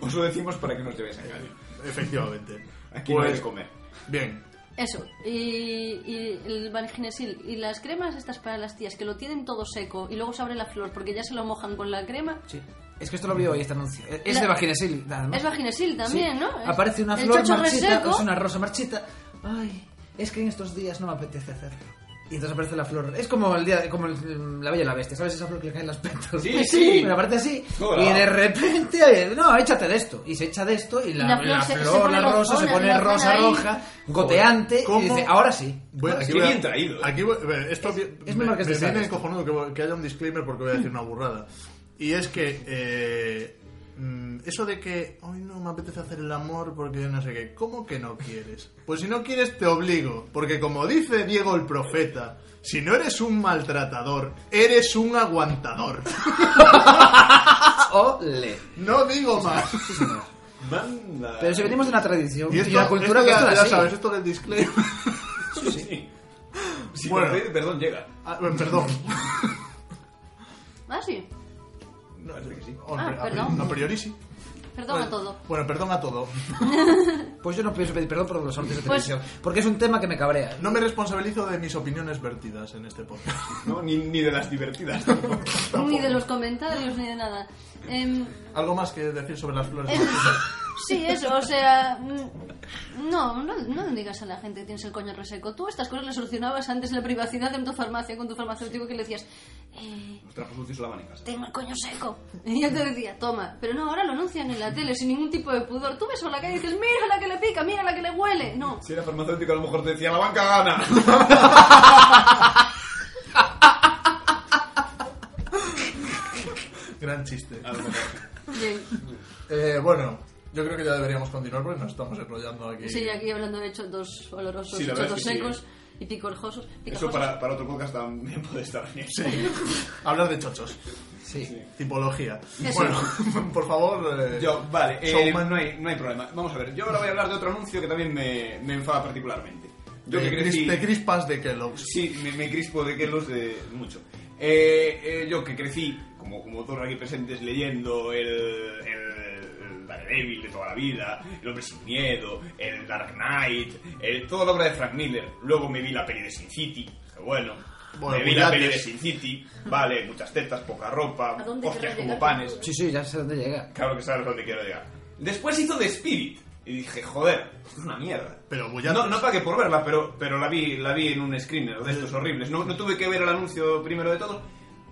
C: os lo decimos para que nos llevéis a engaño.
B: Efectivamente. Pues,
C: Aquí no hay de comer.
B: Bien.
D: Eso, y, y el vaginesil y las cremas estas para las tías que lo tienen todo seco y luego se abre la flor porque ya se lo mojan con la crema.
A: Sí. Es que esto lo vi hoy, este anuncio. Es
D: La-
A: de vaginesil, nada más.
D: Es vaginesil también,
A: Sí.
D: ¿no? Es-
A: Aparece una
D: el
A: flor
D: chocho
A: marchita,
D: reseco.
A: es una rosa marchita. Ay, es que en estos días no me apetece hacerlo. Y entonces aparece la flor. Es como el día, como el- la bella y la bestia, ¿sabes? Esa flor que le caen las pétalas.
C: Sí,
D: Pues
C: sí.
A: Pero aparece así.
C: Hola.
A: Y de repente, eh, no, échate de esto. Y se echa de esto y la,
D: Y la flor
A: la
D: se- se
A: flor,
D: pone
A: la rosa, se
D: rojona,
A: pone
D: la rojona
A: rosa
D: ahí.
A: roja, goteteante.
B: ¿Cómo?
A: Y dice, ahora sí.
B: Bueno,
C: Qué
B: voy a-
C: bien traído, eh.
B: Aquí voy- eh, esto vi-
A: es
B: me,
A: muy Marqués
B: me
A: de Sade
B: viene
A: esto.
B: encojonudo que, voy- que haya un disclaimer porque voy a decir una burrada. Y es que eh, mm, eso de que hoy no me apetece hacer el amor porque no sé qué, ¿cómo que no quieres? Pues si no quieres te obligo, porque como dice Diego el profeta, si no eres un maltratador, eres un aguantador.
A: Ah, Ole.
B: No digo más.
C: Manda.
A: Pero si venimos de una tradición y,
B: Y esto,
A: una cultura
B: esto
A: que esto
B: ya,
A: era
B: ya
A: así.
B: sabes, esto del disclaimer.
C: Sí. Si
B: Bueno.
C: te pide perdón, llega.
B: Ah, perdón.
D: Ah, sí.
C: No, parece que sí.
B: Hombre, a pri-
D: perdón.
B: A priori sí.
D: Perdón a todo.
B: Bueno, perdón a todo.
A: Pues yo no pienso pedir perdón por los anuncios de
D: Pues-
A: televisión. Porque es un tema que me cabrea.
B: No me responsabilizo de mis opiniones vertidas en este podcast.
C: No, ni, ni de las divertidas tampoco.
D: Ni de los comentarios, ni de nada. Em,
B: Algo más que decir sobre las flores.
D: Eso, sí, eso, o sea. mm, No, no, no digas a la gente que tienes el coño reseco. Tú estas cosas las solucionabas antes en la privacidad en tu farmacia con tu farmacéutico que le decías, eh,
C: Los trapos sucios se lavan en casa.
D: tengo el coño seco. Y yo te decía, toma. Pero no, ahora lo anuncian en la tele sin ningún tipo de pudor. Tú ves por la calle y dices, mira la que le pica, mira la que le huele. No.
C: Si era farmacéutico, a lo mejor te decía la banca gana.
B: Gran chiste.
C: A lo mejor.
D: Bien.
B: Eh, bueno, yo creo que ya deberíamos continuar porque nos estamos enrollando aquí.
D: Sí, aquí hablando de chotos olorosos,
C: Sí, la verdad
D: chotos
C: es que sí.
D: secos y picorjosos.
C: Eso
D: picajosos.
C: para, para otro podcast también puede estar bien.
B: Sí. Hablar de chochos.
A: Sí.
B: Tipología.
D: Eso.
B: Bueno, por favor. eh,
C: Yo, vale, eh,
B: Showman.
C: no, hay, no hay problema. Vamos a ver, yo ahora voy a hablar de otro anuncio que también me, me enfada particularmente. Yo
B: de,
C: que crecí...
B: cris- de crispas de Kellogg's.
C: Sí, me, me crispo de que los de mucho. Eh, eh, yo que crecí, como, como todos aquí presentes, leyendo el, el, el Daredevil de toda la vida, El Hombre Sin Miedo, el Dark Knight, el- toda la obra de Frank Miller. Luego me vi la peli de Sin City, que bueno.
B: Bueno,
C: me vi la
B: cuidates.
C: peli de Sin City, vale, muchas tetas, poca ropa,
D: ¿A dónde
C: hostias
D: querrás
C: como
D: llegar?
C: panes.
A: Sí, sí, ya sé dónde llega.
C: Claro que sabes dónde quiero llegar. Después hizo The Spirit. Y dije, joder, esto es una mierda.
B: Pero bullantes.
C: no, no pagué por verla, pero, pero la, vi, la vi en un screener de estos horribles. No, no tuve que ver el anuncio primero de todo.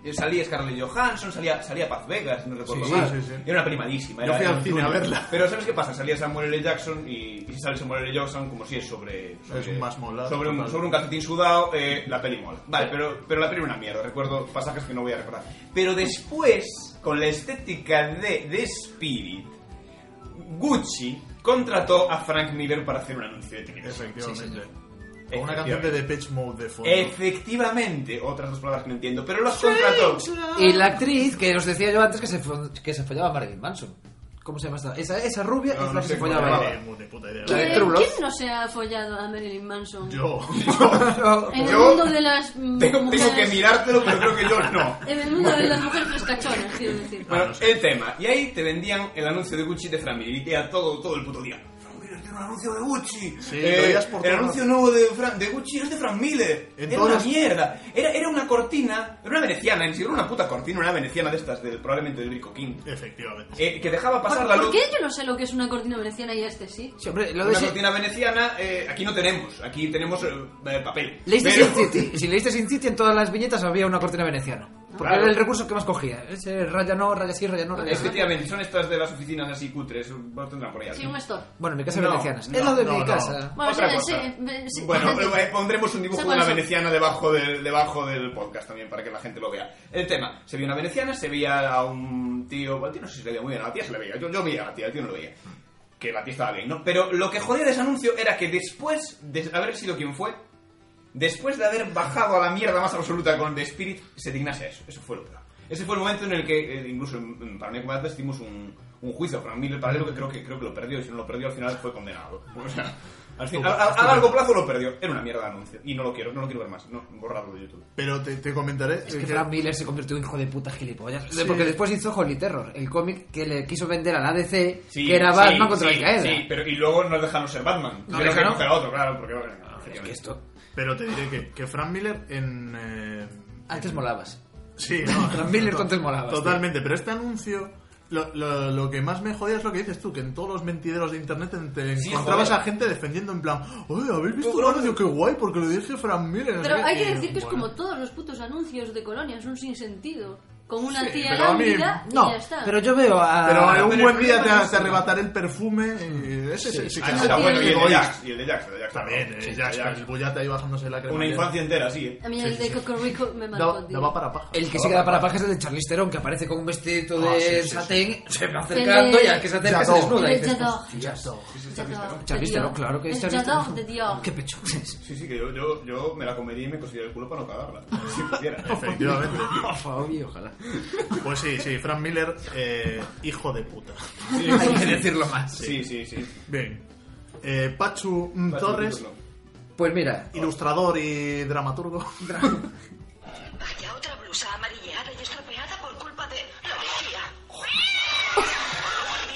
C: Eh, Salía Scarlett Johansson, salía, salía Paz Vegas, no recuerdo
B: Sí,
C: mal.
B: sí, sí.
C: Era una peli malísima.
B: Yo
C: era-
B: fui al
C: era un
B: cine a
C: truño.
B: verla.
C: Pero ¿sabes qué pasa? Salía Samuel L. Jackson y, y si sale Samuel L. Jackson como si es sobre... sobre
B: Es un más mola.
C: Sobre un,
B: Total.
C: sobre un calcetín sudado, eh, la peli mola. Vale, pero, pero la peli era una mierda. Recuerdo pasajes que no voy a recordar. Pero después, con la estética de The Spirit, Gucci contrató a Frank Miller para hacer un anuncio de televisión.
B: Efectivamente.
A: señor.
B: Con una canción de Depeche Mode de fondo.
C: Efectivamente, otras dos palabras que no entiendo, pero los contrató.
A: Y la actriz que os decía yo antes que se, fo- que se follaba a Marilyn Manson. ¿Cómo se llama esta? Esa, esa rubia es
C: No, no
A: la
C: sé
A: que se
C: cómo
A: follaba.
C: llamaba.
A: a él.
B: Eh, de puta idea.
A: La de
D: ¿Quién-
A: True Love.
D: ¿Quién no se ha follado a Marilyn Manson?
B: Yo.
D: En el
C: Yo-
D: mundo de las mm,
C: Tengo, tengo que
D: mujeres-
C: mirártelo, pero creo que yo no.
D: En el mundo de las mujeres frescachonas, quiero
B: Ah,
D: decir.
C: Bueno, el tema. Y ahí te vendían el anuncio de Gucci de Fran Miller. Y era todo, todo el puto día. Fran Miller tiene un anuncio de Gucci. Eh,
B: Sí, lo veías por
C: el
B: todo.
C: anuncio nuevo de, Fran- de Gucci es de Fran Miller.
B: En
C: era
B: todas
C: una
B: las-
C: mierda. Era, era una cortina, era una veneciana, ni siquiera una puta cortina, una veneciana de estas, del- probablemente del Brico King.
B: Efectivamente.
C: eh, que dejaba pasar la
D: ¿Por
C: luz.
D: qué yo no sé lo que es una cortina veneciana y este sí?
A: Sí, hombre, lo de
C: Una
A: ese-
C: cortina veneciana, eh, aquí no tenemos. Aquí tenemos eh, eh, papel.
A: Leíste
C: Pero-
A: Sin City. Y si leíste Sin City, en todas las viñetas había una cortina veneciana. Porque
C: Claro.
A: era el recurso que más cogía. Ese raya no, raya sí, raya no, raya sí.
C: Efectivamente, son estas de las oficinas así cutres. Vos tendrán por ahí.
D: Sí,
C: ¿no?
D: un store.
A: Bueno, mi casa
C: No,
A: veneciana.
C: no,
A: es lo de
B: no,
A: mi
B: no.
A: casa.
D: Bueno,
C: Otra
D: sí,
C: cosa.
D: sí, ve- sí.
C: Bueno, eh, pondremos un dibujo
D: Sé
C: de una
D: cuáles son.
C: veneciana debajo del, debajo del podcast también para que la gente lo vea. El tema, se veía una veneciana, se veía a un tío, bueno, al tío no sé si se le veía muy bien, a la tía se le veía, yo, yo veía a la tía, el tío no lo veía. Que la tía estaba bien, ¿no? Pero lo que jodía de ese anuncio era que después de haber sido quien fue, después de haber bajado a la mierda más absoluta con The Spirit, se dignase a eso. Eso fue lo peor. Ese fue el momento en el que, eh, incluso en, en Paranoia Como Atlas, hicimos un, un juicio a Frank Miller paralelo que creo, que creo que lo perdió. Y si no lo perdió, al final fue condenado. O sea, al fin- a, a- a largo plazo lo perdió. Era una mierda de anuncio. Y no lo quiero, no lo quiero ver más. No, borrarlo de YouTube.
B: Pero te, te comentaré.
A: Es que
B: que-
A: Frank Miller se convirtió en hijo de puta gilipollas.
B: Sí.
A: Porque después hizo Holy Terror, el cómic que le quiso vender a la DC,
C: Sí,
A: que era
C: sí,
A: Batman contra
C: sí,
A: el Qaeda.
C: Sí, pero y luego nos dejaron ser Batman.
A: No
C: Tuvieron que
A: dejaron.
C: coger a otro, claro, porque... bueno,
A: Es que esto.
B: Pero te diré que, que Frank Miller en. eh,
A: Antes molabas.
B: Sí, no.
A: Frank Miller con Ted Molabas,
B: Totalmente, pero este anuncio Lo, lo- lo que más me jodía es lo que dices tú, que en todos los mentideros de internet te- te
C: Sí,
B: encontrabas
C: joder.
B: a gente defendiendo en plan, oye, ¿habéis visto
C: Todo
B: el
C: lo-
B: anuncio? ¡Qué guay! Porque lo dije Fran Miren.
D: Pero hay
C: eh,
D: que decir que es como todos los putos anuncios de Colonia, es un sinsentido. Con una
B: Sí,
D: tía
B: pero a mí-
D: lánguida y
A: No,
D: ya está.
A: pero yo veo a...
B: Pero en un
C: Ah, pero
B: buen
C: el
B: día te,
C: problema es
B: te
C: eso.
B: arrebataré el perfume. eh, Ese sí, sí que
C: Ah,
B: es-
C: no,
D: está
C: bueno, y el de
B: Oye,
C: Jax, y el de Jax, el de Jax
B: También, eh,
C: Sí, el de
B: ya,
C: Jax.
B: el bullate ahí bajándose la crema.
C: Una infancia entera, sí, ¿eh?
D: A mí el de Cocorico me marcó,
B: Daba,
D: tío.
B: daba para paja.
A: El que
B: Daba
A: se queda para paja es el de Charlize Theron, que aparece con un vestido
B: Ah,
A: de
B: sí, sí, sí.
A: satén, se va acercando
D: El de-
A: y al que se acerca se
B: Yadó.
A: desnuda. y
D: El de
A: dices,
D: Yadó.
A: "Hostia,
B: Todo.
D: J'adore, de
A: Charlize Theron,
D: Dior.
A: claro que es
D: El
A: Charlize
D: J'adore
A: Theron.
D: de Dior.
A: Qué pecho.
C: Sí, sí, que yo, yo, yo me la comería y me cosía el culo para no cagarla. Si quisiera.
B: Efectivamente.
A: Por favor, y ojalá.
B: Pues sí, sí, Frank Miller, eh, hijo de puta.
C: Sí,
A: Hay que decirlo más.
C: Sí, sí, sí.
B: Bien. Eh, Pachu mm, Torres,
A: Pues mira,
B: ilustrador y dramaturgo.
E: Vaya otra blusa amarilleada y estropeada por culpa de la lejía.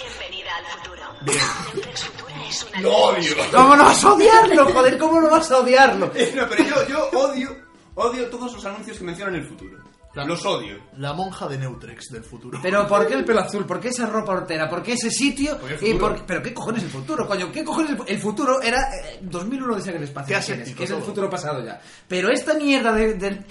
E: Bienvenida al futuro. Neuroflex Futura es una
C: ¡Lo odio!
A: ¿cómo no vas a odiarlo? Joder, ¿cómo no vas a odiarlo?
C: No, pero yo, yo odio, odio todos los anuncios que mencionan el futuro. Los odio.
B: La monja de Neutrex del futuro.
A: Pero ¿por qué el pelo azul? ¿Por qué esa ropa hortera? ¿Por qué ese sitio?
C: Porque es
A: ¿Y
C: futuro.
A: por- ¿Pero qué cojones el futuro, coño? ¿Qué cojones el, el futuro? Era eh, 2001 de el Espacio,
B: Qué
A: que tienes,
B: aséptico
A: que es el
B: todo.
A: futuro pasado ya. Pero esta mierda de... del-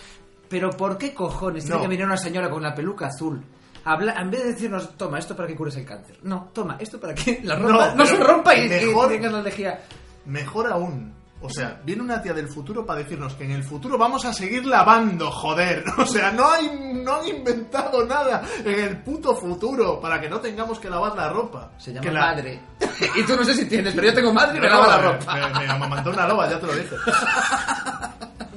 A: ¿Pero por qué cojones
B: No.
A: tiene que venir una señora con la peluca azul? Habla, en vez de decirnos, toma, esto para que cures el cáncer. No, toma, esto para que la ropa no,
B: No,
A: se
B: pero
A: rompa y que
B: mejor-
A: tengas la lejía.
B: Mejor aún. O sea, viene una tía del futuro para decirnos que en el futuro vamos a seguir lavando, joder. O sea, no, hay, no han inventado nada en el puto futuro para que no tengamos que lavar la ropa.
A: Se llama
B: que la-
A: madre. y tú no sé si tienes, pero yo tengo madre y me
B: No,
A: lava la
B: me-
A: ropa.
B: Me, me amamantó una loba, ya te lo dije.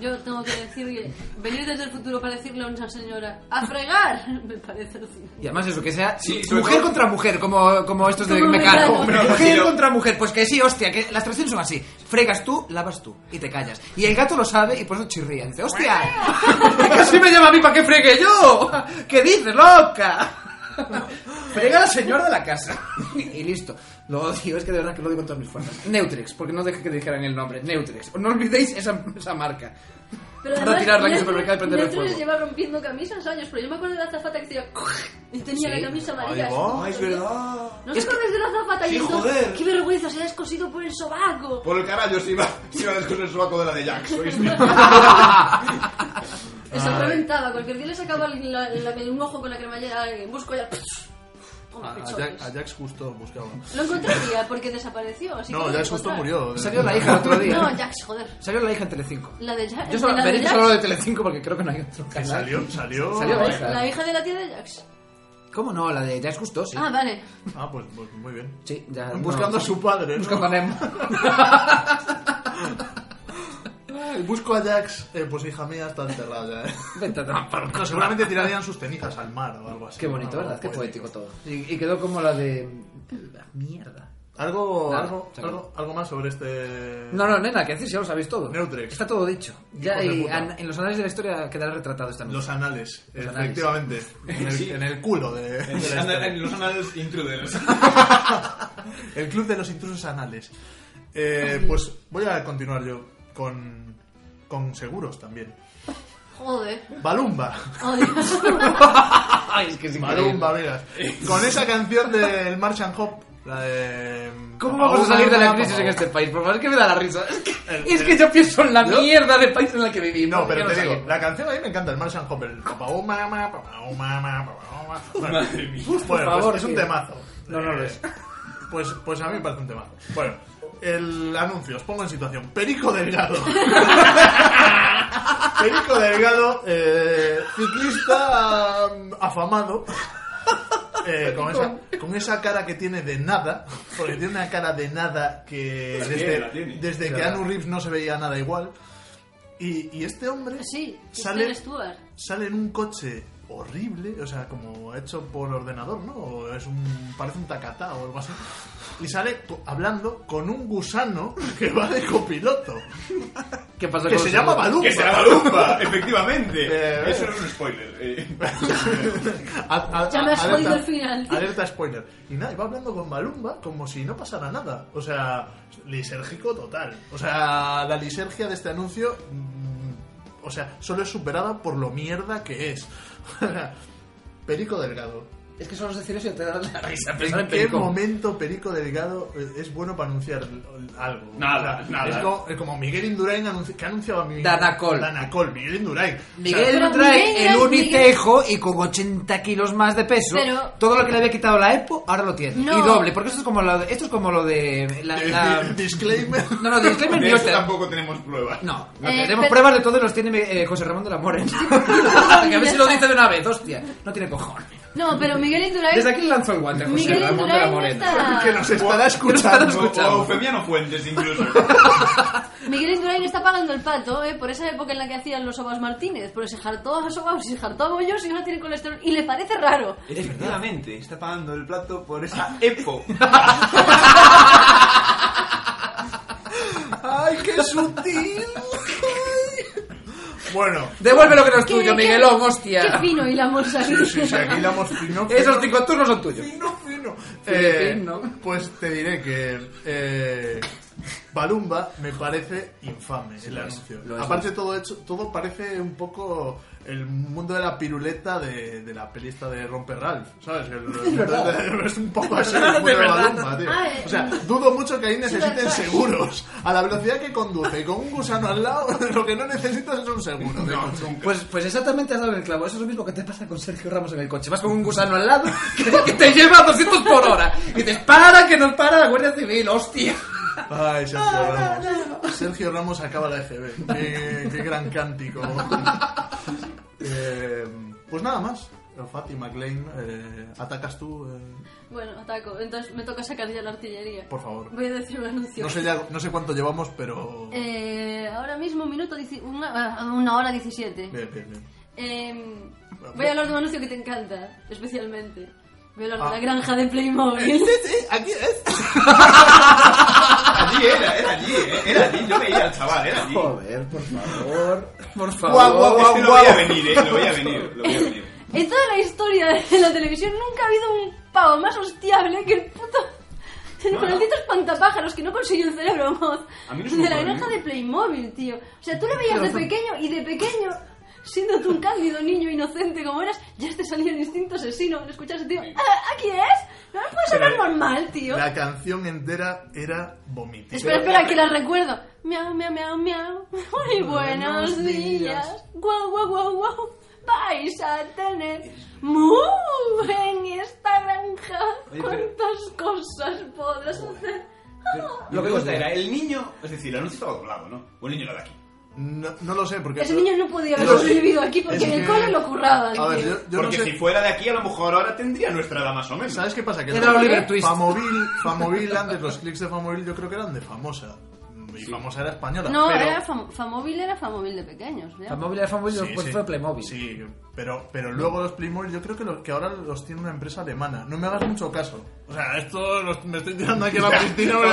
D: Yo tengo que decir que venir desde el futuro para decirle a una señora ¡A fregar! Me parece alucinante.
A: Y además eso, que sea
C: Sí, sobre
A: mujer
C: todo-
A: contra mujer, como, como estos de
D: Como
A: mecano.
D: mecano.
A: mujer
C: Sí, yo-
A: contra mujer, pues que sí, hostia, que las tradiciones son así. Fregas tú, lavas tú y te callas. Y el gato lo sabe y por eso chirría. Dice, hostia, que así me llama a mí para que fregue yo. ¿Qué dices, loca? Frega la señora de la casa. Y listo. Lo odio, es que de verdad que lo odio con todas mis fuerzas. Neutrex, porque no deje que dijeran el nombre. Neutrex. No olvidéis esa, esa marca.
D: Pero
A: Para
D: además,
A: tirarla en el
D: Netflix-
A: supermercado y prenderle
D: Netflix
A: fuego.
D: lleva rompiendo camisas años, pero yo me acuerdo de la zafata que decía y tenía
A: Sí.
D: la camisa amarilla.
B: Ahí va.
D: así.
C: Ah, es verdad.
D: ¿No os acordáis de la zafata?
C: Sí,
D: y esto?
C: joder.
D: ¡Qué vergüenza! Se ha descosido por el sobaco.
A: Pues,
C: Por el carajo, si iba, si iba a descoser el sobaco de la de Jax. ¿oíste?
D: Eso reventaba. Cualquier día le sacaba la- la- un ojo con la cremallera en busco ya... Como
A: Ah,
B: A, a Jack-
D: pechotes.
B: a Jax justo buscaba.
D: Lo encontraría porque desapareció. Así que
B: No,
D: lo
B: Jax justo
D: encontraron.
B: murió.
A: Salió la hija el otro día.
D: No, Jax, joder.
A: Salió la hija en Telecinco.
D: La de Jax.
A: Yo solo,
D: la de
A: veremos
D: Jax.
A: solo de Telecinco porque creo que no hay otro
B: Que
A: canal.
B: Salió, salió.
A: Salió la hija.
D: Ah, La hija de la tía de Jax.
A: ¿Cómo no? La de Ya es justo, sí.
D: Ah, vale.
B: Ah, pues, pues muy bien.
A: Sí, ya-
B: Buscando
A: no,
B: a su padre. ¿no?
A: Buscando a Nemo.
B: Ay, Busco a Jax. Eh, pues hija mía está enterrada ya. ¿eh?
A: Vete a trampar.
B: No, seguramente tirarían sus cenizas al mar o algo así.
A: Qué bonito,
B: Algo
A: ¿verdad? Qué
B: poético.
A: poético todo. Y, y quedó como la de... La mierda.
B: ¿Algo,
A: Nada,
B: algo,
A: se acabó.
B: algo, algo más sobre este.
A: No, no, nena, ¿qué haces? Ya lo sabéis todo.
B: Neutrex.
A: Está todo dicho. Ya
B: Hijos de
A: y
B: puta.
A: an- en los análisis de la historia quedará retratado esta noche.
B: Los anales,
A: Los anales.
B: efectivamente. En, el,
C: Sí.
B: en el culo de, de la historia.
C: En los anales intruders.
B: El club de los intrusos anales. Eh, pues voy a continuar yo con, con seguros también.
D: Joder.
B: Balumba.
D: Oh, Dios.
A: Ay, es que es
B: Balumba, mira.
A: Eh.
B: Con esa canción del Marchand Hop. La de...
A: ¿Cómo vamos a salir de la crisis en este país? Por favor, es que me da la risa. Es que, es que yo pienso en la mierda de país en el que vivimos.
B: No, pero
A: Ya
B: te digo,
A: salimos.
B: la canción a mí me encanta, el Martian Hopper. El oh, papauma, ma, papauma, ma, papauma. oh, Bueno,
C: Madre mía.
B: Bueno, pues
A: favor,
B: es un
A: tío.
B: temazo.
A: No, no lo
B: Eh,
A: es.
B: Pues, pues a mí me parece un temazo. Bueno, el anuncio, os pongo en situación. Perico Delgado. Perico Delgado, eh, ciclista um, afamado. Eh, con, esa, con esa cara que tiene de nada, porque tiene una cara de nada que
C: La tiene, la
B: desde,
C: tiene.
B: desde que
A: Claro.
B: Anu Reeves no se veía nada igual. Y, y este hombre
D: Pues Sí,
B: sale,
D: Sale... Stuart.
B: sale en un coche horrible, o sea, como hecho por ordenador, ¿no? O Es un, parece un tacatá o algo así. Y sale co- hablando con un gusano que va de copiloto,
A: ¿Qué pasa
B: que
A: con
B: se
A: los-
B: llama Balú.
C: ¡Que será Balumba! Efectivamente.
B: Eh,
C: Eso no es un spoiler. eh.
B: A- a-
D: Ya me has
B: alerta-
D: jodido el final.
B: Alerta spoiler. Y nada, y va hablando con Balumba como si no pasara nada. O sea, lisérgico total. O sea, la lisergia de este anuncio. mm, o sea, solo es superada por lo mierda que es. Perico Delgado.
A: Es que solo es decir eso y te da la risa. Pensar
B: ¿En
A: en
B: qué
A: Pericón.
B: momento Perico Delgado eh, es bueno para anunciar l- algo?
C: Nada, nada.
B: Es como, es como Miguel Indurain anunci- que ha anunciado a Miguel
A: Danacol.
B: Danacol, Miguel Indurain.
A: Miguel
D: Pero Miguel
A: trae
D: era
A: el
D: el
A: unitejo y con 80 kilos más de peso.
D: Pero-
A: todo lo que le había quitado la EPO ahora lo tiene.
D: No.
A: Y doble, porque esto es como lo de. Esto es como lo de.
B: O
A: La,
B: sea,
A: la-
B: eh, Disclaimer.
A: No, no, disclaimer
C: De
A: ni
C: esto
A: hostia.
C: tampoco tenemos pruebas.
A: No, no
D: Eh,
A: tenemos
D: pero-
A: pruebas de todo y los tiene eh, José Ramón de la Morena. que a ver si lo dice de una vez, hostia. No tiene cojones.
D: No, pero Miguel Indurain.
A: Desde aquí lanzó el guante a José
D: Miguel
A: Ramón de la
D: Indurain no
A: Morena.
D: está.
B: Que nos estará escuchando.
A: escuchando.
C: O Eufemiano Fuentes, incluso.
D: Miguel Indurain está pagando el pato, ¿eh? Por esa época en la que hacían los sobaos Martínez. Pero se jartó a sobaos y se jartó a bollos y ahora tiene colesterol. Y le parece raro.
C: Efectivamente, está pagando el plato por esa EPO.
B: ¡Ay, qué sutil! bueno,
A: Devuelve lo que no es
D: Qué-
A: tuyo,
D: qué-
A: Miguelón, hostia.
D: Qué fino y la morsa.
B: sí, sí, sí, aquí la hemos fino,
A: Esos
B: fino,
A: cinco turnos son tuyos.
B: fino, fino.
A: Filipino.
B: Pues te diré que eh, Balumba me parece infame el
A: lo es,
B: anuncio.
A: lo es,
B: Aparte
A: lo
B: todo hecho, todo parece un poco el mundo de la piruleta de, de la pelista de Romper Ralph, ¿sabes? El- es un poco así, el mundo de
A: verdad.
B: Balumba, tío.
D: Ah, eh.
B: O sea, dudo mucho que ahí necesiten
D: Superfly.
B: seguros. A la velocidad que conduce y con un gusano al lado, lo que no necesitas es un seguro.
A: Pues, pues exactamente has dado en el clavo. Eso es lo mismo que te pasa con Sergio Ramos en el coche. Vas con un gusano al lado que, que te lleva a 200 por hora. Y dices, para, que nos para la Guardia Civil, hostia.
B: Ay, Sergio Ramos. Sergio Ramos acaba la ECB. Qué, qué gran cántico. Eh, pues nada más. Fatty McLean, eh, atacas tú, eh,
D: Bueno, ataco. Entonces me toca sacar ya la artillería.
B: por favor.
D: Voy a decir un anuncio.
B: No sé, ya, no sé cuánto llevamos, pero...
D: Eh, ahora mismo, minuto dieci- una, ah, una hora 17.
B: Bien, bien, bien.
D: Eh, voy a hablar de un anuncio que te encanta, especialmente. Voy a hablar
B: Ah.
D: de la granja de Playmobil.
B: aquí es.
C: Allí era, era allí, eh, era allí. Yo veía al chaval, era allí.
A: Joder, por favor. Por favor.
B: Guau, guau, guau.
C: Este lo voy a venir, eh, lo voy a venir, lo voy a venir.
D: En toda la historia de la televisión nunca ha habido un pavo más hostiable que el puto. El maldito espantapájaros que no consiguió el cerebro moz.
C: A mí no se me
D: De la
C: ocurre,
D: granja
C: ¿eh?
D: de Playmobil, tío. O sea, tú lo veías de pequeño y de pequeño, siendo tú un cándido niño inocente como eras, ya te salía el instinto asesino. Le escuchas, tío, "Ah, ¿aquí es? No puede sonar
B: Pero-
D: normal, tío.
B: La canción entera era vomitiva.
D: Espera, espera, que la recuerdo. Miau, miau, miau, miau. Muy buenos
B: Buenos días.
D: días. Guau, guau, guau, guau. Vais a tener mu en esta granja.
C: Oye, pero-
D: ¿Cuántas cosas podrás hacer?
C: Lo que me gusta era el niño, es decir, el anuncio estaba doblado, ¿no? O el niño era de aquí.
B: No, no lo sé, porque...
D: Ese niño no podía haber
B: Pero-
D: sobrevivido aquí
B: es
D: porque en
B: que-
D: el cole lo curraban.
B: A ver,
D: tío.
B: yo, yo no
C: Porque
B: sé...
C: si fuera de aquí, a lo mejor ahora tendría nuestra edad más o menos.
B: ¿Sabes qué pasa? Que
A: Era Oliver Twist.
B: Famovil, Famovil antes, los clics de Famovil yo creo que eran de famosa. Y famosa era española.
D: No,
B: pero...
D: era fam- Famóvil era Famóvil de pequeños. ¿eh? ¿ya?
A: Famóvil era Famóvil y después pues, fue Playmobil.
B: Sí, pero, pero luego los Playmobil yo creo que, los, que ahora los tiene una empresa alemana. No me hagas mucho caso. O sea, esto los- me estoy tirando aquí a la piscina. pero-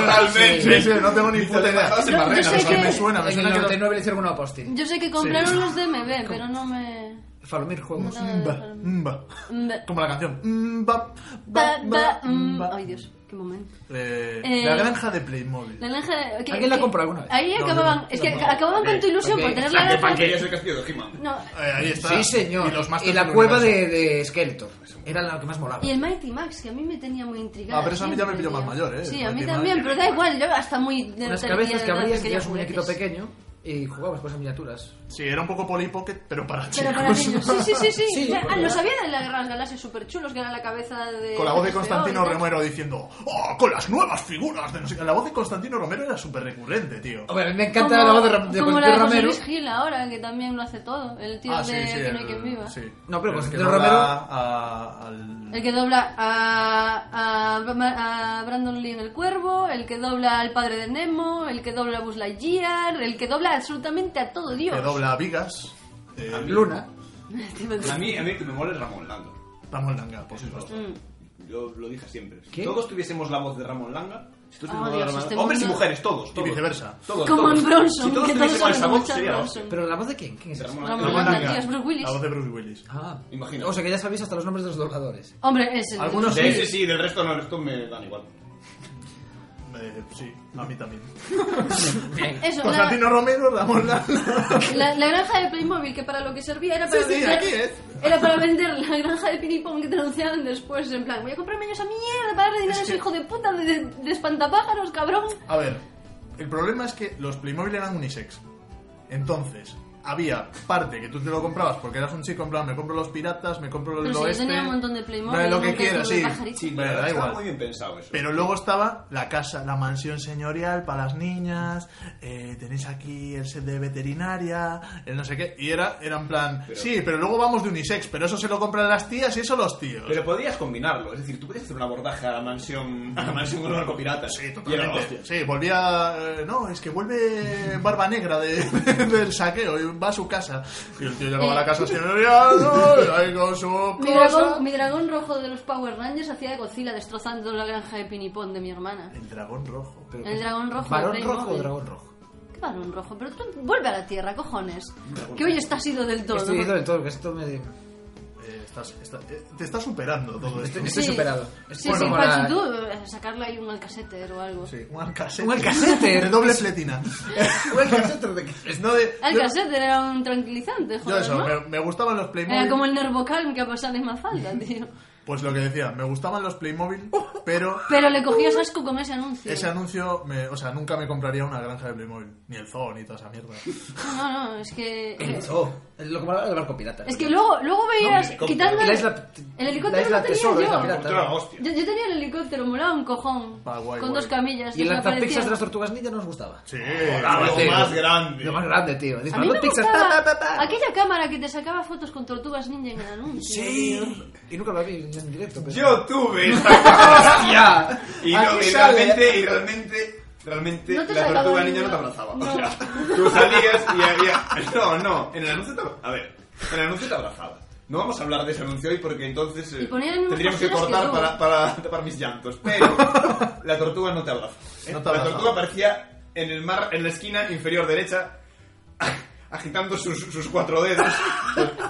B: Sí,
C: Totalmente.
B: sí, no tengo ni puta idea.
C: Yo-
D: yo
B: O sea,
D: sé que-
B: me suena, me
A: En el
B: suena que...
A: 99 le hicieron una posting.
D: Yo sé que compraron los de MB, pero no me.
A: Falomir Juegos.
D: No.
B: Mba, mba.
D: Mba.
B: Como la canción. Mba,
D: Ba,
B: ba,
D: ba, mm.
B: mba.
D: Ay, Dios, qué momento.
B: Eh,
D: Eh,
B: la granja de Playmobil.
D: La granja de- que-
A: ¿Alguien la
D: que-
A: compró alguna vez?
D: Ahí
B: No,
D: acababan,
B: yo no.
D: es que
B: No, no.
D: acababan con tu ilusión
A: ok.
D: por tener la
C: La Ah, que
D: granja.
C: querías el castillo de He-Man.
D: No,
B: Eh, ahí está.
A: Sí, señor.
B: Y, los
A: Y
B: Masters
A: la
B: del
A: cueva
B: Universo.
A: de, de Skeletor. Pues, Era la que más molaba.
D: y el Mighty Max, que a mí me tenía muy intrigada.
B: Ah, pero eso a mí ya
D: siempre,
B: me pilló
D: tío.
B: más mayor, ¿eh?
D: Sí,
B: El
D: a mí
B: Mighty
D: también,
B: Max.
D: pero da igual, yo hasta muy. de-
A: Unas
D: tenía
A: cabezas que
D: edad
A: abrías y
D: quería
A: tenías un muñequito
D: juguetes.
A: pequeño y jugabas con esas miniaturas.
B: Sí, era un poco Polly Pocket, pero para chicos.
D: Pero para niños, sí, sí, sí, sí.
A: Sí,
D: Ya, ah,
A: porque-
D: lo sabía de la guerra de las galaxias súper chulos, que era la cabeza de.
B: Con la voz de
D: Orfeo y
B: Constantino
D: tal.
B: Romero diciendo, ¡Oh, con las nuevas figuras! De no sé qué". La voz de Constantino Romero era súper recurrente, tío.
A: Hombre, a mí me encanta la voz de, Ra- de
D: como la
A: Constantino
D: de José
A: Romero.
D: Luis Gil ahora, que también lo hace todo. El tío
B: Ah,
D: de
B: sí, sí.
D: Que no hay
B: el-
D: quien viva.
B: sí.
A: No, pero
B: El
A: Constantino
B: que dobla
A: Romero-
B: a- al-
D: El que dobla a, a, a Brandon Lee en El Cuervo, el que dobla al padre de Nemo, el que dobla a Buzz Lightyear, el que dobla absolutamente a todo Dios.
B: que dobla a Vigas. Eh,
C: A mí-
A: Luna.
C: A mí, a mí el que me mola es Ramón Lando.
B: Ramón Langa, por supuesto.
D: Mm.
C: Yo lo dije siempre. Si
A: ¿Qué?
C: todos tuviésemos la voz de Ramón Langa, si todos
D: Oh,
C: tuviésemos la voz de
D: Dios,
C: Ramón
D: este
C: Langa- hombres y
D: mundo-
C: mujeres, todos, todos.
B: viceversa.
C: Todos,
D: Como
C: todos.
D: en Bronson,
C: Si todos
D: que todos
C: tuviésemos esa
D: saben
C: voz,
D: mucho de
C: sería la
D: Bronson.
A: ¿Pero la voz de quién? ¿Quién es
C: hostia.
A: esa?
C: Ramón
D: Ramón
C: Langa.
D: Langa. tío, es Bruce Willis.
B: La voz de Bruce Willis.
A: Ah,
C: Imagino.
A: O sea que ya sabéis hasta los nombres de los dobladores.
D: Hombre, ese.
B: Algunos
C: Sí, sí, sí, del resto no, el resto me dan igual.
B: Eh, Eh, sí, a mí también.
D: Eso, la,
B: Constantino Romero, Ramón Lana.
D: la- la granja de Playmobil, que para lo que servía era para
B: Sí, sí,
D: vender...
B: aquí es.
D: Era para vender la granja de pinipón que te anunciaron después, en plan, voy a comprarme esa mierda para darle dinero a
B: Es
D: ese
B: que-
D: hijo de puta de, de- de espantapájaros, cabrón.
B: A ver, el problema es que los Playmobil eran unisex. Entonces, había parte que tú te lo comprabas porque eras un chico en plan, me compro los piratas, me compro los
D: Pero
B: del
D: si yo
B: oeste.
D: tenía un montón de Playmobil,
B: Vale, lo
D: nunca
B: que quieras,
D: tuve
B: sí.
D: pajarito.
B: sí
C: Sí,
B: vale, da
C: estaba
B: igual.
C: muy bien pensado eso.
B: Pero luego estaba la casa, la mansión señorial para las niñas, eh, tenéis aquí el set de veterinaria, el no sé qué, y era, era en plan,
C: Pero-
B: sí, pero luego vamos de unisex, pero eso se lo compran las tías y eso los tíos.
C: Pero podías combinarlo, es decir, tú podías hacer un abordaje a la mansión, a la mansión con los narcopiratas.
B: Sí,
C: Y era la
B: totalmente.
C: hostia.
B: Sí, volvía. eh, no, es que vuelve Barba Negra de- del saqueo y va a su casa. Y el tío llegaba a la casa señorial, ¿no? y ahí con su
D: Mi
B: cosa.
D: dragón, mi dragón rojo de los Power Rangers hacía de Godzilla destrozando la granja de pinipón de mi hermana.
B: El dragón rojo.
D: El dragón rojo. de
A: Varón
D: Playmobil.
A: rojo o dragón rojo.
D: ¿Qué varón rojo? Pero tú vuelve a la tierra, cojones. Que hoy estás ido del todo.
A: Estoy ido en todo, que esto me...
B: Eh, estás- está- eh, te está superando todo esto.
A: Estoy, estoy
D: Sí.
A: superado.
D: Sí,
A: Bueno,
D: sí,
A: para-
D: Pachi, tú eh, sacarle ahí un alcaceter o algo.
B: Sí, un alcacete.
A: Un alcacete.
B: De doble fletina.
A: Un alcacete de que-
B: Es no de. yo-
D: Alcaceter era un tranquilizante,
B: Yo
D: joder,
B: eso,
D: ¿no?
B: me, me gustaban los Playmobil.
D: Era como el Nervocalm que ha pasado en Mafalda, tío.
B: Pues lo que decía, me gustaban los Playmobil, pero
D: Pero le cogías asco con ese anuncio.
B: ese anuncio, me- o sea, nunca me compraría una granja de Playmobil. Ni el zoo, ni toda esa mierda.
D: No, no, es que...
A: El zoo. Eh, oh, Es lo que me hablaba del barco pirata.
D: Es que luego, luego veías...
C: helicóptero.
D: quitando...
A: La isla-
D: el
A: la
D: helicóptero
A: isla
D: lo tenía
A: tesoro,
D: yo.
A: isla
C: Era
A: pirata.
C: la hostia.
D: yo. yo tenía el helicóptero, molaba un cojón.
B: Ah, guay,
D: con
B: guay.
D: dos camillas.
A: Y
D: me
A: las pizzas
D: parecía-
A: de las tortugas ninja no nos gustaba.
B: Sí,
C: Ah,
A: Lo
C: lo más
A: tío.
C: grande.
A: Lo más grande, tío.
D: A mí
A: Disparando
D: me
A: pizzas.
D: gustaba
A: pa, pa, pa, pa.
D: aquella cámara que te sacaba fotos con tortugas ninja en el anuncio. tío.
A: Sí. Y nunca lo vi en directo. pero-
C: Yo tuve esta
A: ¡Hostia!
C: Y,
B: Ah,
C: no-
A: Aquí
C: y
A: sale.
C: realmente, y realmente, realmente
D: No te
C: la
D: sacaba
C: tortuga
D: ni
C: niña no te
D: nada.
C: abrazaba.
D: No.
C: O sea, tú salías y había. No, no, en el anuncio te abra- A ver, en el anuncio te abrazaba. No vamos a hablar de ese anuncio hoy porque entonces eh,
D: Y ponía las mismas
C: tendríamos que
D: posturas que
C: cortar
D: tú.
C: para, para tapar mis llantos. Pero la tortuga no te abraza. ¿eh?
B: No te
C: La
B: abrazaba.
C: tortuga aparecía en el mar, en la esquina inferior derecha, agitando sus, sus cuatro dedos.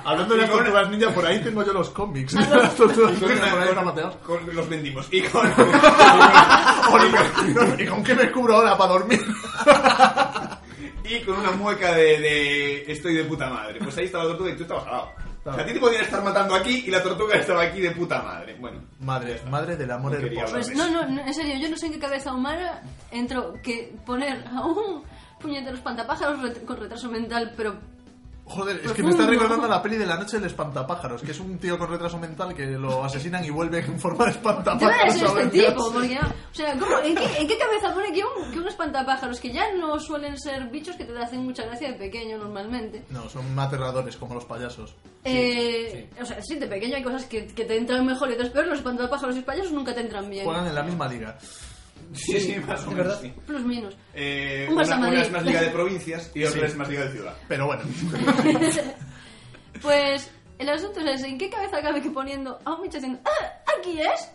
B: Hablando de
C: Y
B: las
C: con-
B: tortugas ninja, por ahí tengo yo los cómics. Las tortugas
C: con-
B: ninja por ahí están
C: con,
B: mateados.
C: con- los vendimos. Y con.
B: Oye, no, ¿Y con qué me cubro ahora para dormir?
C: Y con una mueca de, de estoy de puta madre. Pues ahí estaba la tortuga y tú estabas al lado. O sea, a ti te podían estar matando aquí y la tortuga estaba aquí de puta madre. Bueno,
B: Madre, madre del amor
C: No quería
B: hermoso.
D: Pues no, no, no, en serio, yo no sé en qué cabeza humana entró que poner a un puñetero espantapájaros ret- con retraso mental, pero
B: Joder, es que me
D: Profundo.
B: está recordando la peli de la noche del espantapájaros, que es un tío con retraso mental que lo asesinan y vuelve en forma de
D: debe de
B: espantapájaros. a
D: ser este
B: vengarse.
D: tipo, porque no- o sea, ¿cómo- en, qué, en qué cabeza pone que un, que un espantapájaros, que ya no suelen ser bichos que te hacen mucha gracia de pequeño normalmente,
B: No, son aterradores como los payasos.
D: eh, o sea, sí, de pequeño hay cosas que, que te entran mejor y otras peor, los espantapájaros y payasos nunca te entran bien,
B: Juegan en la misma liga.
C: sí, sí, más o
A: ¿de
C: menos.
A: verdad?
C: sí.
D: plus minus.
C: Eh,
D: Un
C: una,
D: Barça
C: una
D: Madrid.
C: es más liga de provincias y otra
B: Sí.
C: es más liga de ciudad.
B: Pero bueno,
D: Pues el asunto es ese, ¿en qué cabeza cabe que poniendo a un bicho diciendo, ¡Ah, aquí es?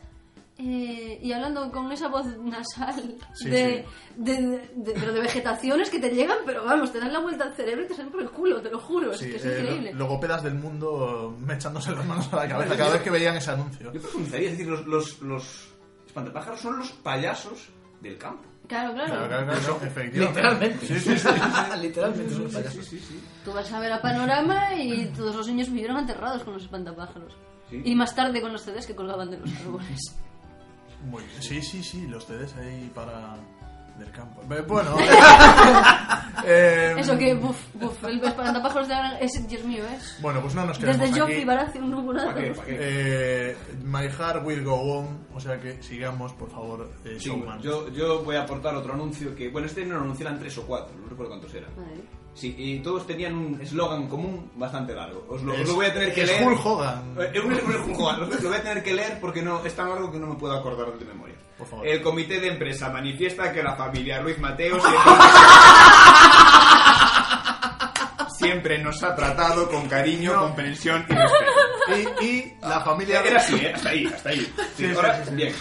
D: Eh, y hablando con esa voz nasal
B: Sí,
D: de, De, de- pero de vegetaciones que te llegan, pero vamos, te dan la vuelta al cerebro y te salen por el culo, te lo juro,
B: sí,
D: es que es
B: eh,
D: increíble.
B: lo- logopedas del mundo eh, echándose las manos a la cabeza cada vez que veían ese anuncio.
C: Yo profundizaría, es decir, los, los, los espantapájaros son los payasos del campo.
D: Claro, claro,
B: Claro, claro, claro, efectivamente.
A: Literalmente.
B: Sí, sí, sí.
A: Literalmente son payasos.
D: Tú vas a ver a Panorama y todos los niños vivieron aterrados con los espantapájaros.
C: Sí.
D: Y más tarde con los CDs que colgaban de los árboles.
B: Muy bien. Sí, sí, sí, los CDs ahí para del campo. Be- Bueno, eh,
D: Eso que, buf, buf, el espantapájaros de ahora es, Dios mío, es.
B: Bueno, pues no nos quedamos
D: Desde Joffrey
B: aquí.
D: Baratheon un rumorado.
C: ¿Para qué? ¿Para qué?
B: Eh, my heart will go on, o sea que sigamos, por favor, eh,
C: Sí,
B: Showman.
C: yo, yo voy a aportar otro anuncio que, bueno, este no lo anunciaban tres o cuatro, no recuerdo cuántos eran.
D: Vale.
C: Sí, y todos tenían un eslogan común bastante largo. Os lo, os
B: Es-
C: lo voy a tener que
B: es
C: leer.
B: Hulk Hogan.
C: Eh, es un- es un Hulk Hogan. Lo lo voy a tener que leer porque no, es tan largo que no me puedo acordar de memoria.
B: Por favor.
C: El comité de empresa manifiesta que la familia Ruiz Mateos siempre, siempre nos ha tratado con cariño, comprensión y respeto.
B: Y, y la familia.
C: Era así, ¿eh? hasta ahí, hasta ahí.
B: Sí, sí,
C: ahora,
B: sí, sí.
C: bien.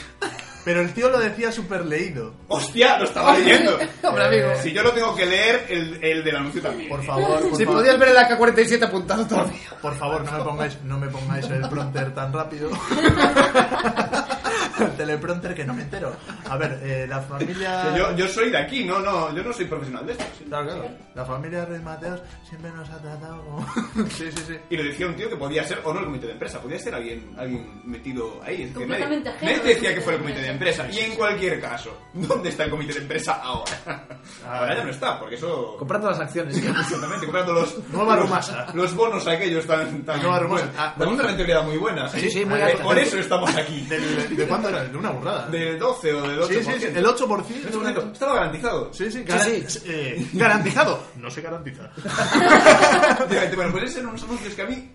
B: Pero el tío lo decía súper leído.
C: ¡Hostia! Lo estaba leyendo. Eh,
A: Hombre, amigo.
C: Si yo lo tengo que leer, el, el del anuncio también.
B: Por favor, por,
A: Si
B: favor,
A: podías ver el AK-47 apuntado todavía.
B: por favor, no me pongáis, no me pongáis el prompter tan rápido. el teleprompter que no me entero. A ver, eh, la familia...
C: Que Yo, yo soy de aquí, no, no, yo no soy profesional de esto. sí.
B: Claro, claro. La familia Rey Mateos siempre nos ha tratado como... sí, sí, sí.
C: Y lo decía un tío que podía ser o no el comité de empresa, podía ser alguien, alguien metido ahí. Es que
D: Completamente
C: nadie,
D: ajeno
C: nadie
D: al
C: decía que fuera el comité de empresa. Y en cualquier caso, ¿dónde está el comité de empresa ahora?
B: Ah.
C: Ahora ya no está, porque eso.
A: Comprando las acciones.
C: Exactamente, comprando los,
B: Nueva
C: los-
B: Rumasa.
C: los bonos aquellos tan. tan
B: Nueva Rumasa. Ah,
C: bueno, con una rentabilidad muy buena.
A: Sí, sí, muy
C: Eh,
A: alta.
C: Por eso estamos aquí.
B: Del- ¿De cuándo era? De una burrada.
C: Del 12 o del 8%.
B: Sí, sí, sí, el 8%.
C: 8%. este Estaba garantizado.
B: Sí, sí,
A: Sí, sí.
B: eh, garantizado. No se garantiza.
C: Efectivamente, Bueno, pues esos eran unos anuncios que a mí.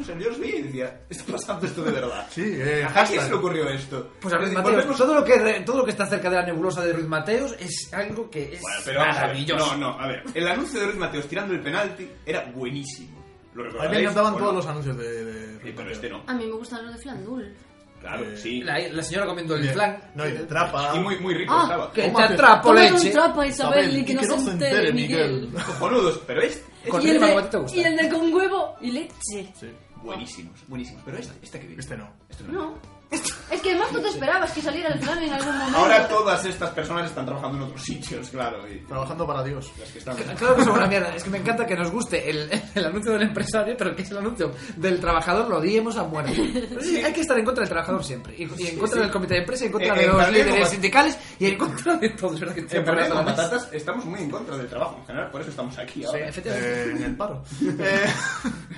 C: O sea, yo los veía y decía, está pasando esto de verdad.
B: Sí, eh,
C: ¿A quién
B: hashtag.
C: se le ocurrió esto?
A: Pues a Ruiz
C: Volvemos-
A: Mateos, todo lo, que, re- todo lo que está cerca de la nebulosa de Ruiz Mateos es algo que es
C: Bueno, pero vamos a ver.
A: maravilloso.
C: No, no, a ver. El anuncio de Luis Mateos tirando el penalti era buenísimo.
B: A mí
C: Lo recordaréis.
B: me encantaban
C: ¿o
B: todos
C: no?
B: los anuncios de... de-
C: Sí, pero este no.
D: A mí me gustan los de Flandul.
C: Claro,
B: Eh,
C: sí.
A: La, la señora comiendo el
B: Bien.
A: flan.
B: No, y de trapa.
C: Y muy, muy rico
D: Ah,
C: estaba.
A: Que te
B: Tómate.
A: atrapo
D: Tómate un
A: leche.
D: trapa, Isabel, y que no se entere, Miguel.
C: Cojonudos, pero este.
A: Con
D: Y el,
A: tripa, como a ti te
D: de,
A: gusta.
D: y el de con huevo y leche.
B: Sí.
C: Buenísimos, buenísimos. Pero este, este que viene.
B: Este no.
C: Este no.
D: No. Es que además tú te esperabas que saliera el plan en algún momento.
C: Ahora todas estas personas están trabajando en otros sitios, claro. Y
B: Trabajando para Dios.
C: las que están.
A: Claro que son una mierda. Es que me encanta que nos guste el, el anuncio del empresario, pero que es el anuncio del trabajador lo odiemos a muerte. Pero sí, Hay que estar en contra del trabajador siempre. Y, y en contra del comité de empresa, y en contra
C: Eh,
A: de
C: en
A: los
C: paralelo,
A: líderes
C: Pat-
A: sindicales y en contra de todos. ¿verdad? Que estoy
C: En París,
A: hablando
C: con
A: más.
C: patatas, estamos muy en contra del trabajo en general, por eso estamos aquí
A: Sí,
C: ahora.
A: efectivamente.
B: Eh, en el paro. Eh,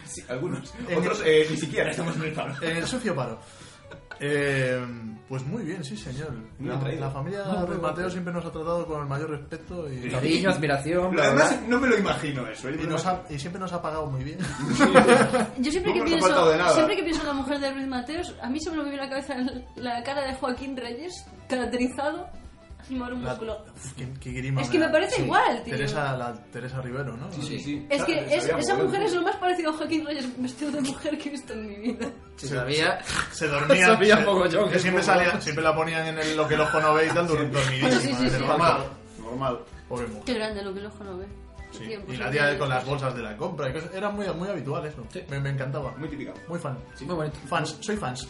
C: Sí, algunos.
B: En-
C: Otros eh, ni siquiera estamos en el paro.
B: en el sucio paro. Eh, pues muy bien, sí, señor.
C: Muy
B: La,
C: atraído.
B: la familia
A: Muy
B: Ruiz
A: bien.
B: Mateo siempre nos ha tratado con el mayor respeto
C: Eh,
B: y,
A: Cariño, admiración.
C: Pero
A: bla, bla.
C: además, no me lo imagino eso. ¿eh?
B: y nos ha- y siempre nos ha pagado muy bien.
D: Yo siempre
C: No
D: que,
C: nos ha faltado de nada.
D: pienso, siempre que pienso en la mujer de Luis Mateos, a mí se me viene a la cabeza la cara de Joaquín Reyes, caracterizado, sin mover un
B: La-
D: músculo.
B: Uf, qué- qué grima
D: Es que me
B: da.
D: parece igual, tío.
B: Teresa, la, Teresa Rivero, ¿no?
C: Sí, sí.
D: Es que
C: Claro,
D: es-
C: sabíamos,
D: esa
C: ¿no?
D: mujer es lo más parecido a Joaquín Reyes vestido de mujer que he visto en mi vida.
A: Si sabía.
B: Se dormía.
A: Sabía
B: se-
A: mogollón,
B: que
A: es
B: siempre,
A: muy
B: salía,
A: guapo.
B: siempre la ponían en el, lo que el ojo no ve y tal, dur- dormidísima.
D: Bueno, sí, sí,
B: desde
D: sí.
B: luego.
C: Normal. Normal.
B: Pobre
D: Qué
B: mujer.
D: grande lo que el ojo no ve.
B: Sí.
D: Tío,
B: Y
D: pues,
B: la tía con las bolsas de la compra. y cosas. Era muy, muy habitual eso.
A: Sí.
B: Me, me encantaba.
C: Muy típica.
B: Muy fan.
A: Muy bonito.
B: Fans, soy fans.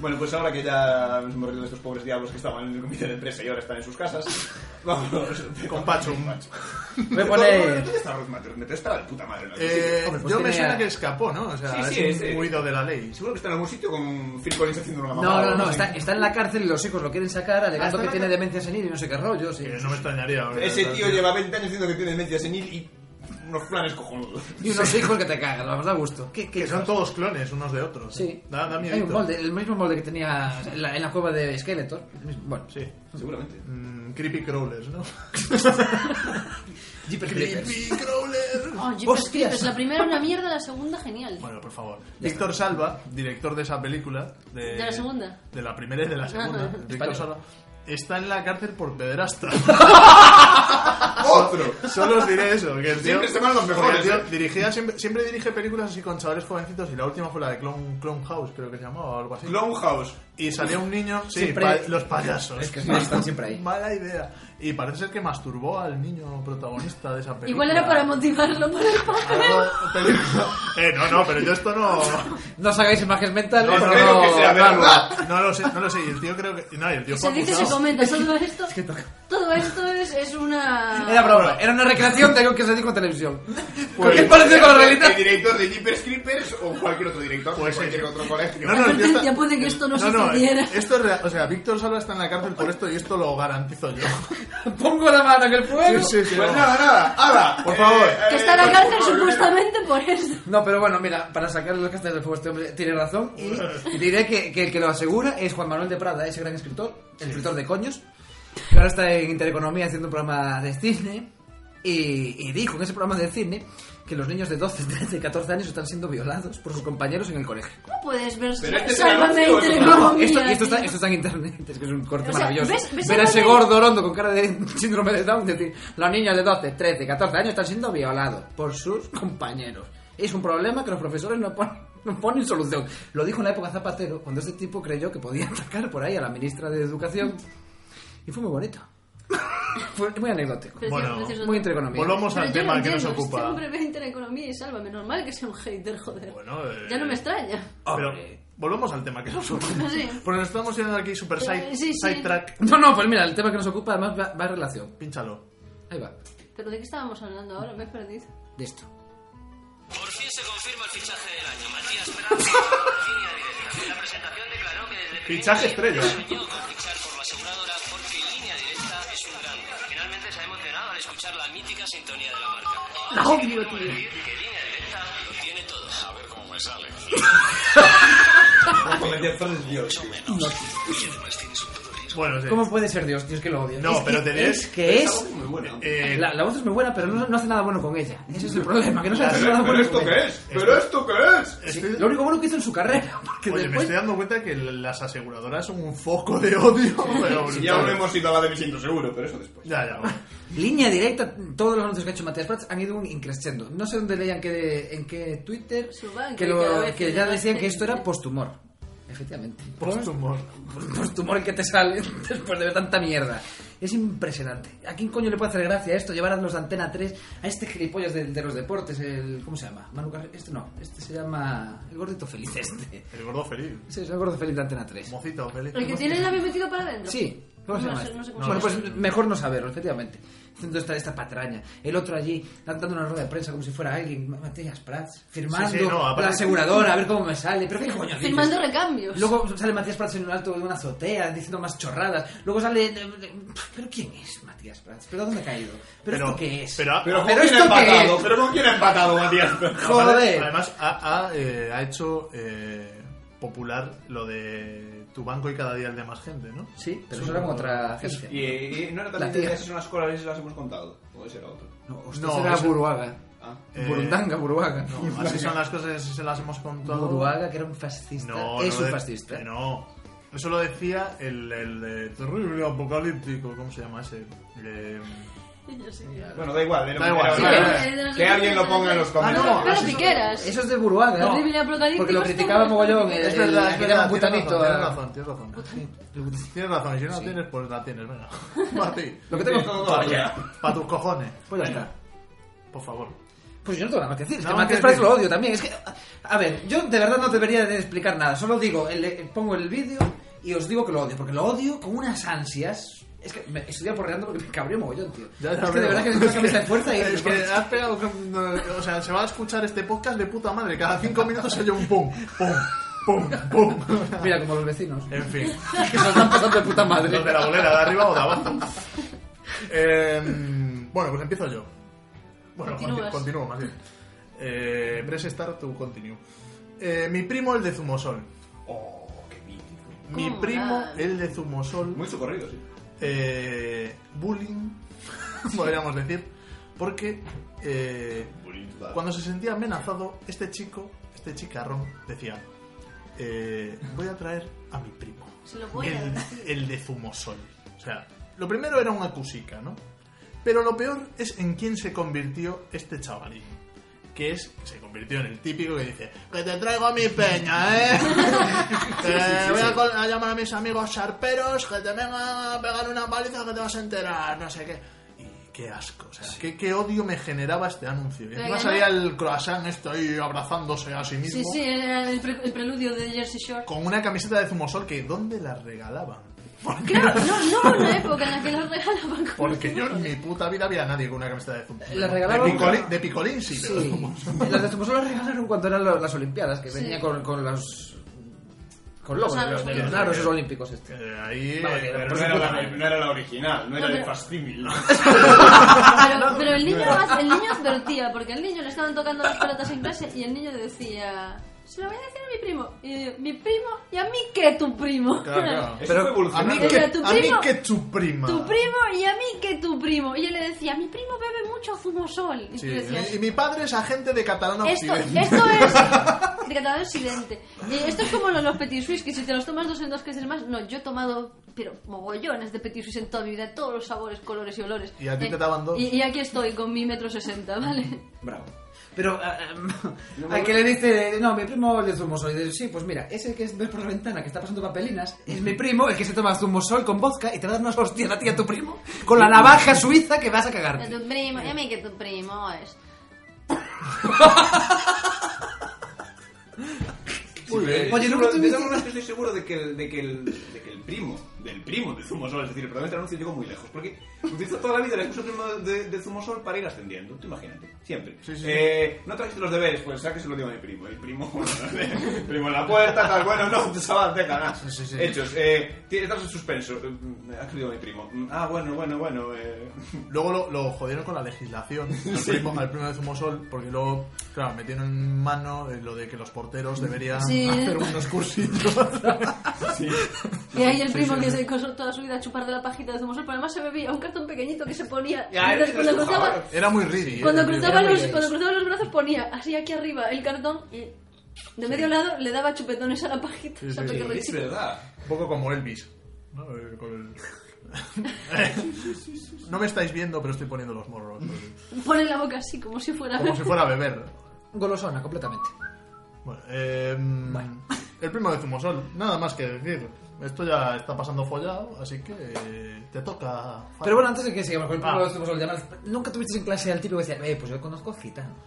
C: Bueno, pues ahora que ya nos hemos reído de estos pobres diablos que estaban en el comité de empresa y ahora están en sus casas, vámonos.
B: Con Pachum.
A: Voy a poner.
C: ¿Dónde está Ruth Mateo? Me está de puta madre. ¿no?
B: Eh,
A: Hombre, pues
B: yo me
A: tenía-
B: suena que escapó, ¿no? O sea,
C: Sí, sí,
B: es
C: es,
B: un
C: eh.
B: huido de la ley.
C: Seguro que está en algún sitio con Phil Collins haciendo una
A: No,
C: mamada.
A: no,
C: o algo
A: no,
C: así.
A: está, está en la cárcel y los hijos lo quieren sacar alegando
B: Ah, está
A: que
B: en
A: tiene
B: la
A: demencia senil y no sé qué rollo. sí.
B: Que no me extrañaría. porque-
C: Ese tío lleva 20 años diciendo que tiene demencia senil y unos planes cojonudos.
A: Y unos hijos que te cagan, vamos da gusto. ¿Qué, qué
B: Que son todos clones unos de otros. ¿eh?
A: Sí.
B: Da, da
A: Hay un
B: miedito.
A: molde, el mismo molde que tenía en la, en la cueva de Skeletor. el mismo- Bueno,
B: Sí.
C: Seguramente.
B: Mm, creepy crawlers, ¿no?
A: Jeepers Creepers.
B: creepy crawlers.
D: Oh, Jeepers
A: Hostias.
D: Creepers, la primera una mierda, la segunda genial.
B: Bueno, por favor. Víctor Salva, director de esa película. De,
D: ¿De la segunda?
B: De la primera y de la segunda.
D: Ajá.
B: Víctor Salva. Está en la cárcel por pederasta.
C: ¡Otro!
B: Solo os diré eso. Que el tío,
C: Siempre se van los mejores,
B: porque el tío
C: ¿eh?
B: dirigía siempre, siempre dirige películas así con chavales jovencitos y la última fue la de Clone, Clone House, creo que se llamaba o algo así.
C: Clone House.
B: Y salía un niño. Sí,
A: Siempre-
B: pa- los payasos.
A: Es que sí, están siempre ahí.
B: Mala idea. Y parece ser que masturbó al niño protagonista de esa película.
D: Igual era para motivarlo para el papel.
B: Algo- película- Eh, no, no, pero yo esto no.
A: No os hagáis imágenes mentales,
C: No,
A: pero
C: espero
A: no,
C: que sea
A: claro.
C: verdad.
B: No lo sé, no lo sé. Y el tío creo que. No, y el tío
D: Se
B: fue
D: dice, se
B: acusado.
D: comenta, todo esto,
A: que toca.
D: todo esto es, es una...
A: Era broma, era una recreación de algo que se dijo en televisión.
B: Pues-
A: ¿Qué parece con la realidad?
C: El director de Jeepers Creepers o cualquier otro director
B: Pues sí.
C: cualquier otro colegio.
B: No, no, el tío
D: Advertencia,
B: está-
D: puede que esto no
B: No, no,
D: sucediera.
B: eh, esto es real. O sea, Víctor Salva está en la cárcel por esto y esto lo garantizo yo.
A: Pongo la mano en el fuego.
B: Sí, sí, sí.
C: Pues
B: no.
C: nada, nada, hala.
B: Por favor.
D: Que está en la
C: por
D: cárcel
C: favor,
D: supuestamente por esto.
A: No, pero bueno, mira, para sacar los castaños del fuego este hombre tiene razón y diré que, que el que lo asegura es Juan Manuel de Prada, ese gran escritor, el escritor de coños, que ahora está en Intereconomía haciendo un programa de cine y, y dijo en ese programa de cine que los niños de 12, 13, 14 años están siendo violados por sus compañeros en el colegio.
D: ¿Cómo puedes ver
C: Pero este es el
D: Sálvame
C: anuncio,
D: entre
C: ¿no?
A: No,
D: comillas?
A: esto, esto, está,
D: tío?
A: esto está en internet, es que es un corte
D: O sea,
A: maravilloso.
D: ¿ves- ves
A: Ver a
D: algo
A: ese
D: que-
A: gordo orondo con cara de síndrome de Down, decir, los niños de 12, 13, 14 años están siendo violados por sus compañeros. Es un problema que los profesores no ponen, no ponen solución. Lo dijo en la época Zapatero, cuando este tipo creyó que podía atacar por ahí a la ministra de Educación. Y fue muy bonito. Fue muy anecdótico.
D: Pero
B: Bueno,
D: tío, precioso.
A: muy entre economía.
B: Volvamos
D: Pero
B: al
D: yo
B: tema
D: lo
B: que nos
D: entiendo, Este
B: ocupa.
D: hombre ve intereconomía y sálvame. Normal que sea un hater, joder.
B: Bueno, eh,
D: Ya no me extraña.
B: Pero
A: Hombre.
B: volvamos al tema que nos ocupa.
D: Sí.
B: Porque nos estamos yendo aquí super side,
D: Eh, sí, sí.
B: sidetrack.
A: No, no, pues mira, el tema que nos ocupa además va, va en relación.
B: Pínchalo.
A: Ahí va.
D: Pero ¿de qué estábamos hablando ahora? Me he perdido.
A: De esto.
F: Por fin se confirma el fichaje del año. Matías Prats, línea directa. La presentación declaró que desde
B: Fichaje
F: pequeño
B: estrella.
F: soñó con fichar por la aseguradora porque línea directa es un grande. Finalmente se ha emocionado al escuchar la mítica sintonía de la marca.
D: La odio, tío.
F: Que línea directa lo tiene todo. A ver cómo me sale.
B: Bueno, sí.
A: ¿Cómo puede ser Dios? Dios que lo odio.
B: No,
A: Es que-
B: pero te diré-
A: Es que
C: Esa
A: es.
C: voz muy buena.
B: Eh,
A: La, la voz es muy buena, pero no, no hace nada bueno con ella. Ese es el problema, que no se hace nada bueno con ella.
C: es? ¿Pero esto qué es?
B: estoy-
A: Lo único bueno que hizo en su carrera. Porque
B: Oye, me
A: después...
B: estoy dando cuenta que las aseguradoras son un foco de odio. Pero
C: Si ya hemos ido a la de mi siento seguro, pero eso después.
B: Ya, ya. bueno.
A: Línea directa, todos los anuncios que ha hecho Matías Prats han ido un- increciendo. No sé dónde leían que de- en qué Twitter
D: Suban,
A: que,
D: que
A: lo-
D: cada vez
A: que
D: que
A: ya
D: le
A: decían que
D: hacen-
A: esto era posthumor. Efectivamente.
B: Posthumor.
A: Post- Posthumor el que te sale después de ver tanta mierda. Es impresionante. ¿A quién coño le puede hacer gracia esto? Llevar a los de Antena 3 a este gilipollas de, de los deportes, el... ¿Cómo se llama? Manu Carre- Este no, este se llama... El gordito feliz este.
B: El gordo feliz.
A: Sí, es el gordo feliz de Antena 3.
B: Mocito feliz.
D: El que tiene el labio metido para adentro.
A: Sí, ¿cómo se
D: No
A: llama?
D: sé- no sé cómo
A: bueno,
D: se
A: pues
D: llama.
A: mejor no saberlo, efectivamente. Haciendo esta, esta patraña. El otro allí, dando una rueda de prensa como si fuera alguien, Matías Prats, firmando
B: Sí, sí, no, aparte-
A: la aseguradora, a ver cómo me sale. Pero qué coño dices?
D: Firmando recambios.
A: Luego sale Matías Prats en un alto de una azotea diciendo más chorradas. Luego sale. de- de- ¿Pero quién es Matías Prats? ¿Pero dónde ha caído? ¿Pero, esto qué es?
B: Pero,
C: Pero,
A: Ah, Pero
C: ¿con quién
A: esto
C: ha
A: qué
C: empatado?
A: es?
C: ¿Pero con quién ha empatado, Matías?
A: joder.
B: Además, ha, ha, eh, ha hecho eh, popular lo de tu banco y cada día el de más gente, ¿no?
A: Sí, pero eso era como otra agencia.
C: Y, eh, y no era
A: La
C: tan
A: tía.
C: esas son las cosas y las hemos contado. O ese era otro.
A: No, hostia,
B: No,
A: será
B: eso-
A: Buruaga.
C: Ah.
B: Eh,
A: Burundanga, Buruaga.
B: No, así son las cosas, así se las hemos contado.
A: Buruaga, que era un fascista. es
B: lo
A: un
B: de-
A: fascista.
B: que no. Eso lo decía el, el de terrible apocalíptico, ¿cómo se llama ese? Eh,
D: Yo sí.
C: Bueno, da igual. era-
B: Da igual,
C: era-
B: sí,
C: era-
D: eh, de las
C: que alguien lo
D: noticias,
C: ponga en los
D: de las-
B: Ah,
C: comentarios.
B: no,
D: Pero
B: eso-
D: piqueras.
A: Eso es de Buruaga, ¿no?
D: Horrible apocalíptico,
A: Porque lo
D: está
A: criticaba
D: muy
A: mogollón.
D: bien.
A: el-
B: es verdad,
A: el
B: es
A: que llaman
B: verdad, tienes
A: butanito
B: razón, tienes
A: a-
B: razón, tienes razón.
A: Sí.
B: Tienes razón, y si no la tienes, pues la tienes, venga. Para ti.
A: Lo que
C: Sí, todo
A: tengo.
C: vale.
B: Para tus cojones.
A: Pues ya
B: Venga,
A: está.
B: Por favor.
A: Pues yo no tengo nada más que decir. Es
B: Nada
A: que
B: más
A: Matías
B: que
A: Prats
B: decir.
A: lo odio también. Es que, a- a ver, yo de verdad no debería de explicar nada. Solo digo, el- eh, pongo el vídeo y os digo que lo odio. Porque lo odio con unas ansias. Es que me estoy aporreando porque me cabrió mogollón, tío.
B: Ya,
A: es
B: ya
A: que de
B: veo.
A: verdad que necesito una camisa de fuerza y...
B: Es que has pegado. con- no, O sea, se va a escuchar este podcast de puta madre. Cada cinco minutos se oye un pum, pum, pum, pum.
A: Mira, como los vecinos.
B: En fin.
A: que se lo están pasando de puta madre.
B: Los de la bolera, de arriba o de abajo. Em, bueno, pues empiezo yo. Bueno,
D: Continúas.
B: conti- continúo más bien. Eh, press start to continue. Eh, mi primo el de Zumosol.
C: Oh, qué mítico.
B: Mi
D: ¿Cómo
B: primo
D: la-
B: el de Zumosol.
C: Muy socorrido, sí.
B: eh, bullying, podríamos decir, porque eh, cuando se sentía amenazado, este chico, este chicarrón, decía, eh, voy a traer a mi primo,
D: Se lo voy a
B: el,
D: decir.
B: el de Zumosol. O sea, lo primero era una cusica, ¿no? Pero lo peor es en quién se convirtió este chavalín. Que es, se convirtió en el típico que dice: Que te traigo a mi peña, ¿eh? Que voy a, col- a llamar a mis amigos charperos, que te vengan a pegar una paliza que te vas a enterar, no sé qué. Y qué asco, o sea, qué, qué odio me generaba este anuncio. Y
D: Pero
B: encima
D: además-
B: salía el croissant esto ahí abrazándose a sí
D: Sí,
B: mismo.
D: sí, era el, pre- el preludio de Jersey Shore.
B: Con una camiseta de zumosol que, ¿dónde la regalaban? Porque,
D: Claro, no, no hubo una época en la que los regalaban con
B: porque yo en mi puta vida había nadie con una camiseta de zumosol.
A: La regalaban-
B: De picolín, de picolín sí, pero de
A: Sí.
B: zumosol.
A: Las de Zumosol las regalaron cuando eran lo- las Olimpiadas, que
D: Sí.
A: venía con, con los. con logos,
D: Los aros,
A: de los
D: los
A: aros esos olímpicos. Este.
B: Eh, ahí...
A: Vale,
B: eh,
A: pero
C: Pero no era, la, no era la original, no era
D: No,
C: el
D: pero-
C: facsímil.
D: Pero, pero el, niño, el niño advertía, porque al niño le estaban tocando las pelotas en clase y el niño decía, se lo voy a decir a mi primo. Y yo, mi primo, ¿y a mí qué tu primo?
B: Claro, claro.
C: Eso
A: Pero
B: A
C: fue
B: mí
C: evolucionando.
B: que,
D: Era tu
B: a mí
D: primo.
B: que tu prima.
D: Tu primo y a mí que tu primo. Y él le decía, mi primo bebe mucho zumosol. Y tú
B: Sí,
D: decías,
B: y mi padre es agente de catalán
D: esto,
B: occidente.
D: esto es... De Catalán Occidente. Eh, Esto es como los, los Petit Suisse, que si te los tomas dos en dos, que es el más... No, yo he tomado, pero mogollones de Petit Suisse en toda mi vida, todos los sabores, colores y olores.
B: Y a ti te daban dos.
D: Y, y aquí estoy con mi metro sesenta, ¿vale?
C: Bravo.
A: Pero ah, ah, hay que le dice, no, mi primo le zumo sol. Y dice, sí, pues mira, ese que ves por la ventana que está pasando papelinas es mi primo, el que se toma zumo sol con vodka y te va a dar unas hostias a ti y a tu primo con la navaja suiza que vas a
D: A
A: cagarte.
D: tu primo, y a mí que tu primo es.
A: Muy bien. Oye,
C: Oye,
A: nunca
C: no
A: tuviste-
C: que estoy seguro de que, el, de, que el, de que el primo, del primo de Zumosol, es decir, el protagonista del anuncio llegó muy lejos, porque utilizó toda la vida el recurso primo de, de Zumosol para ir ascendiendo, tú imagínate, siempre. Eh, no trajiste los deberes, pues ya que se lo dio a mi primo, el primo, el primo en la puerta, tal, bueno, no, pues, chaval, deja, nada.
A: Sí, sí, sí.
C: Hechos, eh, ti- estás en suspenso, Mm, ha escrito mi primo, Mm, ah, bueno, bueno, bueno, eh...
B: Luego lo, lo jodieron con la legislación al, primo, al primo de Zumosol, porque luego, claro, metieron en mano eh, lo de que los porteros deberían
D: Sí.
B: hacer unos cursitos.
D: Y ahí el primo que se dedicó toda su vida a chupar de la pajita de Zumosol, pero además se bebía un cartón pequeñito que se ponía.
C: Ya,
D: Entonces,
C: eso es
D: cuando, cruzaba,
C: mejor.
B: Era muy riri. ¿eh?
D: cuando,
B: Era muy
D: cruzaba
B: riri.
D: los, cuando cruzaba los brazos ponía así aquí arriba el cartón y de medio lado le daba chupetones a la pajita.
B: Sí,
D: o sea,
B: sí.
D: porque
C: Es verdad.
B: Un poco como Elvis. ¿no? Eh, con el- No me estáis viendo, pero estoy poniendo los morros.
D: Pone la boca así, como si fuera.
B: Como si fuera a beber.
A: Golosona, completamente.
B: Bueno, eh, el primo de Zumosol, nada más que decir. Esto ya está pasando follado, así que eh, te toca.
A: Pero bueno, antes de que sigamos con el primo
B: Ah.
A: de Zumosol, llamar- nunca tuviste en clase al tipo que decía, eh, pues yo conozco gitanos.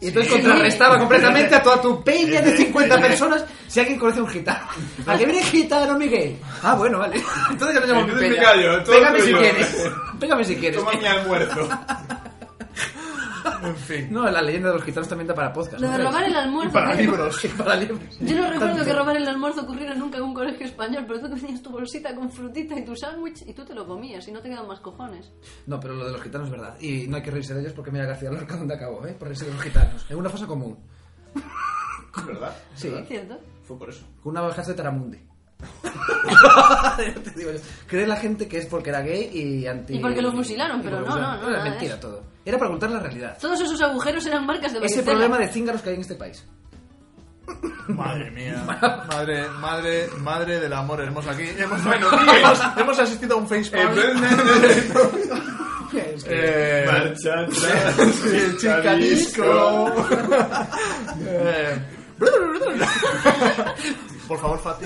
A: Y
B: Sí.
A: entonces contrarrestaba completamente a toda tu peña de 50 personas si alguien conoce a un gitano. ¿A qué viene gitano, Miguel? Ah, bueno, vale. Entonces yo lo llamo mi
C: Entonces me
A: peña.
C: callo, todo
A: Pégame si
C: tuyo.
A: quieres. Pégame si quieres.
C: Toma mi almuerzo.
B: en fin.
A: No, la leyenda de los gitanos también da para podcast.
D: Lo de robar el almuerzo.
B: para
D: que-
B: libros.
A: Sí, para libros.
D: Yo no recuerdo que robar el almuerzo ocurriera nunca en un colegio español, pero tú tenías tu bolsita con frutita y tu sándwich y tú te lo comías y no te quedan más cojones.
A: No, pero lo de los gitanos es verdad. Y no hay que reírse de ellos porque mira García Lorca dónde acabó, ¿eh? Por reírse de los gitanos. En una fosa común.
C: Es verdad,
A: Sí.
D: ¿Cierto?
C: fue por eso.
A: Con una baja de Taramundi. Ya te digo yo. Cree la gente que es porque era gay y anti.
D: Y porque lo fusilaron,
A: y
D: pero
A: porque
D: no,
A: lo
D: no,
A: fusilaron.
D: no,
A: Era
D: nada
A: mentira
D: de
A: todo. Era para ocultar la realidad.
D: Todos esos agujeros eran marcas de
A: Ese
D: varicela.
A: problema de cíngaros que hay en este país.
B: Madre mía. Madre, madre, madre del amor hermoso aquí. Hemos,
C: Bueno,
B: hemos, hemos asistido a un
C: En
B: Facebook.
C: vez de-
A: Es que-
B: Eh,
C: Marcha
B: sí, chica disco. Eh, Por favor, Fati.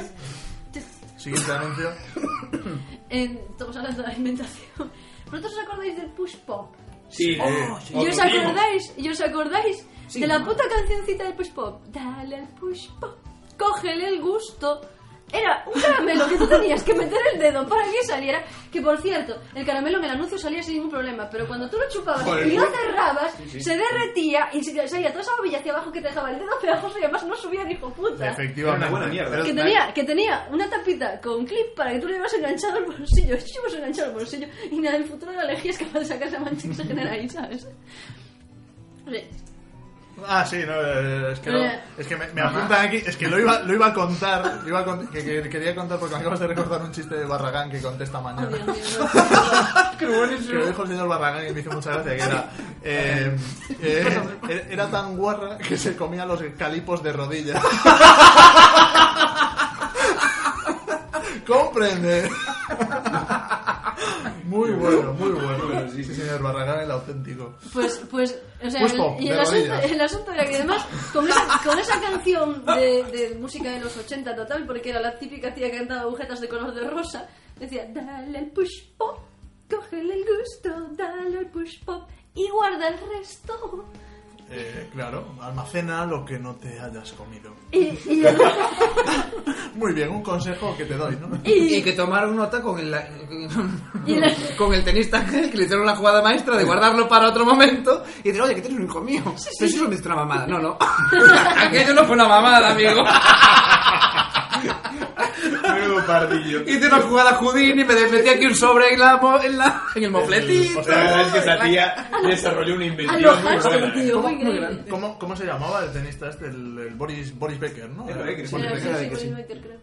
B: Siguiente anuncio.
D: En- estamos hablando de alimentación. ¿Vosotros os acordáis del push pop?
C: Sí,
D: ¿Y os acordáis? ¿Y os acordáis?
A: Sí,
D: de la
A: ¿no?
D: puta cancioncita del push pop. Dale al push pop. Cógele el gusto. Era un caramelo que tú tenías que meter el dedo para que saliera. Que por cierto, el caramelo en el anuncio salía sin ningún problema. Pero cuando tú lo chupabas
C: Joder,
D: y lo
C: ¿no?
D: cerrabas,
C: Sí, sí.
D: se derretía y se- salía toda esa babilla hacia abajo que te dejaba el dedo pegajoso y además no subía ni hijo puta.
B: Efectivamente.
C: Era una buena mierda.
B: Era-
D: Que tenía, que tenía una tapita con clip para que tú le llevas enganchado al bolsillo. Yo llevas enganchado al bolsillo y nada, en el futuro de la lejía es capaz de sacar esa mancha que se genera ahí, ¿sabes? O sea,
B: Ah, sí, no, eh, es que, no-
D: Eh.
B: es que me, me apuntan aquí, es que lo iba, lo iba a contar, lo iba a con- que, que quería contar porque me acabas de recordar un chiste de Barragán que conté esta
D: oh,
B: mañana.
D: Dios mío, no.
B: que lo dijo el señor Barragán y me hizo mucha gracia, que era, eh, eh, era tan guarra que se comía los calipos de rodillas. Comprende. Muy bueno, muy bueno. Sí, señor Barragán, el auténtico.
D: Pues, pues, o sea,
B: Pues
D: el-
B: pop,
D: y
B: de
D: el asunto,
B: rodillas.
D: el asunto era que además, con esa, con esa canción de, de música de los 80 total, porque era la típica tía que cantaba agujetas de color de rosa, decía, dale el push pop, cógele el gusto, dale el push pop y guarda el resto.
B: Eh, claro, almacena lo que no te hayas comido.
D: Y, y el-
B: Muy bien, un consejo que te doy, ¿no?
D: y-
A: Y que tomaron nota con el,
D: Y la-
A: con el tenista Ángel, que le hicieron la jugada maestra de guardarlo para otro momento y decir, oye, que tienes un hijo mío. Pero eso es una mamada. No, no. Aquello no fue una mamada, amigo.
C: Menudo pardillo.
A: Hice una jugada judín y me metí aquí un sobre en, la, mo- en, la- en el mofletito.
C: O sea, es que esa tía desarrolló una invención muy
D: Alojarse,
C: buena. ¿eh?
D: Ah, tío, muy
A: Muy
D: grande.
A: grande.
B: ¿Cómo, ¿Cómo se llamaba el tenista este? El, el Boris, Boris Becker, ¿no?
C: Era Becker, sí.
B: Boris
A: Bueno,
D: Era, sí,
A: claro
D: sí,
A: que
D: por
A: sí.
D: el Twitter, creo.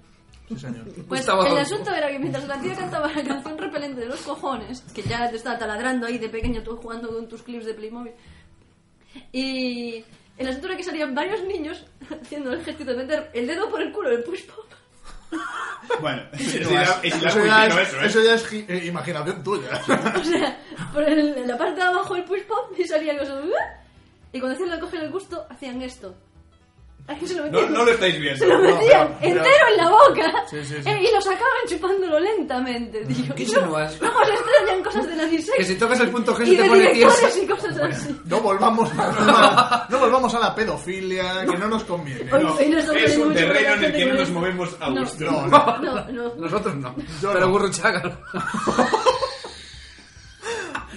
B: sí, señor.
D: Pues
A: Estaba
D: el
A: loco.
D: asunto era que mientras la tía cantaba la canción repelente de los cojones, que ya te estaba taladrando ahí de pequeño tú jugando con tus clips de Playmobil, y el asunto era que salían varios niños haciendo el ejercicio de meter el dedo por el culo del push pop.
C: Bueno, sí,
B: Eso
C: sí,
B: ya
C: la-
B: es-
C: es la
B: eso ya
C: cuitino
B: es-
C: eso, ¿eh?
B: eso ya es gi- eh, imaginación tuya.
D: O sea, por el- en la parte de abajo del push pop y salía el gozo, "Uh", Y cuando decían lo de coger el gusto, hacían esto. Es que se lo
C: No,
D: metían,
C: no lo estáis
D: se lo
C: viendo.
D: metían
B: pero-
D: entero en la boca
B: Sí, sí, sí.
D: eh, y lo sacaban chupándolo lentamente. Digo,
A: ¿Qué
D: no,
A: insinúas?
D: luego se extrañan cosas de narices
A: Que si tocas el punto G
D: y
A: se te
D: de
A: pone
D: directores
A: tieso.
D: y cosas así.
B: No volvamos, a, no volvamos a la pedofilia, que no nos conviene.
D: Oye,
B: No.
D: hoy nos
C: es
D: sorprende
C: un
D: mucho
C: terreno
D: la
C: en el
D: gente
C: que no
D: lo
C: nos
D: es.
C: movemos a
D: No.
C: gusto.
B: No, no.
D: No, no, no.
A: Nosotros no.
B: Yo
A: pero
B: no.
A: Gurru Chágalo.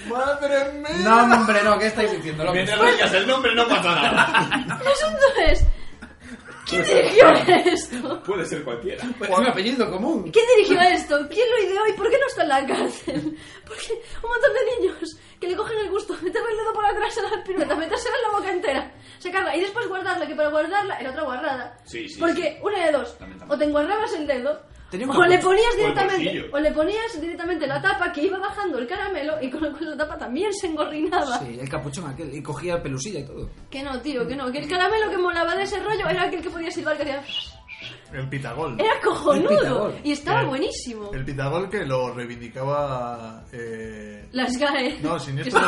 B: ¡Madre mía!
A: No, no, hombre, no, ¿qué estáis diciendo? loco?
C: Mientras no digas el nombre no pasa nada.
D: El asunto es... ¿Quién
C: Pues,
D: dirigió esto?
C: Puede ser cualquiera.
A: Pues Es un apellido común.
D: ¿Quién dirigió esto? ¿Quién lo ideó y por qué no está en la cárcel? Porque un montón de niños que le cogen el gusto, meterle el dedo por atrás a la piruleta, metérsela en la boca entera, sacarla y después guardarla, que para guardarla era otra guarrada.
C: Sí, sí,
D: Porque
C: sí.
D: una de dos,
C: También, también.
D: o te enguarrabas el dedo,
A: Tenía un
D: o le
A: capuz.
D: ponías
C: el
D: directamente,
C: bolsillo.
D: o le ponías directamente la tapa que iba bajando el caramelo y con lo cual la tapa también se engorrinaba.
A: Sí, el capuchón aquel. Y cogía pelusilla y todo.
D: Que no, tío, que no, que el caramelo que molaba de ese rollo era aquel que podía silbar que hacía...
B: El pitagol.
D: Era
A: El
D: cojonudo
A: pitagol.
D: y estaba
B: El-
D: buenísimo.
B: El pitagol que lo reivindicaba... eh,
D: Las GAE.
B: No, siniestro,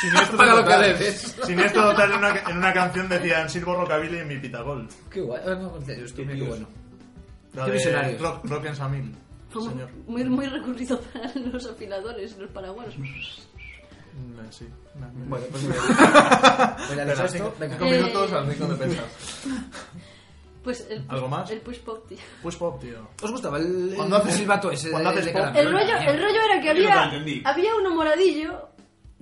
B: siniestro
A: Paga lo que
B: total.
A: debes.
B: Siniestro total en una, en una canción decían Silvo Rockabilly en mi pitagol.
A: Qué guay. Ah, No, en serio, esto, mira qué bueno.
B: La
A: Qué
B: de
A: visionario.
B: Rock, rock en Samil.
D: Como
B: Señor.
D: muy, muy recurrido para los afiladores, los paraguanos.
B: Mm, Sí.
A: Bueno, pues mira. Voy a
B: Espera,
A: dejar
B: cinco,
A: esto.
D: Eh,
A: Venga.
B: cinco minutos al ritmo de pensar.
D: Pues el,
B: ¿Algo más?
D: El push pop, tío.
B: Pues pop, tío.
A: ¿Os gustaba el,
B: Cuando
A: el
B: haces-
A: silbato ese?
B: cuando
A: de-
B: haces
A: de
B: pop.
A: cada-
D: El rollo, el rollo era que
C: Yo no lo
D: había,
C: entendí.
D: había uno moradillo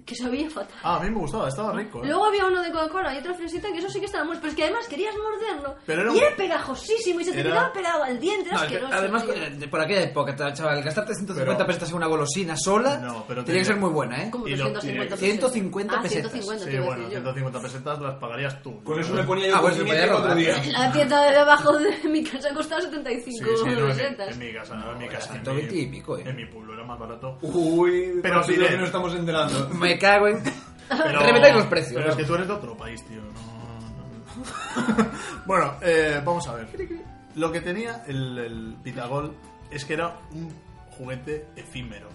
D: que sabía fatal.
B: Ah, a mí me gustaba, estaba rico. ¿eh?
D: Luego había uno de Coca-Cola y otra fresita que eso sí que estaba muy... Pero es que además querías morderlo
B: Pero era
D: y
B: un-
D: era pegajosísimo y se te
B: era-
D: quedaba pegado al diente,
A: No,
D: era
A: es que
D: asqueroso.
A: además,
D: tío.
A: eh, por aquella época, ta- chaval, gastarte 150
B: Pero-
A: pesetas en una golosina sola
B: No, pero
A: tenía
B: tenía-
A: que ser muy buena, ¿eh?
D: Como
B: y lo-
D: 250 pesetas.
A: 150
D: Ah,
A: pesetas.
D: 150, te
B: Sí,
D: iba a
B: bueno,
D: decir yo.
B: 150 pesetas las pagarías tú.
C: Con eso me ponía yo
A: Ah,
C: ah,
A: bueno,
C: pues,
A: se
C: el
A: podía
C: otro
A: robar.
C: día.
D: La tienda de debajo de mi casa costaba 75
B: Sí, sí, no, en, mi-
D: pesetas.
B: en mi casa, no, en mi
A: era
B: casa. en
A: 120
B: mi-
A: y pico, eh.
B: En mi pueblo era más barato.
C: Uy,
B: Pero sí,
C: de lo
B: eh.
C: que nos estamos enterando.
A: Me cago en.
B: Pero,
A: Reventáis los precios.
B: Pero es que
A: ¿no?
B: tú eres de otro país, tío. No, no. bueno, eh, vamos a ver. Lo que tenía el, el Pitagol es que era un juguete efímero.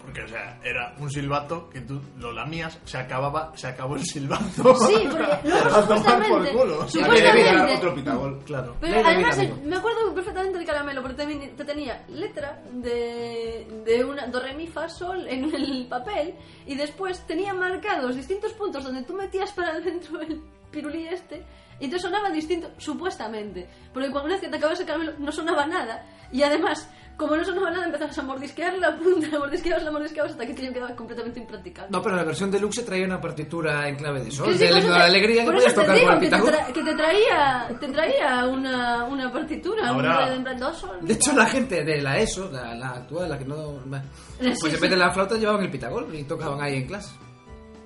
B: Porque, o sea, era un silbato que tú lo lamías, se acababa, se acabó el silbato.
D: Sí, porque luego
B: A tomar
D: supuestamente-
B: por culo.
D: Sí, Supuestamente-
C: Había que pegar otro pitagol.
B: Claro.
D: Pero
A: Ley de
D: además,
A: vida,
D: el-
A: amigo.
D: me acuerdo perfectamente del caramelo, porque también te tenía letra de, de una do, re, mi, fa, sol en el papel y después tenía marcados distintos puntos donde tú metías para adentro el pirulí este y te sonaba distinto, supuestamente. Porque cuando una vez que te acabas el caramelo no sonaba nada y además, como no sonaba nada, empezabas a mordisquear la punta, la mordisqueabas, la mordisqueabas hasta que aquello quedaba completamente impracticable.
A: No, pero la versión deluxe traía una partitura en clave de sol,
D: Que sí,
A: del
D: por
A: himno
D: eso
A: de la
D: te-
A: alegría que
D: por eso
A: podías
D: te
A: tocar
D: digo
A: con el
D: que te,
A: pitagón.
D: tra- que te traía, te traía una, una partitura, un
B: Ahora-
D: rollo en plan, dos sol.
A: De hecho, la gente de la ESO, la, la actual, la que no. Pues
D: sí,
A: en
D: sí.
A: vez de la flauta llevaban el pitagol y tocaban ahí en clase.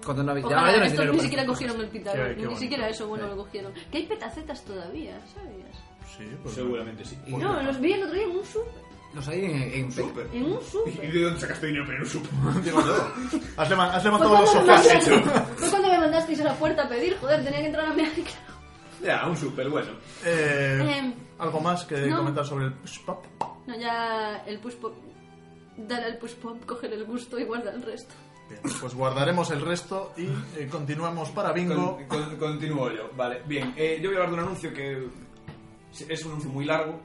A: Cuando no había.
D: Ojalá,
A: ahora ya no hay
D: estos
A: dinero
D: ni
A: para
D: siquiera
A: estas
D: cogieron el
B: Qué-
D: pitagón,
B: qué
D: ni
B: bonito.
D: siquiera eso bueno
B: Sí.
D: lo cogieron. Que hay petacetas todavía, ¿sabías?
B: Sí, pues-
C: Seguramente sí.
B: Bueno.
D: No, los vi el otro día en un super.
A: cosas. Los hay en, en
C: Súper.
D: En un
C: ¿Y
D: super.
C: de dónde sacaste dinero para ir a un súper?
B: Digo yo. Has lema- has
D: Fue
B: levantado
D: cuando,
B: los
D: me
B: sofás.
D: mandaste- fue cuando me mandasteis a la puerta a pedir, joder, tenía que entrar a mi claro.
C: Ya, un súper, bueno.
B: Eh,
D: Em,
B: ¿Algo más que
D: no.
B: comentar sobre el push pop?
D: No, ya el push pop. Dale al push pop, coger el gusto y guarda el resto.
B: Bien, pues guardaremos el resto y eh, continuamos para bingo.
C: Con- con- continúo yo, vale. Bien, eh, yo voy a hablar de un anuncio que es un anuncio muy largo.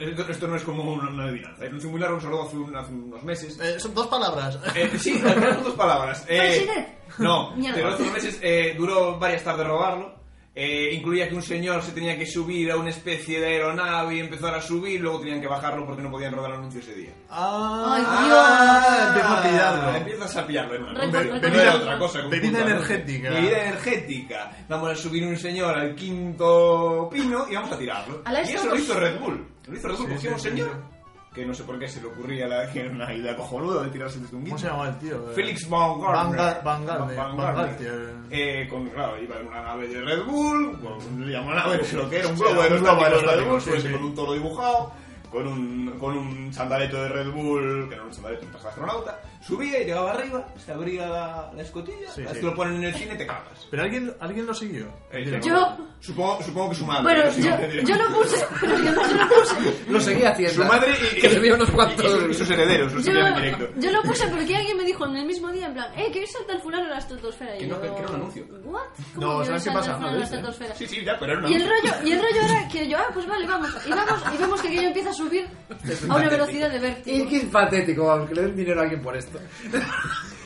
C: Esto, esto no es como una, una adivinanza. Es un anuncio muy largo, se lo hace, un- hace unos meses.
B: Eh, son dos palabras.
C: Eh, sí, al menos dos palabras. Eh,
D: Presidente.
C: No,
D: Mierda.
C: pero hace unos meses eh, duró varias tardes robarlo. Eh, incluía que un señor se tenía que subir a una especie de aeronave y empezar a subir, luego tenían que bajarlo porque no podían rodar el anuncio ese día.
D: Ay,
B: Ah,
D: Dios.
B: empiezo a pillarlo.
C: Empiezas a pillarlo, hermano.
D: Recuerdo,
C: Bebida-
D: recuerdo.
C: bebida otra cosa. con
B: Bebida
C: culpa, ¿no?
B: energética.
C: Bebida energética. Vamos a subir un señor al quinto pino y vamos a tirarlo.
D: A la
C: y eso
D: Estos.
C: lo hizo Red Bull. Lo hizo Red Bull.
B: Sí,
C: Cogió
B: sí,
C: un
B: sí,
C: señor
B: sí.
C: que no sé por qué se le ocurría la, que era una idea cojonuda de tirarse desde un
B: ¿Cómo se
C: guindo.
B: llamaba el tío? Eh,
C: Félix Van
B: Van
C: Gardner.
B: Ga- Van Gardner,
C: Van
B: Van
C: Gardner.
B: Gardner.
C: Eh, con, claro, iba en una nave de Red Bull, con, le llamaban a ver lo que era, un
B: Sí,
C: globo
B: era un globo
C: aerostático de Red
B: aerostático,
C: Bull, pues,
B: sí,
C: subirse
B: sí.
C: con un toro dibujado, con con un, con un sandaleto de Red Bull, que no era un sandaleto, un traje de astronauta, subía y llegaba arriba, se abría la, la escotilla,
B: Sí,
C: así
B: sí.
C: lo ponen en el cine y te cagas.
B: Pero alguien, alguien lo siguió.
C: Eh,
D: Yo-
C: Supongo, supongo que su
B: Ah,
C: madre.
D: Bueno,
C: pero si
D: yo,
C: no, tendría-
D: yo no puse, pero yo no, yo no puse.
A: Lo seguía haciendo.
C: Su madre y,
A: Que le dio unos
C: y-
A: cuantos.
C: y sus- y sus herederos, los
D: Yo,
C: envían en directo.
D: yo lo puse porque alguien me dijo en el mismo día, en plan, eh, que hoy salta el fulano a la estratosfera. Y
C: Que no,
D: yo,
C: que- que era un anuncio.
D: ¿What? ¿Cómo
B: No,
D: que
B: ¿sabes
D: hoy
B: qué
D: salta el
B: pasa?
D: fulano a la estratosfera?
C: Sí, sí, ya, pero era una.
D: Y el, rollo, y el rollo era que yo, ah, pues vale, vamos. Y vamos, y vemos que aquello empieza a subir a una velocidad de
A: Y
D: vértigo.
A: que es patético, vamos, que le den dinero a alguien por esto.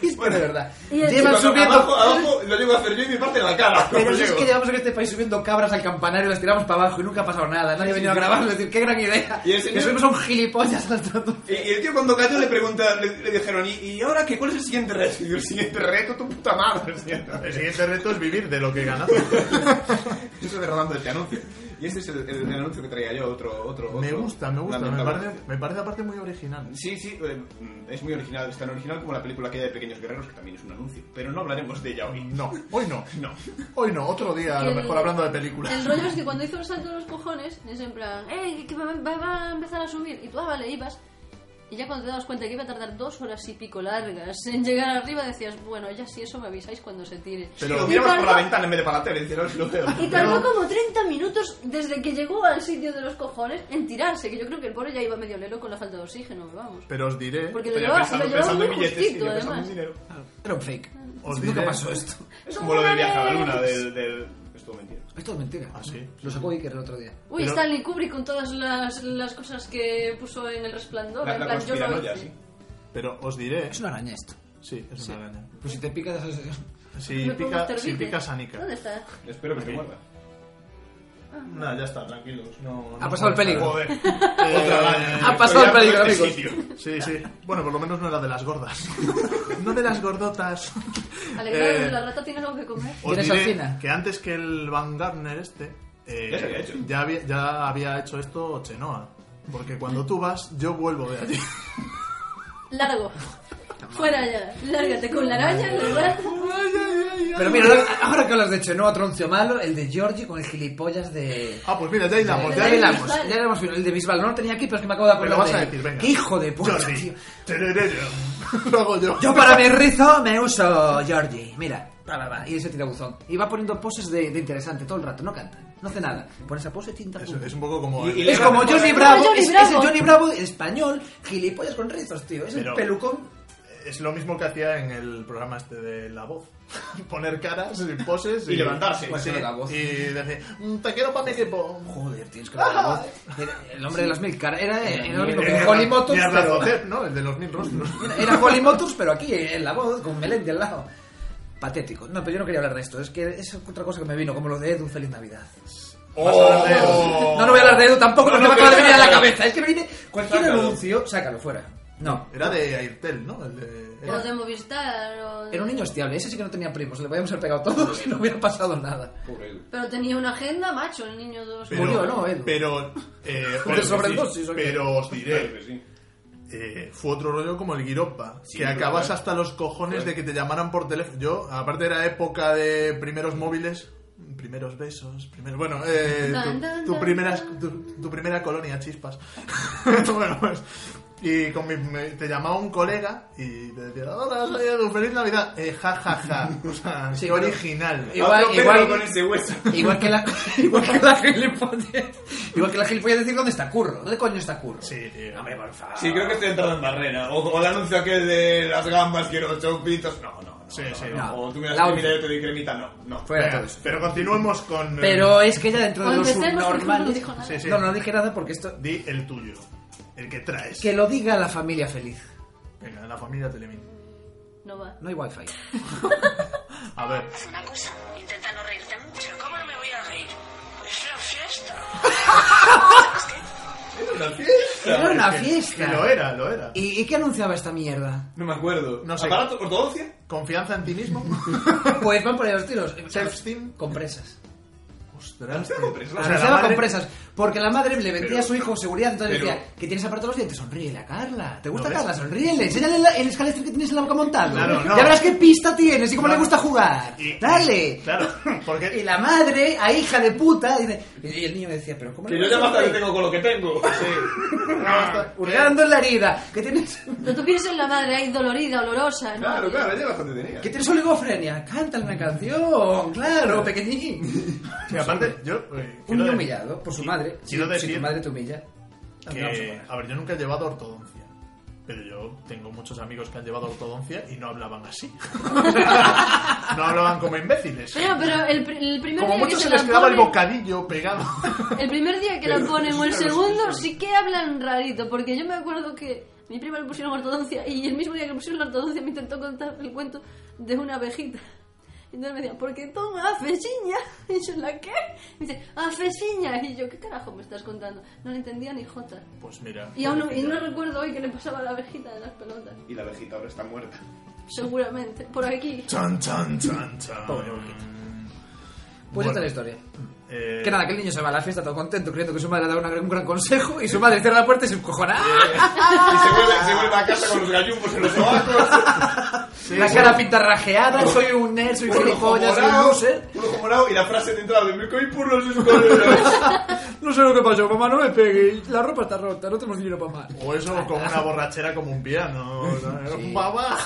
A: es que
C: Bueno.
A: de verdad.
D: Y el-
A: Llevan
C: Cuando
A: subiendo.
C: Abajo, abajo, lo llevo a hacer yo y me parte la cara.
A: Pero
C: cuando
A: si es que
C: llego.
A: llevamos en este país subiendo cabras al campanario, las tiramos para abajo y nunca ha pasado nada. Nadie ha venido a grabarlo y decir, qué gran idea.
C: Y el
A: Que
C: señor-
A: subimos a un gilipollas saltando.
C: Y y el tío cuando cayó le pregunta, le, le dijeron, ¿y, y ahora qué? ¿Cuál es el siguiente reto? Y yo, el siguiente reto, tu puta madre. el siguiente
B: El
C: reto".
B: siguiente reto es vivir de lo que ganas.
C: Yo estoy derramando este anuncio. Y este es el, el- el anuncio que traía yo, otro... otro
B: me
C: otro
B: gusta, me gusta. Me
C: lamentable.
B: parece, me parece aparte muy original.
C: Sí, sí, eh, mm, es muy original, es tan original como la película aquella de Pequeños Guerreros, que también es un anuncio. Pero no hablaremos de ella hoy.
B: No, hoy no.
C: No.
B: Hoy no, otro día, a lo
D: El-
B: mejor hablando de películas.
D: El rollo es que cuando hizo el salto de los cojones, es en plan, eh, que va, va- va a empezar a subir. Y tú, ah, vale, ibas. Y ya cuando te dabas cuenta que iba a tardar dos horas y pico largas en llegar arriba, decías, bueno, ya si eso me avisáis cuando se tire.
C: Pero lo
D: Y
C: miramos por la
D: tardó-
C: ventana en vez de para la tele, no lo veo.
D: Y tardó como 30 minutos desde que llegó al sitio de los cojones en tirarse, que yo creo que el pobre ya iba medio lelo con la falta de oxígeno, vamos.
B: Pero os diré,
D: Porque lo
C: Estoy
D: llevaba,
C: pensando,
D: lo llevaba
C: pensando en
D: muy
C: billetes,
D: justito,
C: y yo pensando en
D: además.
C: dinero.
A: Era un fake.
B: Os
A: nunca
B: diré.
A: pasó esto.
C: Es como lo de viaje a la luna del... del... Estuvo mentira.
A: Esto es mentira.
B: Ah, sí.
A: Lo sacó Iker el otro día.
D: Uy,
B: Pero-
D: Stanley Kubrick con todas las, las cosas que puso en el resplandor.
C: La,
D: en
C: la
D: plan, yo lo
C: conspiranoia,
D: hice.
C: sí.
B: pero os diré.
A: Es una araña esto.
B: Sí, es una araña.
A: Pues si te pica, das
B: Si
D: Me pongo
B: pica,
D: Mr.
B: si
D: Bitter.
B: pica sanica.
D: ¿Dónde está?
C: Espero que
B: Aquí.
C: se guarda.
B: Nada, ya está, tranquilos. No,
A: Ha pasado el peligro.
C: Joder.
B: Otra araña.
A: Ha pasado el peligro,
C: Este
A: amigos.
C: sitio.
B: Sí, sí. Bueno, por lo menos no era de las gordas. no de las gordotas.
D: Alegrado
B: Eh,
D: de la rata, ¿tienes algo que comer?
B: Os
A: ¿Tienes
B: diré
A: alcina?
B: que antes que el Van Gardner este, eh,
C: Ya se había hecho.
B: ya había, ya había hecho esto Chenoa. Porque cuando tú vas, yo vuelvo de allí.
D: Largo. Fuera ya. Lárgate con la araña, la rata.
A: Pero mira, ahora- ahora que hablas de Chenoa Troncio Malo, el de Giorgi con el gilipollas de.
B: Ah, pues mira, ya hilamos,
A: Ya
B: ya
D: de
B: hilamos.
A: hablamos,
D: Bisbal.
A: ya hablamos. El de Bisbal no lo tenía aquí, pero es que me acabo de
B: Me
A: acordar.
B: lo vas
A: de
B: a
A: él.
B: decir, venga.
A: ¡Qué hijo de puta,
B: Jordi.
A: tío!
B: Tererero. Lo hago yo.
A: Yo para mi rizo me uso Georgie. Mira, ta, ba, ba, y ese tirabuzón. Y va poniendo poses de, de interesante todo el rato. No canta, no hace nada. Pone esa pose tinta.
B: Es, es un poco como...
C: Y-
B: el-
C: y le-
A: Es como
C: Johnny
A: Johnny Bravo,
D: Johnny
A: es, es el
D: Bravo.
A: Johnny Bravo español, gilipollas con rizos, tío. Es
B: Pero-
A: el pelucón.
B: Es lo mismo que hacía en el programa este de La Voz. Poner caras, poses y... pues
C: Y levantarse.
B: Sí,
A: Bueno, La Voz.
B: Y decir, "Mm, te quiero para mi equipo.
A: Joder, tienes que ver la voz. Era El hombre de las mil caras. Era, era lo mismo que
B: Era-
A: Holly Motors,
B: era
A: pero-
B: Radocep, ¿no? El de los mil rostros.
A: Era Holly Motors, pero aquí, en la voz, con Melendi al lado. Patético. No, pero yo no quería hablar de esto. Es que es otra cosa que me vino, como lo de Edu, Feliz Navidad.
B: Vas a hablar de él.
A: Oh. No, no voy a hablar de Edu tampoco,
C: No,
A: porque
C: no,
A: me acaba de
C: pero-
A: venir a la cabeza. Es que me viene cualquier
C: Sácalo.
A: anuncio, sácalo fuera. No.
B: Era de Airtel, ¿no? El de-
D: O
B: era-
D: de Movistar. O de-
A: Era un niño hostiable, ese sí que no tenía primos, le podíamos haber pegado todos y no hubiera pasado nada.
C: Pobre Edu.
D: Pero tenía una agenda, macho, el niño de los
A: Pero- Murió, ¿no, Edu?
B: Pero, eh,
A: Una
B: pero-
A: sobredosis, ¿o qué?
B: pero os
C: Claro que
B: diré,
C: pues sí.
B: eh, fue otro rollo como el Guiropa,
C: Sí,
B: que
C: pero
B: acabas
C: claro.
B: hasta los cojones
C: Claro.
B: de que te llamaran por teléfono. Yo, aparte era época de primeros móviles, primeros besos, primeros, bueno, eh,
D: Tan,
B: tu-
D: tan,
B: tu,
D: tan,
B: primeras-
D: tan.
B: tu- tu primera colonia, chispas. bueno, pues, y con mi- me- te llamaba un colega y te decía, hola, soy Edu, feliz Navidad. Eh, ja, ja, ja. O sea,
A: Sí,
B: qué
A: pero-
B: original.
A: Igual-
C: Otro perro
A: igual-
C: con ese hueso.
A: Igual que la, igual que la gilipollez. Igual que la gilipollez decir dónde está Curro. ¿Dónde coño está Curro?
B: Sí, tío.
A: Hombre, por favor.
C: Sí, creo que estoy entrando en barrera. O, o el anuncio aquel de las gambas, quiero chopitos. No, no, no.
B: Sí,
C: no,
B: sí,
C: no.
A: no.
C: O tú me das
A: La
C: cremita,
A: otra.
C: yo te doy cremita. No, no.
A: Fuera
B: Venga,
A: todo eso.
B: pero continuemos con... eh,
A: Pero es que ya dentro de
D: O
A: los
D: empecemos, porque Curro no
A: subnormales.
D: dijo nada.
B: Sí, sí.
A: No, no dije nada porque esto.
B: Di el tuyo, el que traes.
A: Que lo diga la familia feliz.
B: Venga, la familia Telemín.
D: No va.
A: No hay wifi.
B: A ver,
E: Haz una cosa, intenta no reírte mucho.
F: ¿Cómo no me voy a reír? Pues la fiesta.
C: Era una fiesta.
A: Era una
B: que-
A: fiesta.
B: que lo era, lo era.
A: ¿Y, y qué anunciaba esta mierda?
C: No me acuerdo.
B: No sé.
C: ¿Aparato? ¿Ortodoncia?
B: Confianza en ti mismo.
A: Pues van por ahí los tiros.
B: Self-esteem.
A: Compresas.
B: Ostras,
C: Anunciaba
B: tío.
C: compresas.
B: O
A: La
B: sea, la
A: anunciaba
B: madre-
A: con presas. Porque la madre le vendía
C: Pero-
A: a su hijo seguridad, entonces
C: pero-
A: decía, que tienes aparte los dientes, sonríele a Carla. ¿Te gusta
B: ¿No ves?
A: Carla? Sonríele, enséñale la- el escalestro que tienes en la boca montado.
B: Claro, no.
A: Ya verás qué pista tienes y cómo
B: No,
A: le gusta jugar.
B: Y-
A: Dale.
B: Claro, porque
A: Y la madre, a hija de puta, dice... Y el niño decía, pero ¿cómo
C: Que
A: le
C: yo
A: vas
C: ya
A: a
C: basta que
A: sonreír?".
C: tengo con lo que tengo.
B: eh,
A: Hurgando en la herida. Que tienes...
D: Lo tuvieras en la madre ahí dolorida, olorosa, ¿no?
C: Claro, claro, ya bastante tenía.
A: Que tienes oligofrenia. Cántale una canción. Claro, pequeñín.
B: que aparte yo... eh,
A: Un
B: quiero
A: niño
B: de-
A: humillado por su madre. Si,
B: quiero
A: si
B: decir
A: tu madre te humilla...
B: que-
A: ¿dónde vamos a parar?
B: a ver, yo nunca he llevado ortodoncia. Pero yo tengo muchos amigos que han llevado ortodoncia y no hablaban así. no hablaban como imbéciles.
D: Pero, pero el, pr- el primer
B: Como
D: día que
B: mucho
D: se,
B: se
D: la
B: les quedaba el
D: ponen-
B: bocadillo pegado.
D: El primer día que la ponen o el segundo sí que hablan rarito, porque yo me acuerdo que mi prima le pusieron ortodoncia y el mismo día que le pusieron la ortodoncia me intentó contar el cuento de una abejita. Y entonces me decía, porque toma afesiña. Y yo, ¿la qué? Y dice, afesiña. Y yo, ¿qué carajo me estás contando? No le entendía ni jota.
B: Pues mira.
D: Y aún no, y no recuerdo hoy qué le pasaba a la abejita de las pelotas.
C: Y la abejita ahora está muerta.
D: Seguramente. Por aquí.
B: Chan, chan, chan, chan.
A: Pobre boquita. Pues esta es la historia.
B: Eh,
A: Que nada, que el niño se va a la fiesta todo contento, creyendo que su madre le da una- un gran consejo y su madre cierra la puerta y se ¡Ah! encojona.
C: Y se vuelve, se vuelve a casa con los gallumbos en los sobacos.
A: la cara pintarrajeada, soy un nerd, soy
C: Un ojo
A: gilipollas, soy un
C: morado.
A: loser.
C: Un
B: ¿eh?
C: ojo morado y la frase de entrada de me caí por los escalones.
A: No sé lo que pasó, mamá, no me pegue, la ropa está rota, no tenemos dinero para más.
B: O eso con una borrachera como un piano.
A: Sí.
B: ¡Papá!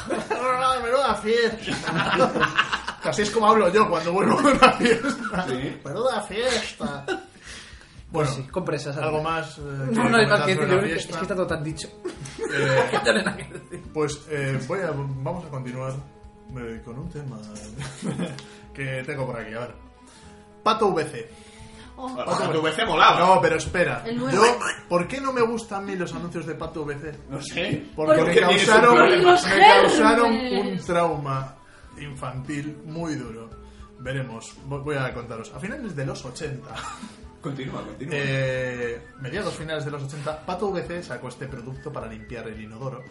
B: ¡Menuda fiesta! Así es como hablo yo cuando vuelvo de una fiesta.
C: Sí.
B: ¡Menuda fiesta! Bueno,
A: Pues Sí, con presas.
B: algo más.
A: además.
B: eh, que
A: No, no hay
B: comentar
A: más que
B: sobre
A: decir,
B: la
A: es que está
B: fiesta.
A: todo tan dicho.
B: Eh,
A: Ya no hay nada que decir.
B: Pues eh, voy a- vamos a continuar eh, con un tema que tengo por aquí. A ver. Pato VC.
D: Oh,
C: Ojo, tu vez molaba.
B: No, pero espera.
D: El nuevo.
B: Yo- ¿Por qué no me gustan a mí los anuncios de Pato VC?
C: No sé.
B: Porque
D: Porque
B: me
C: tienes un
B: causaron,
C: problema.
D: Los
B: me causaron un
D: gérmenes.
B: trauma infantil muy duro. Veremos, vo- voy a contaros. A finales de los 80,
C: Continúa, continúa.
B: eh, mediados finales de los 80, Pato VC sacó este producto para limpiar el inodoro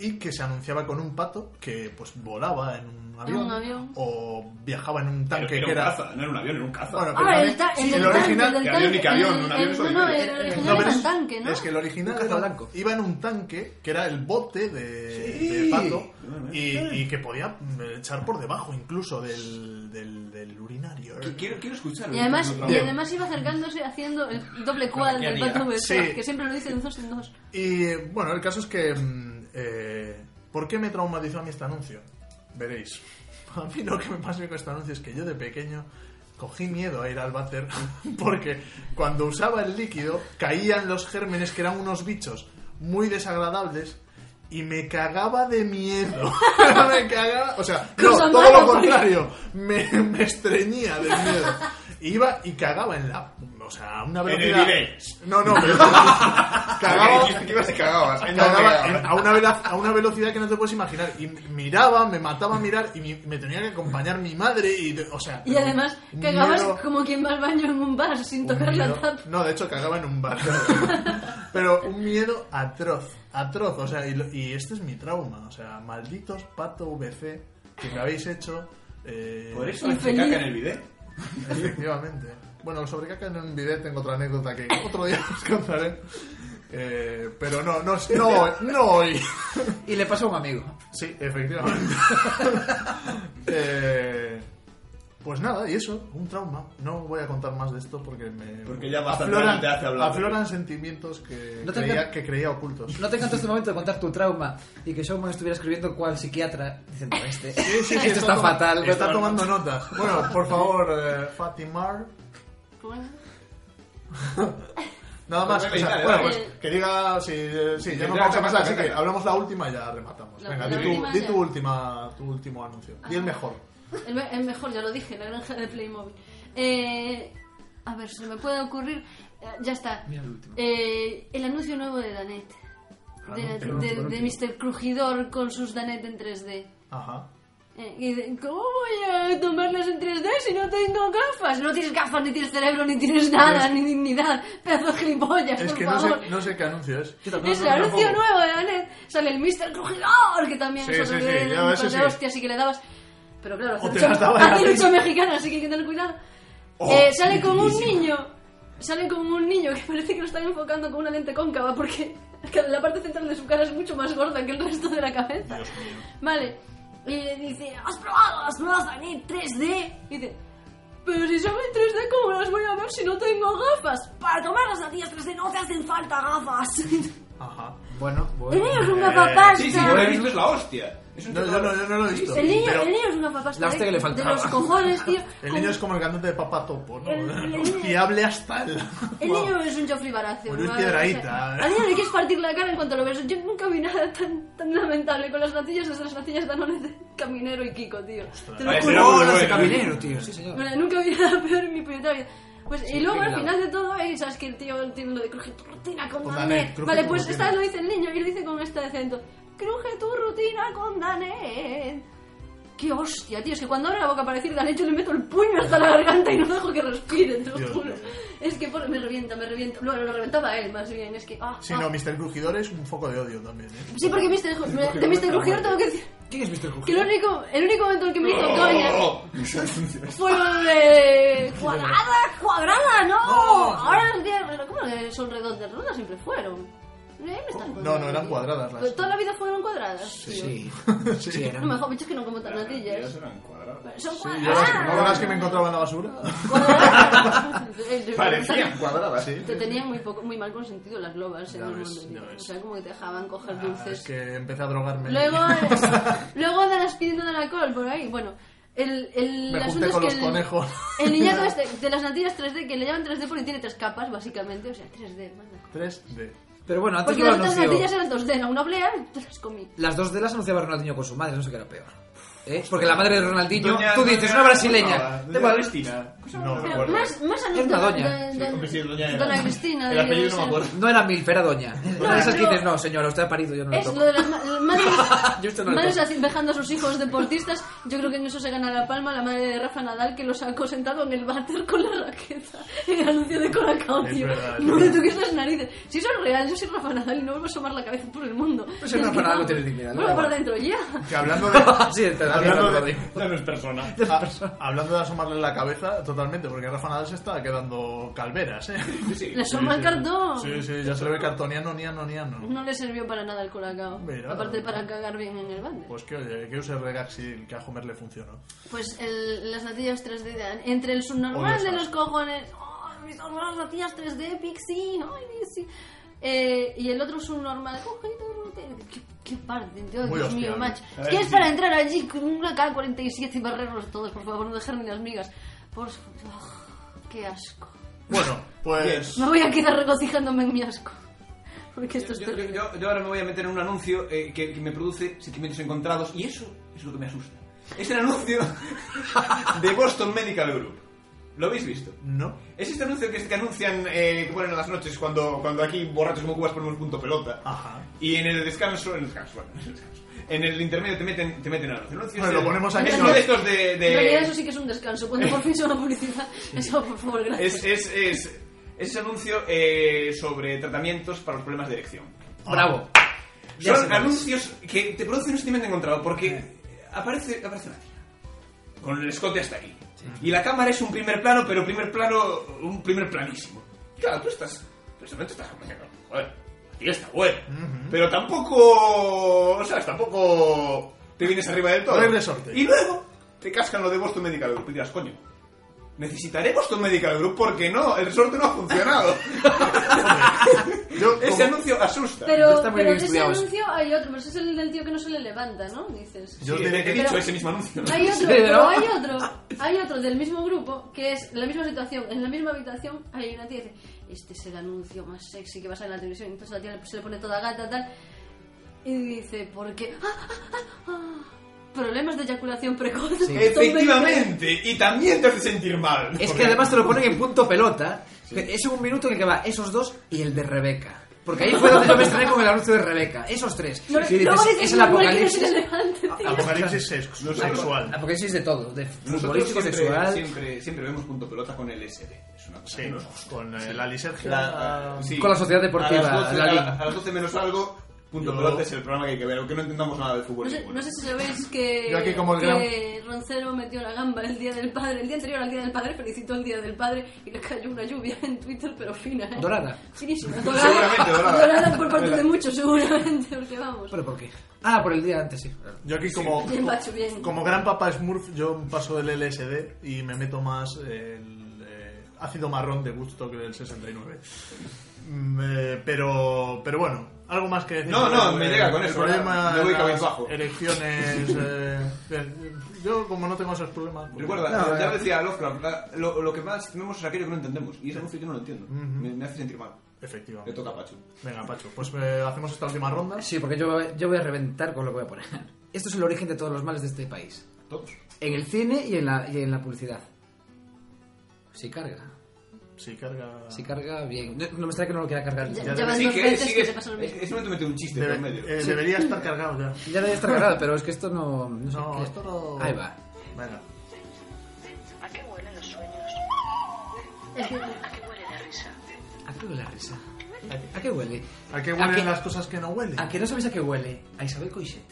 B: y que se anunciaba con un pato que pues volaba en un avión,
D: un avión.
B: o viajaba en un
C: Pero
B: tanque
C: era
B: que
C: un
B: era...
C: caza, no era un avión, era un caza.
B: Bueno, pero
D: Ah,
B: también-
D: el, ta-
B: sí,
D: del
B: el
D: tanque,
B: original
D: del
C: que avión y
D: tanque,
C: que avión,
D: el-
C: un avión
D: el-
C: solo
D: No, no,
C: tiene-
D: el original
B: No, pero
D: era
B: es-
D: un tanque, ¿no?
B: Es que el original
A: Un
B: era-
A: blanco.
B: iba en un tanque que era el bote de,
A: Sí. eh.
B: de pato
C: Bueno,
B: y, y que podía mm, echar por debajo incluso del, del, del urinario.
C: Qu- Quiero, quiero escucharlo.
D: Y además,
C: Otro
D: y
C: lado.
D: además iba acercándose haciendo el doble cuadro del
C: Cualquier
D: pato
C: día.
D: besar,
B: Sí.
D: que siempre lo dicen dos en dos.
B: Y eh, bueno, el caso es que. mm, eh, ¿Por qué me traumatizó a mí este anuncio? Veréis. A mí lo que me pasó con este anuncio es que yo de pequeño cogí miedo a ir al váter porque cuando usaba el líquido caían los gérmenes que eran unos bichos muy desagradables y me cagaba de miedo. me cagaba, o sea, no,
D: Cosa
B: todo lo
D: mala, porque-
B: contrario, me, me estreñía del miedo. Iba y cagaba en la, o sea, a una
C: En el
B: velocidad.
C: bidet.
B: No, no, pero
C: Porque
B: cagaba,
C: dijiste que ibas y cagabas.
B: cagaba
C: No, cagaba.
B: en- a, una vela- a una velocidad que no te puedes imaginar. Y miraba, me mataba a mirar y mi- me tenía que acompañar mi madre. Y, de- o sea,
D: Y además,
B: un
D: cagabas
B: miedo-
D: como quien va al baño en un bar sin
B: un
D: tocar la
B: miedo-
D: tapa.
B: No, de hecho cagaba en un bar. Pero un miedo atroz, atroz. O sea, y, lo- y este es mi trauma. O sea, malditos pato VC que me habéis hecho. eh,
C: Por eso hice
D: Infeliz.
C: caca en el bidet.
B: Efectivamente. Bueno, sobre caca en un bidet tengo otra anécdota que otro día os contaré. Eh, pero no, no, no, no hoy.
A: Y le pasa a un amigo.
B: Sí, efectivamente. Eh, pues nada, y eso, un trauma. No voy a contar más de esto porque me.
C: Porque ya bastante
B: afloran,
C: te hace hablar.
B: afloran sentimientos que,
A: No te
B: creía,
A: encan-
B: que creía ocultos.
A: ¿No te encanta este momento de contar tu trauma y que Showman estuviera escribiendo cual psiquiatra diciendo este?
B: Sí, sí, sí,
A: Esto está
B: toma-
A: fatal.
B: Está tomando notas. Bueno, por favor, eh, Fatimar.
D: Bueno,
B: Nada más.
C: Venga,
B: o sea,
C: dale,
B: bueno,
C: dale.
B: pues que diga. Sí, eh, sí ya
C: Que
B: nos vamos
C: ya
B: a
C: acaba,
B: pasar. Así
C: acaba.
B: que hablamos la última y ya rematamos.
D: La-
B: Venga,
D: la
B: di, tu,
D: última
B: di
D: ya.
B: tu última, tu último anuncio. Di el mejor.
D: el, me- el mejor, ya lo dije, la granja de Playmobil. Eh, a ver, se me puede ocurrir. eh, ya está.
A: Mira el último.
D: Eh, el anuncio nuevo de Danet. De,
B: el
D: de,
A: último, el
D: de Mr. Crujidor con sus Danet en 3D.
B: Ajá.
D: Eh, y dicen, ¿cómo voy a tomarlas en 3D si no tengo gafas? No tienes gafas, ni tienes cerebro, ni tienes nada,
B: Es-
D: ni dignidad. Pedazo de gilipollas,
B: Es
D: por
B: que no sé,
D: favor.
B: no sé qué anuncio es.
D: Es el anuncio nuevo de Danet. Sale el Mr. Crujidor, que también
B: Sí,
D: es otro
B: sí,
D: de
B: sí,
D: de
B: yo
D: un
B: ese
D: par de
B: sí.
D: hostias y que le dabas. Pero claro,
B: O te
D: hace
B: las
D: lucha-
B: daba Oh, en la
D: hace lucha
B: risa.
D: mexicana, así que hay que tener cuidado. Eh, sale con un niño. Sale con un niño que parece que lo están enfocando con una lente cóncava porque la parte central de su cara es mucho más gorda que el resto de la cabeza. Vale. Y le dice, ¿has probado las nuevas Dani 3D? Y dice, pero si son en 3D, ¿cómo las voy a ver si no tengo gafas? Para tomar las natillas 3D no te hacen falta gafas.
B: Ajá.
A: Bueno, bueno.
D: Tenías un
C: Eh,
D: gafapasta.
C: sí, sí, yo lo he visto, es la hostia. Es un
B: No,
C: tío-
B: yo no, yo no lo he visto.
D: El niño,
B: Pero
D: el niño es una papasta.
A: La hostia que le faltaba.
D: De los cojones, tío.
B: el niño es como el cantante de Papa Topo, ¿no?
D: El- el niño-
B: Y hable hasta el...
D: El
B: Wow.
D: niño es un Joffrey Baratheon.
B: Bueno, es
D: madre,
B: piedraíta.
D: o sea, al niño le quieres partir la cara en cuanto lo ves. Yo nunca vi nada tan, tan lamentable con las natillas desde las natillas Danone de Caminero y Kiko, tío. Te lo
C: Vale,
D: juro.
C: pero-
A: No, no
C: bueno,
A: ese
C: bueno.
A: caminero, tío. Sí, señor.
D: Bueno, nunca vi nada peor en mi puñetera vida. Pues, y luego
A: qué
D: al
A: grave.
D: final de todo, eh, sabes que el tío tiene lo de cruje tu rutina con
B: Con
D: Dané.
B: Dané, cruje
D: Vale,
B: tu
D: pues
B: rutina.
D: esta vez lo dice el niño y lo dice con este acento. Cruje tu rutina con Dané. Qué hostia, tío. Es que cuando abre la boca para decir Dané, yo le meto el puño hasta la garganta y no dejo que respire, te lo
B: Dios
D: juro.
B: mío.
D: Es que por- me revienta, me revienta. Bueno, lo reventaba él, más bien. Es que. Ah,
B: Sí,
D: ah.
B: no, Mr. Crujidor es un foco de odio también, ¿eh?
D: Sí, porque Mr. Ju- me- de Mr. Crujidor tengo que decir.
A: ¿Quién es Mr.
D: Que el
A: Cujero?
D: único, el único momento en el que me hizo coña fue lo de cuadrada, cuadrada, no. Ahora el día- ¿cómo que son redondas? Redondas siempre fueron. Eh, me estás jodiendo,
B: no, eran
D: tío.
B: cuadradas las-
D: Pero Toda la vida fueron cuadradas. tío.
A: Sí. Sí, era.
D: No me jodas, bicho, que no como tan
C: Tías
D: natillas.
C: eran cuadradas.
D: Son
B: Yo las, ¿No
D: cuadradas.
B: las que me encontraba en la basura?
D: Cuadradas.
C: Parecían cuadradas, sí.
D: Te tenían muy, poco, muy mal consentido las lobas en
B: Ya
D: el
B: ves,
D: mundo.
B: ya
D: tío. O
B: ves.
D: sea, como que te dejaban coger
B: Ah,
D: dulces.
B: es que empecé a drogarme.
D: Luego, luego andarás pidiendo del alcohol por ahí. Bueno, el, el
B: Me junté
D: asunto es
B: con
D: que
B: los
D: el,
B: conejos.
D: el niñato este de las natillas 3D, que le llaman 3D porque tiene tres capas, básicamente. O sea, 3D, manda.
B: 3D.
A: Pero bueno, antes
D: Porque
A: que lo
D: las otras
A: anunció.
D: natillas eran 2D, no una oblea, te las comí.
A: Las dos de las anunciaba Ronaldinho con su madre, no sé qué era peor. ¿Eh? Porque la madre de Ronaldinho,
C: Doña-
A: tú dices,
C: doña-
A: una brasileña.
C: Doña
A: Da igual.
C: Cristina.
B: No, me
D: Pero
B: acuerdo.
D: más, más
A: Es una
D: anuncios
A: doña.
D: de-
C: Sí,
D: de-
C: hombre, sí, doña era.
D: Dona Cristina.
C: El
D: de-
C: apellido no me acuerdo.
A: No era MILF, era Doña.
D: No,
A: Esas que
D: no.
A: dices, no, señora, usted ha parido, yo no lo
D: Es
A: toco.
D: lo de las ma-
A: Yo esto no
D: madres,
A: lo
D: madres
A: toco.
D: así- dejando a sus hijos deportistas. Yo creo que en eso se gana la palma la madre de Rafa Nadal que lo sacó sentado en el váter con la raqueta en el anuncio de Colacao,
B: Es
D: tío.
B: verdad, es
D: no me
B: verdad.
D: toques las narices. Si son reales, yo soy Rafa Nadal y no vuelvo a asomar la cabeza por el mundo.
A: Pues si
D: Es
A: Rafa
D: que
A: Nadal
D: no.
A: no tiene dignidad,
D: Vuelvo
A: no,
D: para
A: no.
D: adentro, ya.
B: Que hablando de...
A: Ah, Sí, te
B: Hablando
A: lo
B: de-
A: digo.
C: Ya no es persona.
B: Ah, hablando de asomarle la cabeza, totalmente, porque Rafa Nadal se está quedando calveras, ¿eh?
C: Sí, sí.
D: La suma el cartón.
B: Sí, sí, ya se le ve cartoniano, niano, niano.
D: No le sirvió para nada el Colacao.
B: Mira.
D: Aparte de para cagar bien en el váter.
B: Pues que oye, que use Regaxil, que a Homer le funcionó.
D: Pues el- las natillas 3D de- entre el subnormal
B: Oye,
D: de
B: esas.
D: los cojones, ¡oh, mis hermanas natillas 3D, Pixie, ¡ay, Pixie! Eh, y el otro subnormal, ¡cogete, cogete! qué, qué parte, Dios,
B: Muy
D: Dios mío,
B: hostiable.
D: macho.
B: A
D: Es
B: ver,
D: que es
B: sí.
D: para entrar allí con una K47 y barrerlos todos, por favor, no dejarme las migas. Por su- ¡oh, qué asco.
B: Bueno, pues...
D: Me voy a quedar regocijándome en mi asco. Porque esto es
C: Yo, yo-
D: terrible.
C: yo- yo ahora me voy a meter en un anuncio eh, que, que me produce sentimientos encontrados y eso es lo que me asusta. Es el anuncio de Boston Medical Group. ¿Lo habéis visto?
B: ¿No?
C: Es este anuncio que, que anuncian, eh, que ponen en las noches cuando, cuando aquí borrachos como cubas ponemos punto pelota.
B: Ajá.
C: Y en el descanso, en el descanso, bueno, en el descanso. En el intermedio te meten, te meten el anuncio. El anuncio
B: Bueno,
C: es
B: lo
C: el-
B: ponemos aquí,
C: Es
B: ¿no?
C: uno de estos de... de-
D: En realidad eso sí que es un descanso, cuando por fin suena la publicidad. Eso, por favor, gracias.
C: es, es, es, es ese anuncio eh, sobre tratamientos para los problemas de erección.
A: Bravo. Ya sé cuál
C: Son
A: es. Eh.
C: anuncios que te producen un sentimiento encontrado porque aparece, aparece una tía con el escote hasta aquí. Y la cámara es un primer plano, pero primer plano, un primer planísimo. Claro, tú estás, precisamente estás como diciendo, joder, la tía está buena. Pero tampoco, ¿sabes? Tampoco te vienes arriba del todo.
B: No hay resorte.
C: Y luego te cascan lo de Boston Medical Group y dirás, coño, necesitaré Boston Medical Group porque no, el resorte no ha funcionado.
B: Yo,
C: Ese
B: como-
C: anuncio
A: Ya
C: asusta.
D: Pero,
A: está muy
D: pero
A: bien
D: de ese
A: estudiado eso.
D: anuncio hay otro, pero ese es el del tío que no se le levanta, ¿no? Dices.
B: yo os
C: Sí,
B: diré
C: he
B: que...
C: dicho
D: Pero-
C: ese mismo anuncio.
D: Hay otro,
A: Sí,
D: pero
A: ¿no?
D: hay otro, hay otro del mismo grupo que es la misma situación, en la misma habitación hay una tía que dice, este es el anuncio más sexy que pasa en la televisión, entonces la tía se le pone toda gata tal y dice, ¿por qué? Ah, ah, ah, ah. Problemas de eyaculación precoz. Todo el-
C: Efectivamente, y también te hace sentir mal.
A: Es que
C: Porque-
A: además te lo ponen en punto pelota. que Es un minuto en el que va esos dos y el de Rebeca. Porque ahí fue donde yo me estrené con el anuncio de Rebeca. Esos tres.
D: No,
A: Si
D: luego
A: dices,
D: dices,
A: es el
D: "No, no quiero que se
A: apocalipsis.
D: le levante, tío".
B: Apocalipsis sex- sexual.
A: Apocalipsis de todo. De
C: Nosotros
A: futbolístico,
C: siempre,
A: sexual.
C: siempre, siempre vemos punto pelota con el SD. Es una cosa
B: Sí,
C: que nos-
B: con eh, la Lisergia.
C: La- sí.
A: Con la sociedad deportiva,
C: A las 12,
A: la
C: a-
A: Liga.
C: a las 12 menos algo, Punto Pelota es el programa que hay que ver, aunque no entendamos nada de fútbol.
D: No sé,
C: ninguno.
D: no sé si sabéis que,
B: Yo aquí como el
D: que
B: gran-
D: Roncero metió la gamba el día del padre, el día anterior al día del padre, felicitó el día del padre y le cayó una lluvia en Twitter, pero fina, ¿eh?
A: Dorada.
D: Finísima, dorada.
C: Seguramente dorada.
D: Dorada por parte de muchos, seguramente, porque vamos.
A: ¿Pero por qué? Ah, por el día antes, sí.
B: Yo aquí como,
D: Bien, macho, bien.
B: como gran papá Smurf, yo paso del LSD y me meto más el eh, ácido marrón de gusto que del 69. Mm, eh, pero, pero bueno, algo más que decir.
C: No, no,
B: El-
C: me llega con
B: el
C: eso,
B: problema
C: ahora me voy
B: de
C: cabizbajo.
B: las Elecciones. eh, eh, yo como no tengo esos problemas. pues-
C: Recuerda,
B: No,
C: ya
B: eh,
C: decía Lovecraft, la- lo, lo que más tememos es aquello que no entendemos. Y es algo que yo no lo entiendo. me, me hace sentir mal. Le
B: Efectivamente.
C: toca a Pachu.
B: Venga, Pacho, pues eh, hacemos esta última ronda.
A: Sí, porque yo, yo voy a reventar con lo que voy a poner. Esto es el origen de todos los males de este país.
C: Todos.
A: En el cine y en la, y en la publicidad. Si carga.
B: Si carga.
A: Si carga, bien. No, no me extraña que no lo quiera cargar.
D: Ya,
A: Ya,
D: ya van
C: Sí,
D: dos
C: que
D: veces que
C: sigues.
D: te pasa lo
C: Es,
D: mismo.
C: es momento meter un chiste
B: Debe-
C: por medio.
B: eh, Debería estar cargado ya.
A: ya debe estar cargada, pero es que esto no... No, sé
B: No,
A: qué-
B: esto no.
A: Ahí va.
B: Venga.
E: ¿A qué huelen los sueños? ¿A qué huele la risa?
A: ¿A qué huele la risa? ¿A- ¿A qué huele?
B: ¿A qué huelen las cosas que no huelen?
A: ¿A que no sabéis a qué huele? A Isabel Coixet.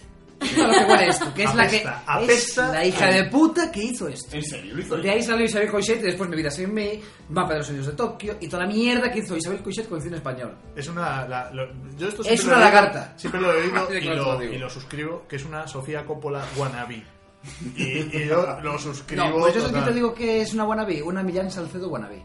A: Es a lo que huele esto, que es la que...
B: Apesta, apesta.
A: es la hija de puta que hizo esto.
C: ¿En serio? ¿Lo hizo
A: De
C: él?
A: ahí salió Isabel Coixet y después Mi vida sin mí, Mapa de los sueños de Tokio y toda la mierda que hizo Isabel Coixet con el cine español.
B: Es una. la- lo- yo esto
A: Es
B: siempre
A: una
B: lo he oído-
A: lagarta.
B: Siempre lo he oído
A: Sí,
B: y,
A: claro, te lo
B: lo,
A: digo.
B: y lo suscribo, que es una Sofía Coppola wannabe. Y, y yo lo suscribo.
A: no, pues yo sé que
B: total.
A: te digo que es una wannabe, una Millán Salcedo wannabe.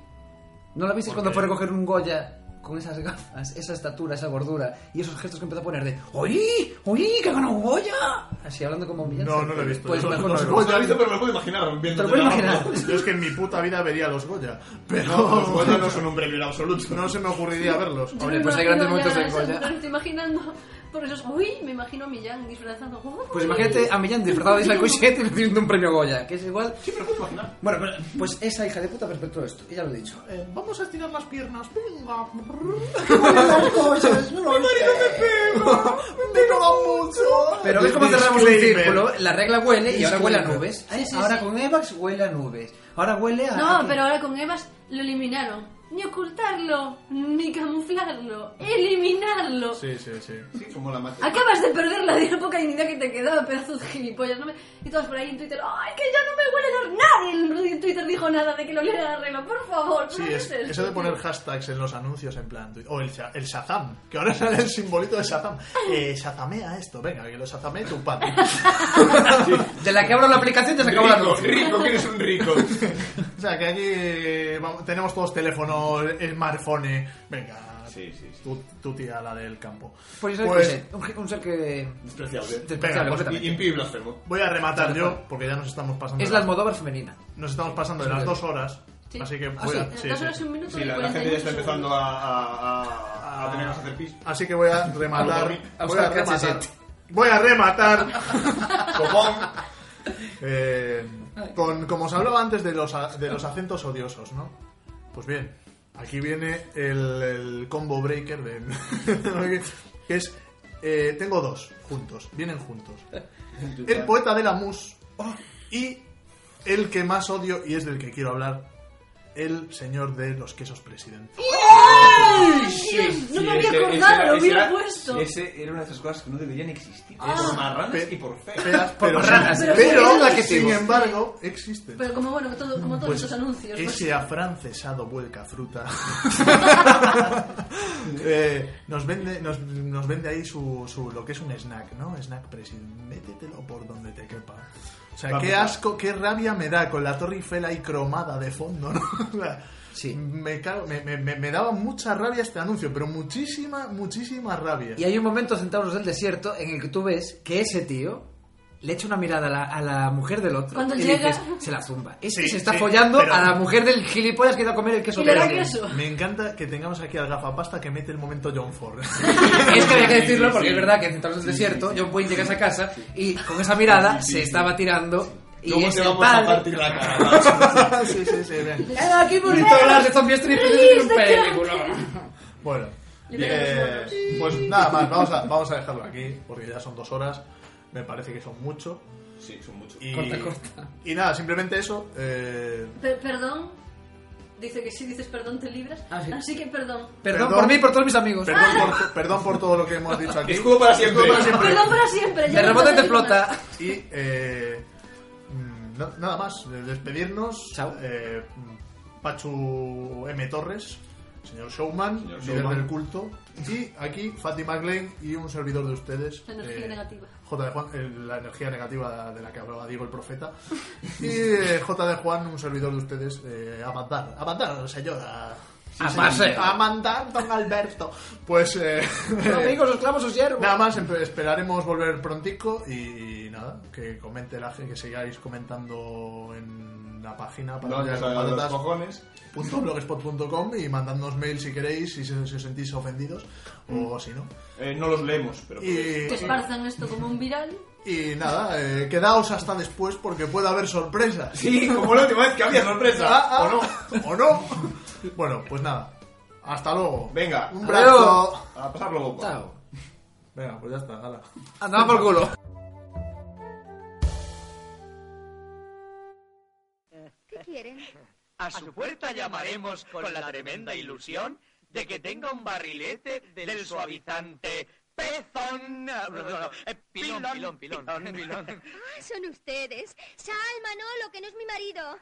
A: ¿No la visteis
B: ¿Por
A: cuando
B: qué?
A: fue a recoger un Goya con esas gafas, esa estatura, esa gordura y esos gestos que empezó a poner de ¡Oye! ¡Oye! ¡Que ha ganado un Goya! Así hablando como Millán
B: No, no
A: Salcedo.
B: lo he visto.
A: Pues
B: Yo
A: mejor
B: no
A: no
B: sé
A: lo
B: cómo
C: No lo he visto, pero me lo puedo imaginar.
A: Te
C: viéndotelo
A: lo puedo
C: ahora.
A: imaginar.
B: Yo es que en mi puta vida vería a los Goya. Pero.
C: No, los Goya no son un premio en absoluto.
B: No se me ocurriría verlos.
A: Hombre,
D: me
A: pues hay
D: imagino
A: grandes
D: ya
A: momentos de
D: eso,
A: Goya.
D: me lo estoy imaginando. Por eso, es- uy, me imagino a Millán disfrazando. uy.
A: Pues imagínate a Millán disfrazado de Isabel Coixet y recibiendo un premio Goya, que es igual...
C: Sí, pero puedo imaginar.
A: Bueno, pues, pues esa hija de puta perpetuó esto, que ya lo he dicho.
B: Eh, vamos a estirar las piernas. Venga. Me pega mucho.
A: Pero ves cómo cerramos un
B: Disclaimer.
A: círculo, la regla huele y ahora huele a
B: Disclaimer.
A: nubes.
D: Sí, sí,
A: ahora
D: sí.
A: con Evax huele a nubes. Ahora huele a.
D: No,
A: a-
D: pero ahora con Evas lo eliminaron. Ni ocultarlo, ni camuflarlo, eliminarlo.
B: Sí, sí, sí.
C: Sí, como la mate.
D: Acabas de perder la poca dignidad que te quedaba, pedazo de gilipollas. ¿no me- Y todos por ahí en Twitter, ¡ay, que ya no me huele a nadie! En Twitter dijo nada de que lo oliera la regla, por favor.
B: Sí,
D: ¿no
B: es-
D: haces
B: eso de poner hashtags en los anuncios en plan... O el, Sha- el Shazam, que ahora sale el simbolito de Shazam. Eh, Shazamea esto, venga, que lo Shazamee tu padre.
A: De la que abro la aplicación ya se acabó la
C: Rico,
A: nube.
C: rico, que eres un rico.
B: o sea, que aquí eh, vamos- tenemos todos teléfonos, smartphone... eh. Venga,
C: Sí, sí, sí.
B: Tu, tu tía, la del campo.
A: Pues Isabel Coixet, un, un ser que.
C: Despreciable.
A: despreciable,
B: pues,
A: completamente.
C: Y impío y blasfemo.
B: Voy a rematar yo, porque ya nos estamos pasando...
A: Es
B: de
A: la
B: las-
A: Almodóvar femenina.
B: nos estamos pasando de las dos horas.
D: Sí.
B: Así que
A: Ah,
B: voy a...
A: sí.
B: sí,
D: Dos
B: sí,
D: horas y
B: sí.
D: un minuto
C: Sí,
D: y
C: la, la gente ya
D: 48
C: está empezando a, a,
D: Ah.
C: a, a tener que hacer pis.
B: Así que voy a rematar...
A: A
B: Voy a
A: buscar
B: rematar...
A: cachete.
B: Voy a rematar...
C: Copón.
B: Eh, con, como os hablaba antes de los, a- de los acentos odiosos, ¿no? Pues bien, aquí viene el, el combo breaker de... que es... eh, tengo dos juntos, vienen juntos. El poeta de la mus y el que más odio y es del que quiero hablar, el señor de los quesos presidente.
D: ¡Ay, Dios! No me había
C: ese-
D: acordado,
C: ese-
D: lo
C: ese
D: hubiera
C: era-
D: puesto.
C: Ese era una de esas cosas que no deberían existir.
D: Ah.
C: Por marranas
B: Pe-
C: y por fe.
B: Pero, pero,
A: raras,
B: pero,
A: pero es la que
B: sin
A: tengo.
B: embargo, existe.
D: Pero como bueno, todo, como todos
B: Pues
D: esos anuncios. ¿no?
B: Ese afrancesado vuelca fruta Eh, nos, vende, nos, nos vende ahí su, su- lo que es un snack, ¿no? Snack presidente. Métetelo por donde te quepa. O sea,
C: Vamos.
B: qué asco, qué rabia me da con la Torre Eiffel ahí cromada de fondo, ¿no? O sea,
A: Sí.
B: Me, cago- me, me- me- me daba mucha rabia este anuncio, pero muchísima, muchísima rabia.
A: Y hay un momento, Centauros del Desierto, en el que tú ves que ese tío le echa una mirada a la, a la mujer del otro.
D: Cuando
A: y
D: llega-
A: dices, se la zumba. Este
B: Sí,
A: se está
B: sí,
A: follando
B: pero-
A: a la mujer del gilipollas que iba a comer el queso.
D: Y le da
A: verde.
D: queso.
B: Me encanta que tengamos aquí al gafapasta que mete el momento John Ford.
A: Es que había que decirlo
C: Sí,
A: porque
C: sí.
A: es verdad que en Centauros del Desierto John Wayne llega a esa casa y con esa mirada se estaba tirando y
C: ¿Cómo
A: es
C: te
A: el
C: vamos a
A: padre.
C: partir la cara?
B: sí, sí, sí, bien.
C: Eh,
A: ¡Ah, qué bonito hablar de zombies triples en un película!
B: Bueno,
D: Le pego
B: eh,
D: los bolos.
B: pues nada más, vamos a, vamos a dejarlo aquí, porque ya son dos horas, me parece que son mucho.
C: Sí, son muchos.
B: Y,
A: Corta, corta.
B: Y nada, simplemente eso. eh,
D: Pe- perdón, dice que si dices perdón te libras.
A: Ah, sí.
D: Así que perdón.
A: Perdón,
B: Perdón.
A: por mí y por todos mis amigos.
B: Perdón por, perdón por todo lo que hemos dicho aquí.
C: Escudo para siempre.
B: Escudo para siempre.
D: Perdón para siempre. ya
A: De
D: no
A: rebote te
D: digo más.
A: explota.
B: Y eh, mm, no- nada más, eh, despedirnos.
A: Chao.
B: Eh, mm, Pachu M. Torres, señor Showman,
C: Señor
B: líder
C: Showman.
B: del culto. Y aquí Fatty McLean y un servidor de ustedes. eh,
D: La energía negativa.
B: J. de Juan, eh, la energía negativa de la que hablaba Diego el profeta. Y eh, J. de Juan, un servidor de ustedes. Eh, a mandar, a mandar, señora.
A: A paseo.
B: A mandar, don Alberto. Pues. eh,
A: Amigos, os clavo sus hierbas.
B: Nada más, empe- esperaremos volver prontico y nada, que comente la gente, que sigáis comentando en la página
C: No, ya
B: las
C: sabes, los
B: patatas
C: cojones.
B: punto blogspot.com y mandadnos mail si queréis, si, se- si os sentís ofendidos o si no.
C: Eh, no los leemos, pero... pues,
B: Y,
D: Que esparzan esto Pois como un viral.
B: y nada, eh, quedaos hasta después porque puede haber sorpresas.
C: Sí, como la última vez que había sorpresa.
B: Ah, ah, ¿O no? ¿O no? Bueno, pues nada. Hasta luego.
C: Venga.
B: Un
A: Adiós.
B: abrazo.
C: A pasarlo bomba.
A: Chao.
B: Venga, pues ya está, hala.
A: Andaba por culo.
G: A su puerta llamaremos con la tremenda ilusión de que tenga un barrilete del suavizante pezón. No, no, no, eh, pilón, pilón, pilón, pilón.
H: Son ustedes. Sal, Manolo, que no es mi marido.